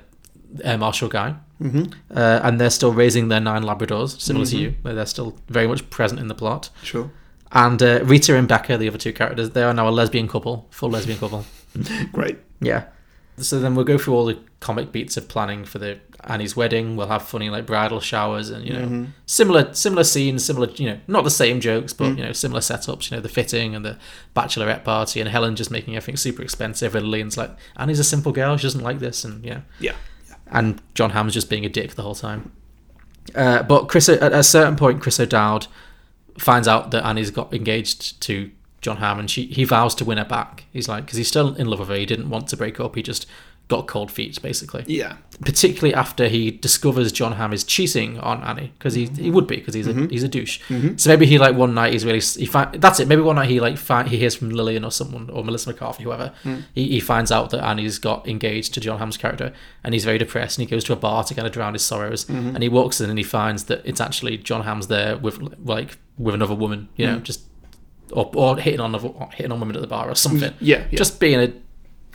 Speaker 2: air marshal guy,
Speaker 1: Mhm.
Speaker 2: uh, and they're still raising their nine Labradors, similar
Speaker 1: Mhm.
Speaker 2: to you, where they're still very much present in the plot.
Speaker 1: Sure.
Speaker 2: And uh, Rita and Becca, the other two characters, they are now a lesbian couple, full lesbian couple.
Speaker 1: Great.
Speaker 2: Yeah. So then we'll go through all the comic beats of planning for the Annie's wedding. We'll have funny like bridal showers and you know
Speaker 1: Mhm.
Speaker 2: similar similar scenes, similar you know not the same jokes, but
Speaker 1: Mm.
Speaker 2: you know similar setups. You know the fitting and the bachelorette party and Helen just making everything super expensive. And Lillian's like Annie's a simple girl, she doesn't like this, and yeah,
Speaker 1: Yeah.
Speaker 2: And John Hamm's just being a dick the whole time. Uh, but Chris, at a certain point, Chris O'Dowd finds out that Annie's got engaged to John Hamm, and she he vows to win her back. He's like, because he's still in love with her. He didn't want to break up. He just got cold feet, basically.
Speaker 1: Yeah.
Speaker 2: Particularly after he discovers John Hamm is cheating on Annie, because he he would be, because he's a he's a douche.
Speaker 1: Mhm.
Speaker 2: So maybe he like one night he's really he find that's it. Maybe one night he like find, he hears from Lillian or someone or Melissa McCarthy, whoever.
Speaker 1: Mm.
Speaker 2: He, he finds out that Annie's got engaged to John Hamm's character, and he's very depressed. And he goes to a bar to kind of drown his sorrows.
Speaker 1: Mhm.
Speaker 2: And he walks in and he finds that it's actually John Hamm's there with like with another woman, you know,
Speaker 1: Mm.
Speaker 2: just or, or hitting on other- hitting on women at the bar or something.
Speaker 1: Yeah, yeah.
Speaker 2: just being a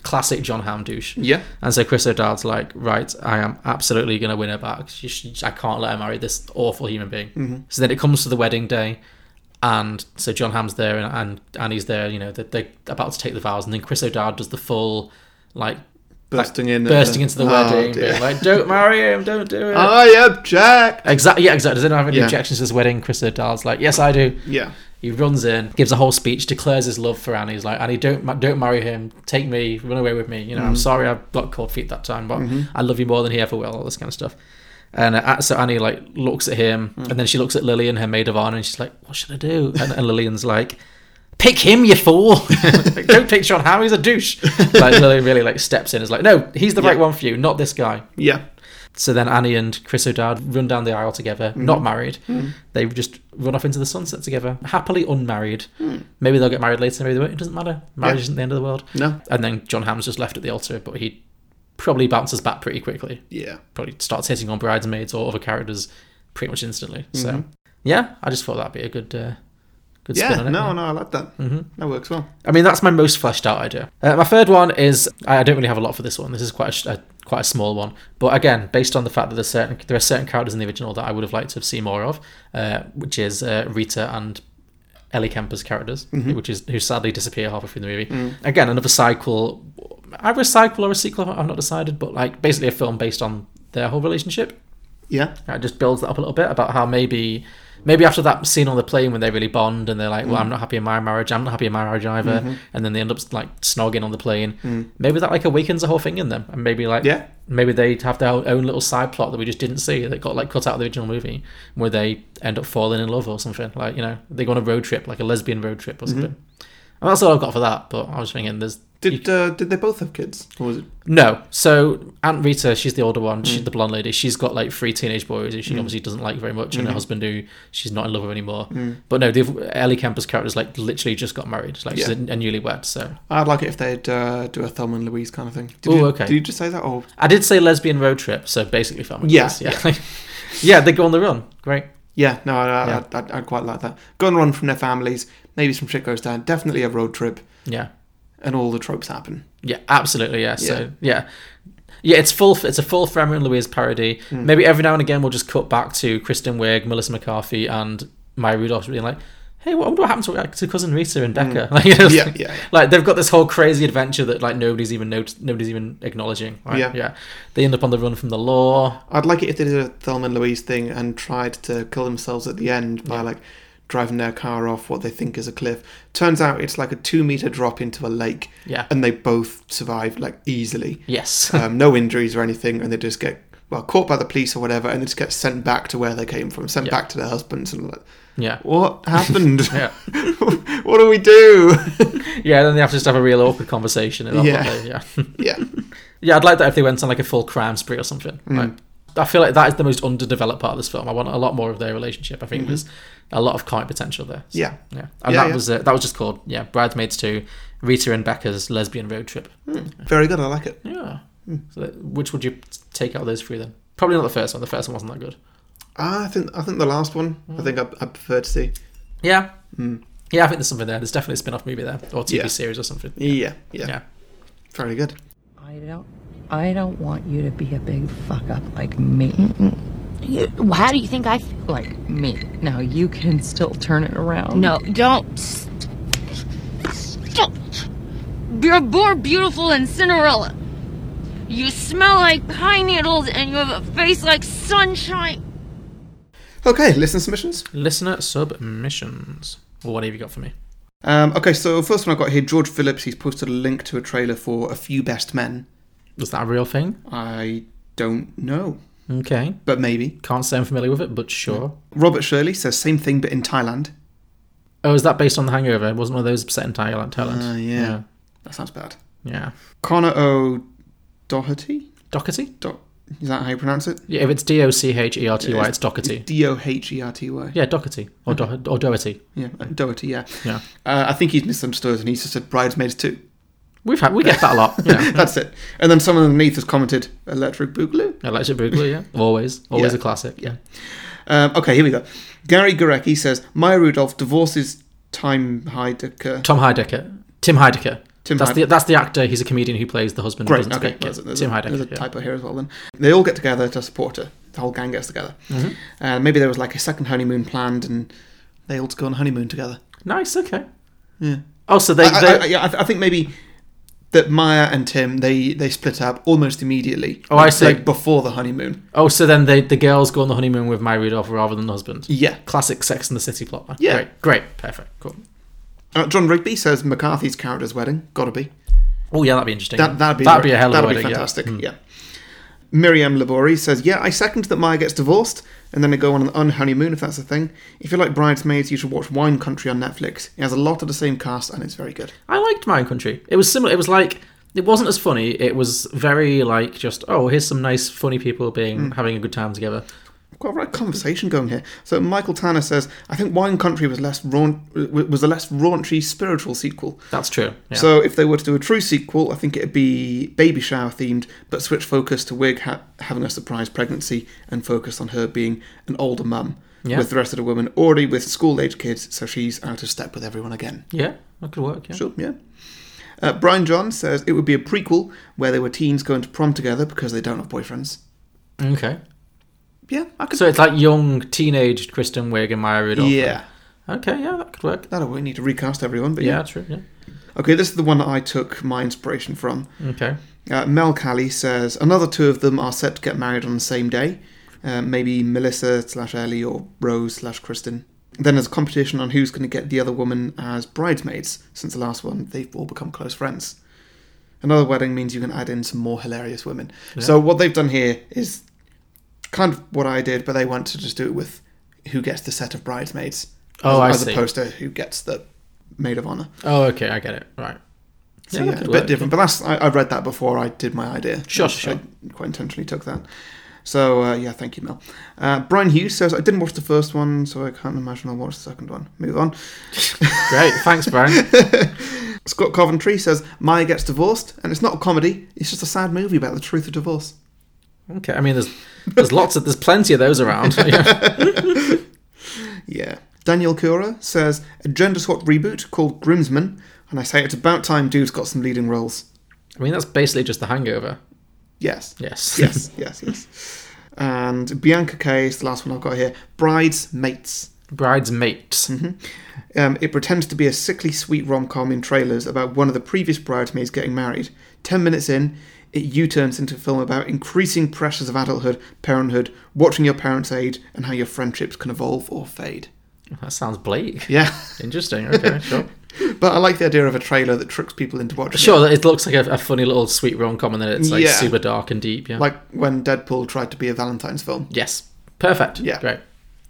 Speaker 2: classic John Hamm douche.
Speaker 1: Yeah.
Speaker 2: And so Chris O'Dowd's like, right, I am absolutely going to win her back. She, she, I can't let her marry this awful human being.
Speaker 1: Mhm.
Speaker 2: So then it comes to the wedding day, and so John Hamm's there and, and Annie's there. You know, they're, they're about to take the vows, and then Chris O'Dowd does the full like
Speaker 1: Bursting
Speaker 2: like,
Speaker 1: in at
Speaker 2: Uh, bursting
Speaker 1: the-
Speaker 2: into the
Speaker 1: Oh,
Speaker 2: wedding,
Speaker 1: dear. Oh,
Speaker 2: being like, don't marry him, don't do it.
Speaker 1: I object.
Speaker 2: Exactly. Yeah. Exactly. Does anyone have any
Speaker 1: Yeah.
Speaker 2: objections to this wedding? Chris O'Dowd's like, yes, I do.
Speaker 1: Yeah.
Speaker 2: He runs in, gives a whole speech, declares his love for Annie. He's like, Annie, don't ma- don't marry him. Take me. Run away with me. You know, I'm
Speaker 1: Mhm.
Speaker 2: sorry I got cold feet that time, but
Speaker 1: Mhm.
Speaker 2: I love you more than he ever will. All this kind of stuff. And uh, so Annie like looks at him,
Speaker 1: Mm.
Speaker 2: and then she looks at Lillian, her maid of honor, and she's like, what should I do? And, and Lillian's like. Pick him, you fool! Like, Don't pick Sean Howe; he's a douche. Like Lillian really like steps in, and is like, no, he's the
Speaker 1: Yeah.
Speaker 2: right one for you, not this guy.
Speaker 1: Yeah.
Speaker 2: So then Annie and Chris O'Dowd run down the aisle together, not married.
Speaker 1: Mhm.
Speaker 2: They just run off into the sunset together, happily unmarried. Maybe they'll get married later, maybe they won't. It doesn't matter. Marriage
Speaker 1: Hmm. Yeah.
Speaker 2: isn't the end of the world.
Speaker 1: No.
Speaker 2: And then John Hamm's just left at the altar, but he probably bounces back pretty quickly.
Speaker 1: Yeah.
Speaker 2: Probably starts hitting on bridesmaids or other characters pretty much instantly.
Speaker 1: Mhm.
Speaker 2: So, yeah, I just thought that'd be a good, uh, good spin
Speaker 1: yeah.
Speaker 2: on it.
Speaker 1: No, no, I like that.
Speaker 2: Mhm.
Speaker 1: That works well.
Speaker 2: I mean, that's my most fleshed out idea. Uh, my third one is I I don't really have a lot for this one. This is quite a, sh- a quite a small one, but again, based on the fact that there's certain there are certain characters in the original that I would have liked to have seen more of, uh, which is uh, Rita and Ellie Kemper's characters,
Speaker 1: Mhm.
Speaker 2: which is who sadly disappear halfway through the movie.
Speaker 1: Mm.
Speaker 2: Again, another cycle, either a cycle or a sequel. I've not decided, but like basically a film based on their whole relationship.
Speaker 1: Yeah.
Speaker 2: Uh, It just builds that up a little bit about how maybe maybe after that scene on the plane when they really bond and they're like, well,
Speaker 1: Mm.
Speaker 2: I'm not happy in my marriage, I'm not happy in my marriage either,
Speaker 1: Mhm.
Speaker 2: and then they end up like snogging on the plane.
Speaker 1: Mm.
Speaker 2: Maybe that like awakens the whole thing in them, and maybe like
Speaker 1: Yeah.
Speaker 2: maybe they have their own little side plot that we just didn't see that got like cut out of the original movie, where they end up falling in love or something. Like you know, they go on a road trip, like a lesbian road trip or
Speaker 1: Mhm.
Speaker 2: something. And that's all I've got for that. But I was thinking, there's
Speaker 1: Did uh, did they both have kids? Or was it?
Speaker 2: no. So Aunt Rita, she's the older one. She's
Speaker 1: Mm.
Speaker 2: the blonde lady. She's got like three teenage boys who she
Speaker 1: Mm.
Speaker 2: obviously doesn't like very much, and
Speaker 1: Mhm.
Speaker 2: her husband who she's not in love with anymore.
Speaker 1: Mm.
Speaker 2: But no, the Ellie Kemper's character's like literally just got married. Like she's
Speaker 1: Yeah.
Speaker 2: a, a newlywed. So
Speaker 1: I'd like it if they'd uh, do a Thelma and Louise kind of thing. Did
Speaker 2: Ooh,
Speaker 1: you,
Speaker 2: okay.
Speaker 1: Did you just say that? Or
Speaker 2: I did say lesbian road trip. So basically, family.
Speaker 1: Yeah,
Speaker 2: Yeah, yeah, yeah. They go on the run. Great.
Speaker 1: yeah, no, I, I,
Speaker 2: Yeah.
Speaker 1: I'd, I'd quite like that. Go and run from their families. Maybe some shit goes down. Definitely a road trip,
Speaker 2: Yeah,
Speaker 1: and all the tropes happen.
Speaker 2: yeah. Absolutely. Yeah.
Speaker 1: Yeah.
Speaker 2: So yeah. Yeah, it's full. It's a full Thelma and Louise parody.
Speaker 17: Hmm.
Speaker 2: Maybe every now and again we'll just cut back to Kristen Wiig, Melissa McCarthy, and Maya Rudolph being like, "Hey, what, what happened to, like, to cousin Rita and Becca?"
Speaker 1: Hmm.
Speaker 2: Like, you know,
Speaker 1: Yeah, yeah, yeah.
Speaker 2: Like they've got this whole crazy adventure that like nobody's even not- nobody's even acknowledging. right?
Speaker 1: Yeah.
Speaker 2: yeah. They end up on the run from the law.
Speaker 1: I'd like it if they did a Thelma and Louise thing and tried to kill themselves at the end by like driving their car off what they think is a cliff. Turns out it's like a two meter drop into a lake.
Speaker 2: Yeah.
Speaker 1: And they both survive like easily.
Speaker 2: Yes.
Speaker 1: um, no injuries or anything, and they just get well caught by the police or whatever, and they just get sent back to where they came from, sent back to their husbands, and like,
Speaker 2: Yeah.
Speaker 1: what happened?
Speaker 2: Yeah.
Speaker 1: what do we do?
Speaker 2: yeah, then they have to just have a real awkward conversation. And all
Speaker 1: Yeah.
Speaker 2: that, yeah,
Speaker 1: yeah,
Speaker 2: yeah. I'd like that if they went on like a full crime spree or something.
Speaker 1: Mm.
Speaker 2: Like, I feel like that is the most underdeveloped part of this film. I want a lot more of their relationship. I think
Speaker 1: Mhm.
Speaker 2: there's a lot of comic potential there. So,
Speaker 1: Yeah.
Speaker 2: yeah. And
Speaker 1: Yeah,
Speaker 2: that
Speaker 1: yeah.
Speaker 2: was uh, that was just called yeah, Bridesmaids Two, Rita and Becca's lesbian road trip.
Speaker 1: Hmm. Very good. I like it.
Speaker 2: Yeah.
Speaker 1: Hmm.
Speaker 2: So, that- which would you take out of those three then? Probably not the first one. The first one wasn't that good.
Speaker 1: Ah, I think I think the last one. I think I, I prefer to see.
Speaker 2: Yeah.
Speaker 1: Mm.
Speaker 2: Yeah, I think there's something there. There's definitely a spin-off movie there or TV
Speaker 1: Yeah.
Speaker 2: series or something.
Speaker 1: Yeah, yeah.
Speaker 2: Yeah.
Speaker 1: Very good.
Speaker 18: I don't. I don't want you to be a big fuck up like me. You- How do you think I feel like me? Now you can still turn it around.
Speaker 19: No, don't. Stop. You're more beautiful than Cinderella. You smell like pine needles and you have a face like sunshine.
Speaker 1: Okay, listener submissions.
Speaker 2: Listener submissions. Well, what have you got for me?
Speaker 1: Um, okay, so first one I've got here, George Phillips. He's posted a link to a trailer for A Few Best Men.
Speaker 2: Was that a real thing?
Speaker 1: I don't know.
Speaker 2: Okay.
Speaker 1: But maybe.
Speaker 2: Can't say I'm familiar with it, but sure.
Speaker 1: Robert Shirley says same thing but in Thailand.
Speaker 2: Oh, is that based on The Hangover? It wasn't one of those set in Thailand.
Speaker 1: Ah,
Speaker 2: Thailand.
Speaker 1: yeah. That sounds bad.
Speaker 2: Yeah.
Speaker 1: Connor O'Doherty?
Speaker 2: Doherty?
Speaker 1: Do- is that how you pronounce it?
Speaker 2: Yeah, if it's D O C H E R T
Speaker 1: Yeah,
Speaker 2: Y, it's Doherty.
Speaker 1: D O H E R T Y.
Speaker 2: Yeah, Doherty. Or,
Speaker 1: Okay.
Speaker 2: Do- or Doherty.
Speaker 1: Yeah, uh, Doherty, yeah.
Speaker 2: Yeah.
Speaker 1: Uh, I think he's misunderstood and he's just said Bridesmaids too.
Speaker 2: We've had, we get that a lot. Yeah.
Speaker 1: That's it. And then someone underneath has commented Electric Boogaloo.
Speaker 2: Electric Boogaloo, yeah. Always. Always a classic. Yeah.
Speaker 1: Um, okay, here we go. Gary Gorecki says Maya Rudolph divorces Time Heidecker.
Speaker 2: Tom Heidecker. Tim Heidecker.
Speaker 1: Tim
Speaker 2: that's,
Speaker 1: Heid-
Speaker 2: the, that's the actor. He's a comedian who plays the husband. who
Speaker 1: Great.
Speaker 2: doesn't
Speaker 1: Okay.
Speaker 2: speak. Yeah.
Speaker 1: There's, a- there's
Speaker 2: Tim
Speaker 1: a, there's a
Speaker 2: Heidecker. yeah.
Speaker 1: typo here as well. Then they all get together to support her. The whole gang gets together.
Speaker 2: Mhm.
Speaker 1: Uh, maybe there was like a second honeymoon planned, and they all go on honeymoon together.
Speaker 2: Nice. Okay.
Speaker 1: Yeah.
Speaker 2: Oh, so they-
Speaker 1: I, I-
Speaker 2: they-
Speaker 1: I- yeah, I, th- I think maybe that Maya and Tim they they split up almost immediately.
Speaker 2: Oh,
Speaker 1: like,
Speaker 2: I see.
Speaker 1: Like before the honeymoon.
Speaker 2: Oh, so then they, the girls go on the honeymoon with Mary Rudolph rather than the husband.
Speaker 1: Yeah.
Speaker 2: Classic Sex and the City plotline.
Speaker 1: Yeah.
Speaker 2: Great. Great. Perfect. Cool.
Speaker 1: Uh, John Rigby says McCarthy's character's wedding. Gotta be.
Speaker 2: Oh, yeah, that'd be interesting.
Speaker 1: That, that'd be
Speaker 2: That'd be a hell of a
Speaker 1: that'd be
Speaker 2: wedding, yeah.
Speaker 1: fantastic. Yeah.
Speaker 2: Mm.
Speaker 1: Miriam Labori says, "Yeah, I second that Maya gets divorced, and then they go on an unhoneymoon if that's a thing. If you like bridesmaids, you should watch Wine Country on Netflix. It has a lot of the same cast, and it's very good.
Speaker 2: I liked Mine Country. It was similar. It was like it wasn't as funny. It was very like just oh, here's some nice funny people being
Speaker 1: Mm.
Speaker 2: having a good time together.
Speaker 1: Quite a right conversation going here. So Michael Tanner says, I think Wine Country was less raun- was a less raunchy spiritual sequel.
Speaker 2: That's true. Yeah.
Speaker 1: So if they were to do a true sequel, I think it'd be baby shower themed, but switch focus to Wig ha- having a surprise pregnancy and focus on her being an older mum
Speaker 2: Yeah.
Speaker 1: with the rest of the women already with school age kids, so she's out of step with everyone again.
Speaker 2: yeah, that could work. Yeah.
Speaker 1: Sure, yeah. Uh, Brian John says it would be a prequel where they were teens going to prom together because they don't have boyfriends.
Speaker 2: Okay.
Speaker 1: Yeah, I could.
Speaker 2: So it's like young teenage Kristen Wiig and Maya Rudolph.
Speaker 1: Yeah.
Speaker 2: Okay, yeah, that could work.
Speaker 1: That'll we need to recast everyone, but
Speaker 2: Yeah,
Speaker 1: yeah.
Speaker 2: true. Yeah.
Speaker 1: Okay, this is the one that I took my inspiration from.
Speaker 2: Okay.
Speaker 1: Uh, Mel Callie says another two of them are set to get married on the same day. Uh, maybe Melissa slash Ellie or Rose slash Kristen. Then there's a competition on who's going to get the other woman as bridesmaids. Since the last one, they've all become close friends. Another wedding means you can add in some more hilarious women.
Speaker 2: Yeah.
Speaker 1: So what they've done here is kind of what I did, but they want to just do it with who gets the set of bridesmaids.
Speaker 2: Oh, I
Speaker 1: as, as
Speaker 2: see.
Speaker 1: opposed to who gets the maid of honor.
Speaker 2: Oh, okay, I get it. Right.
Speaker 1: So
Speaker 2: Yeah,
Speaker 1: yeah,
Speaker 2: that
Speaker 1: a
Speaker 2: could
Speaker 1: bit
Speaker 2: work,
Speaker 1: different. But that's I, I read that before I did my idea.
Speaker 2: Sure,
Speaker 1: I,
Speaker 2: sure.
Speaker 1: I quite intentionally took that. So uh, yeah, thank you, Mel. Uh, Brian Hughes says I didn't watch the first one, so I can't imagine I'll watch the second one. Move on.
Speaker 2: Great, thanks, Brian.
Speaker 1: Scott Coventry says Maya gets divorced, and it's not a comedy; it's just a sad movie about the truth of divorce.
Speaker 2: Okay, I mean, there's there's lots of there's plenty of those around. Yeah.
Speaker 1: Yeah. Daniel Cura says a gender swap reboot called Groomsman, and I say it's about time dude's got some leading roles.
Speaker 2: I mean, that's basically just The Hangover.
Speaker 1: Yes.
Speaker 2: Yes.
Speaker 1: Yes. yes. Yes. And Bianca K is the last one I've got here. Bride's Mates.
Speaker 2: Bride's Mates.
Speaker 1: hmm Um, it pretends to be a sickly sweet rom com in trailers about one of the previous bridesmaids getting married. Ten minutes in, it U turns into a film about increasing pressures of adulthood, parenthood, watching your parents age, and how your friendships can evolve or fade.
Speaker 2: That sounds bleak.
Speaker 1: Yeah.
Speaker 2: Interesting. Okay, sure.
Speaker 1: But I like the idea of a trailer that tricks people into watching.
Speaker 2: Sure, it looks like a, a funny little sweet rom com, and then it's like
Speaker 1: Yeah.
Speaker 2: super dark and deep. Yeah.
Speaker 1: Like when Deadpool tried to be a Valentine's film.
Speaker 2: yes, perfect.
Speaker 1: Yeah.
Speaker 2: great,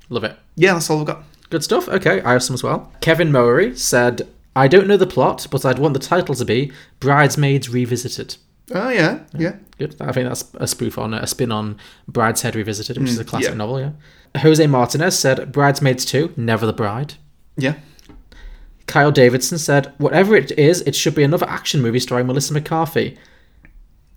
Speaker 2: love it.
Speaker 1: Yeah, that's all I've got.
Speaker 2: Good stuff. Okay, I have some as well. Kevin Mowery said, "I don't know the plot, but I'd want the title to be Bridesmaids Revisited."
Speaker 1: Oh yeah, yeah.
Speaker 2: Good. I think that's a spoof on a spin on Bride's Head Revisited, which
Speaker 1: Mm,
Speaker 2: is a classic
Speaker 1: yeah.
Speaker 2: novel. Hmm, Yeah. Jose Martinez said, "Bridesmaids 2, Never the Bride."
Speaker 1: Yeah.
Speaker 2: Kyle Davidson said, "Whatever it is, it should be another action movie starring Melissa McCarthy."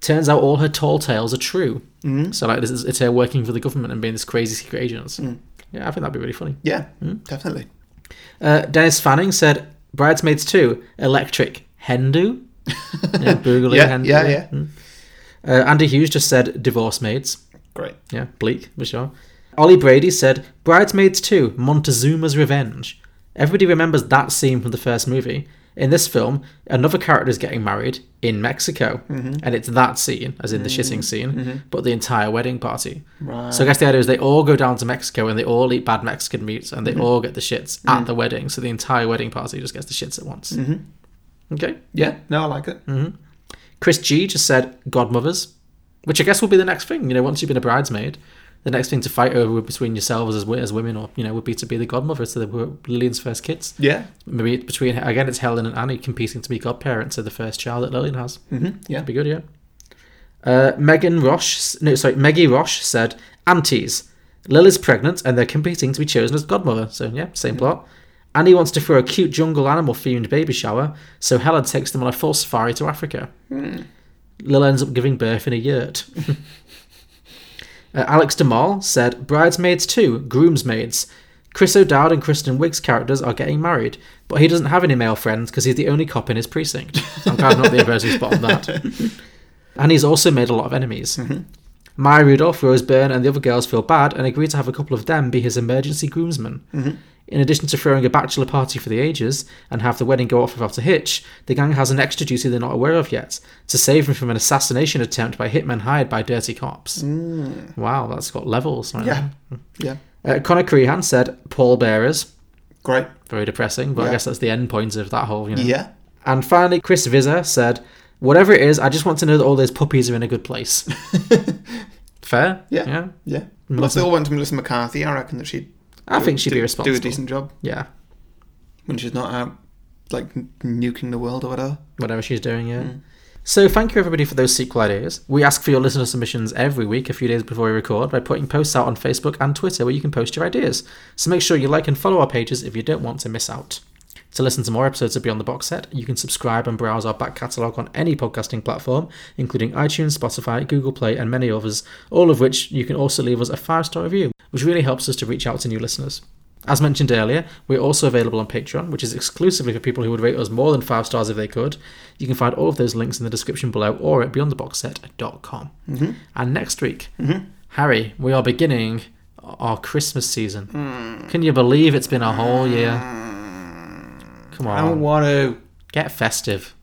Speaker 2: Turns out all her tall tales are true.
Speaker 1: Mm.
Speaker 2: So like, this is, it's her working for the government and being this crazy secret agent.
Speaker 1: Mm.
Speaker 2: Yeah, I think that'd be really funny.
Speaker 1: Yeah, definitely.
Speaker 2: Uh, Dennis Fanning said, "Bridesmaids 2, Electric Hendu." yeah, Boogaloo
Speaker 1: Yeah,
Speaker 2: Hendu.
Speaker 1: yeah, yeah.
Speaker 2: Mm. Uh, Andy Hughes just said, "Divorce Maids."
Speaker 1: Great.
Speaker 2: Yeah, bleak for sure. Ollie Brady said, Bridesmaids 2, Montezuma's Revenge. Everybody remembers that scene from the first movie. In this film, another character is getting married in Mexico.
Speaker 18: Mhm.
Speaker 2: And it's that scene, as in the
Speaker 18: Mm.
Speaker 2: shitting scene,
Speaker 18: Mhm.
Speaker 2: but the entire wedding party.
Speaker 18: Right.
Speaker 2: So I guess the idea is they all go down to Mexico and they all eat bad Mexican meats and they
Speaker 18: Mhm.
Speaker 2: all get the shits
Speaker 18: Mm.
Speaker 2: at the wedding. So the entire wedding party just gets the shits at once.
Speaker 1: Mhm.
Speaker 2: Okay.
Speaker 1: Yeah, no, I like it.
Speaker 2: hmm Chris G just said godmothers, which I guess will be the next thing. You know, once you've been a bridesmaid, the next thing to fight over between yourselves as, wo- as women, or you know, would be to be the godmother. So they were Lillian's first kids.
Speaker 1: Yeah.
Speaker 2: Maybe it's between again, it's Helen and Annie competing to be godparents of the first child that Lillian has.
Speaker 1: Mhm, yeah.
Speaker 2: That'd be good. Yeah. Uh, Megan Rosh, no, sorry, Meggie Rosh said aunties. Lil is pregnant and they're competing to be chosen as godmother. So yeah, same plot. Annie wants to throw a cute jungle animal themed baby shower, so Helen takes them on a full safari to Africa.
Speaker 3: Hmm.
Speaker 2: Lil ends up giving birth in a yurt. uh, Alex DeMarle said, Bridesmaids 2, Groomsmaids. Chris O'Dowd and Kristen Wiig's characters are getting married, but he doesn't have any male friends because he's the only cop in his precinct. So I'm glad I'm not the person who spotted that. And he's also made a lot of enemies.
Speaker 1: Mm-hmm.
Speaker 2: Maya Rudolph, Rose Byrne, and the other girls feel bad and agree to have a couple of them be his emergency groomsmen.
Speaker 1: Mm-hmm.
Speaker 3: Mhm.
Speaker 2: In addition to throwing a bachelor party for the ages and have the wedding go off without a hitch, the gang has an extra duty they're not aware of yet to save him from an assassination attempt by hitmen hired by dirty cops.
Speaker 1: Mm.
Speaker 2: Wow, that's got levels. right
Speaker 1: Yeah. Yeah.
Speaker 2: there. Uh, Connor Crehan said, Paul Bearers.
Speaker 1: Great.
Speaker 2: Very depressing, but I
Speaker 1: Yeah.
Speaker 2: guess that's the end point of that whole, you know.
Speaker 1: Yeah.
Speaker 2: And finally, Chris Visser said, Whatever it is, I just want to know that all those puppies are in a good place. Fair?
Speaker 1: Yeah.
Speaker 2: Yeah.
Speaker 1: Yeah. Well, if
Speaker 2: Melissa-
Speaker 1: they all went to Melissa McCarthy, I reckon that she'd.
Speaker 2: I think she'd be
Speaker 1: do-
Speaker 2: responsible.
Speaker 1: Do a decent job
Speaker 2: Yeah.
Speaker 1: when she's not out, like n- nuking the world or whatever.
Speaker 2: whatever she's doing, yeah.
Speaker 1: Mm.
Speaker 2: So thank you everybody for those sequel ideas. We ask for your listener submissions every week a few days before we record by putting posts out on Facebook and Twitter where you can post your ideas. So make sure you like and follow our pages if you don't want to miss out. To listen to more episodes of Beyond the Box Set, you can subscribe and browse our back catalogue on any podcasting platform, including iTunes, Spotify, Google Play, and many others, all of which you can also leave us a five star review, which really helps us to reach out to new listeners. As mentioned earlier, we're also available on Patreon, which is exclusively for people who would rate us more than five stars if they could. You can find all of those links in the description below or at beyondtheboxset.com.
Speaker 1: Mhm.
Speaker 2: And next week,
Speaker 1: Mhm.
Speaker 2: Harry, we are beginning our Christmas season. Can you believe it's been a whole year? Come on.
Speaker 1: I don't want to.
Speaker 2: Get festive.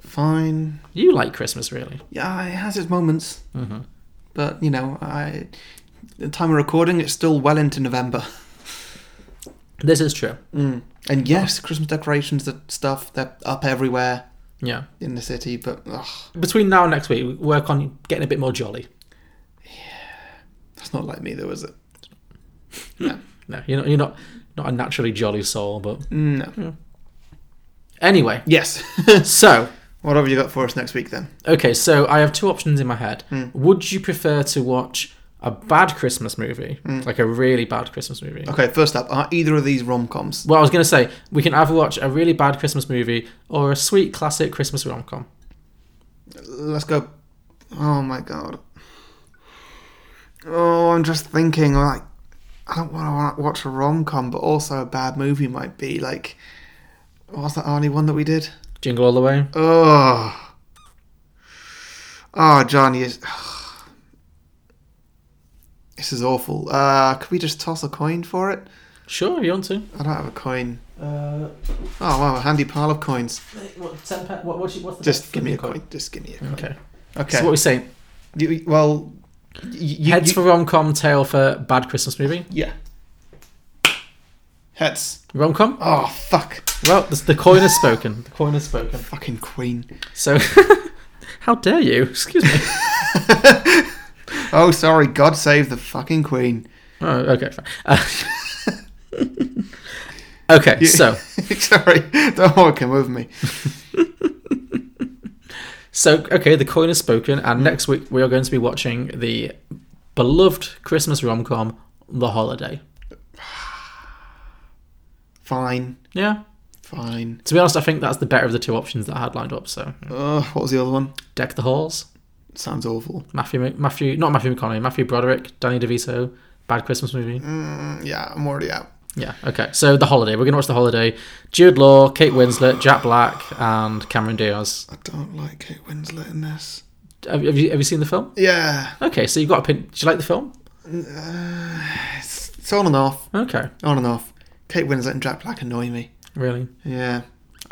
Speaker 1: Fine.
Speaker 2: You like Christmas, really.
Speaker 1: Yeah, it has its moments,
Speaker 2: Mhm.
Speaker 1: but you know, I. At the time of recording, it's still well into November.
Speaker 2: This is true.
Speaker 1: Mm. And yes,
Speaker 2: Oh.
Speaker 1: Christmas decorations, the stuff, they're up everywhere
Speaker 2: Yeah.
Speaker 1: in the city, but ugh,
Speaker 2: Between now and next week, we work on getting a bit more jolly.
Speaker 1: that's not like me though, is it?
Speaker 2: No, you're not, you're not, not a naturally jolly soul, but.
Speaker 1: No.
Speaker 2: Anyway.
Speaker 1: Yes.
Speaker 2: so.
Speaker 1: What have you got for us next week then?
Speaker 2: Okay, so I have two options in my head.
Speaker 1: Mm.
Speaker 2: Would you prefer to watch a bad Christmas movie,
Speaker 1: Mm.
Speaker 2: like a really bad Christmas movie?
Speaker 1: Okay, first up, are either of these rom coms?
Speaker 2: Well, I was going to say we can either watch a really bad Christmas movie or a sweet classic Christmas rom com.
Speaker 1: Let's go. Oh my god. Oh, I'm just thinking, like, I don't want to watch a rom com, but also a bad movie might be like. What's that Arnie one that we did?
Speaker 2: Jingle all the way.
Speaker 1: Oh. Oh, Johnny is. This is awful. Uh, could we just toss a coin for it?
Speaker 2: Sure, you want to?
Speaker 1: I don't have a coin.
Speaker 2: Uh,
Speaker 1: Oh wow, a handy pile of coins.
Speaker 2: what, ten pa- what, what's, what's the
Speaker 1: Just
Speaker 2: best
Speaker 1: give me a
Speaker 2: coin?
Speaker 1: coin. Just give me a coin.
Speaker 2: Okay.
Speaker 1: Okay.
Speaker 2: So what are we saying?
Speaker 1: You, well, you,
Speaker 2: heads
Speaker 1: you-
Speaker 2: for rom com, tail for bad Christmas movie.
Speaker 1: Yeah. Heads.
Speaker 2: Rom com.
Speaker 1: Oh fuck.
Speaker 2: Well, the, the coin has spoken. The coin has spoken.
Speaker 1: Fucking queen.
Speaker 2: So, how dare you? Excuse me.
Speaker 1: Oh, sorry. God save the fucking queen.
Speaker 2: Oh, okay. Fine. Uh, okay,
Speaker 1: You-
Speaker 2: so
Speaker 1: sorry. Don't want to come over me.
Speaker 2: so okay, the coin is spoken, and next week we are going to be watching the beloved Christmas rom com, The Holiday.
Speaker 1: Fine.
Speaker 2: Yeah.
Speaker 1: Fine.
Speaker 2: To be honest, I think that's the better of the two options that I had lined up. So,
Speaker 1: Uh, what was the other one?
Speaker 2: Deck the Halls.
Speaker 1: Sounds awful.
Speaker 2: Matthew, Mc- Matthew, not Matthew McConaughey, Matthew Broderick, Danny DeVito, bad Christmas movie.
Speaker 1: Mm, yeah, I'm already out.
Speaker 2: Yeah. Okay. So the holiday. We're gonna watch the holiday. Jude Law, Kate Winslet, Jack Black, and Cameron Diaz.
Speaker 1: I don't like Kate Winslet in this.
Speaker 2: Have, have you have you seen the film?
Speaker 1: Yeah.
Speaker 2: Okay. So you got a pin. Do you like the film?
Speaker 1: It's, it's on and off.
Speaker 2: Okay.
Speaker 1: On and off. Kate Winslet and Jack Black annoy me.
Speaker 2: Really?
Speaker 1: Yeah.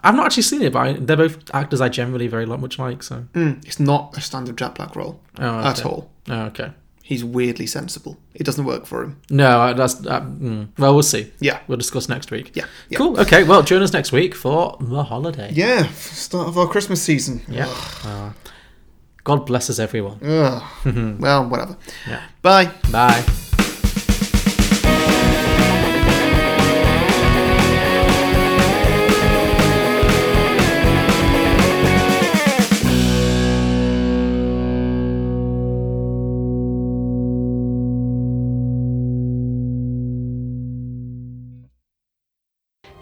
Speaker 2: I've not actually seen it, but I, they're both actors I generally very lo- much like. So.
Speaker 1: Mm, it's not a standard Jack Black role
Speaker 2: Oh, okay.
Speaker 1: at all.
Speaker 2: Oh, okay.
Speaker 1: He's weirdly sensible. It doesn't work for him.
Speaker 2: No, I- that's uh, mm. well. We'll see.
Speaker 1: Yeah.
Speaker 2: We'll discuss next week.
Speaker 1: Yeah, yeah.
Speaker 2: Cool. Okay. Well, join us next week for the holiday.
Speaker 1: Yeah, start of our Christmas season.
Speaker 2: Yeah. Uh, God blesses everyone.
Speaker 1: Mm. Ugh. well, whatever.
Speaker 2: Yeah.
Speaker 1: Bye.
Speaker 2: Bye.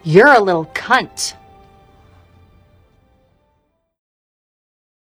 Speaker 17: You're a little cunt.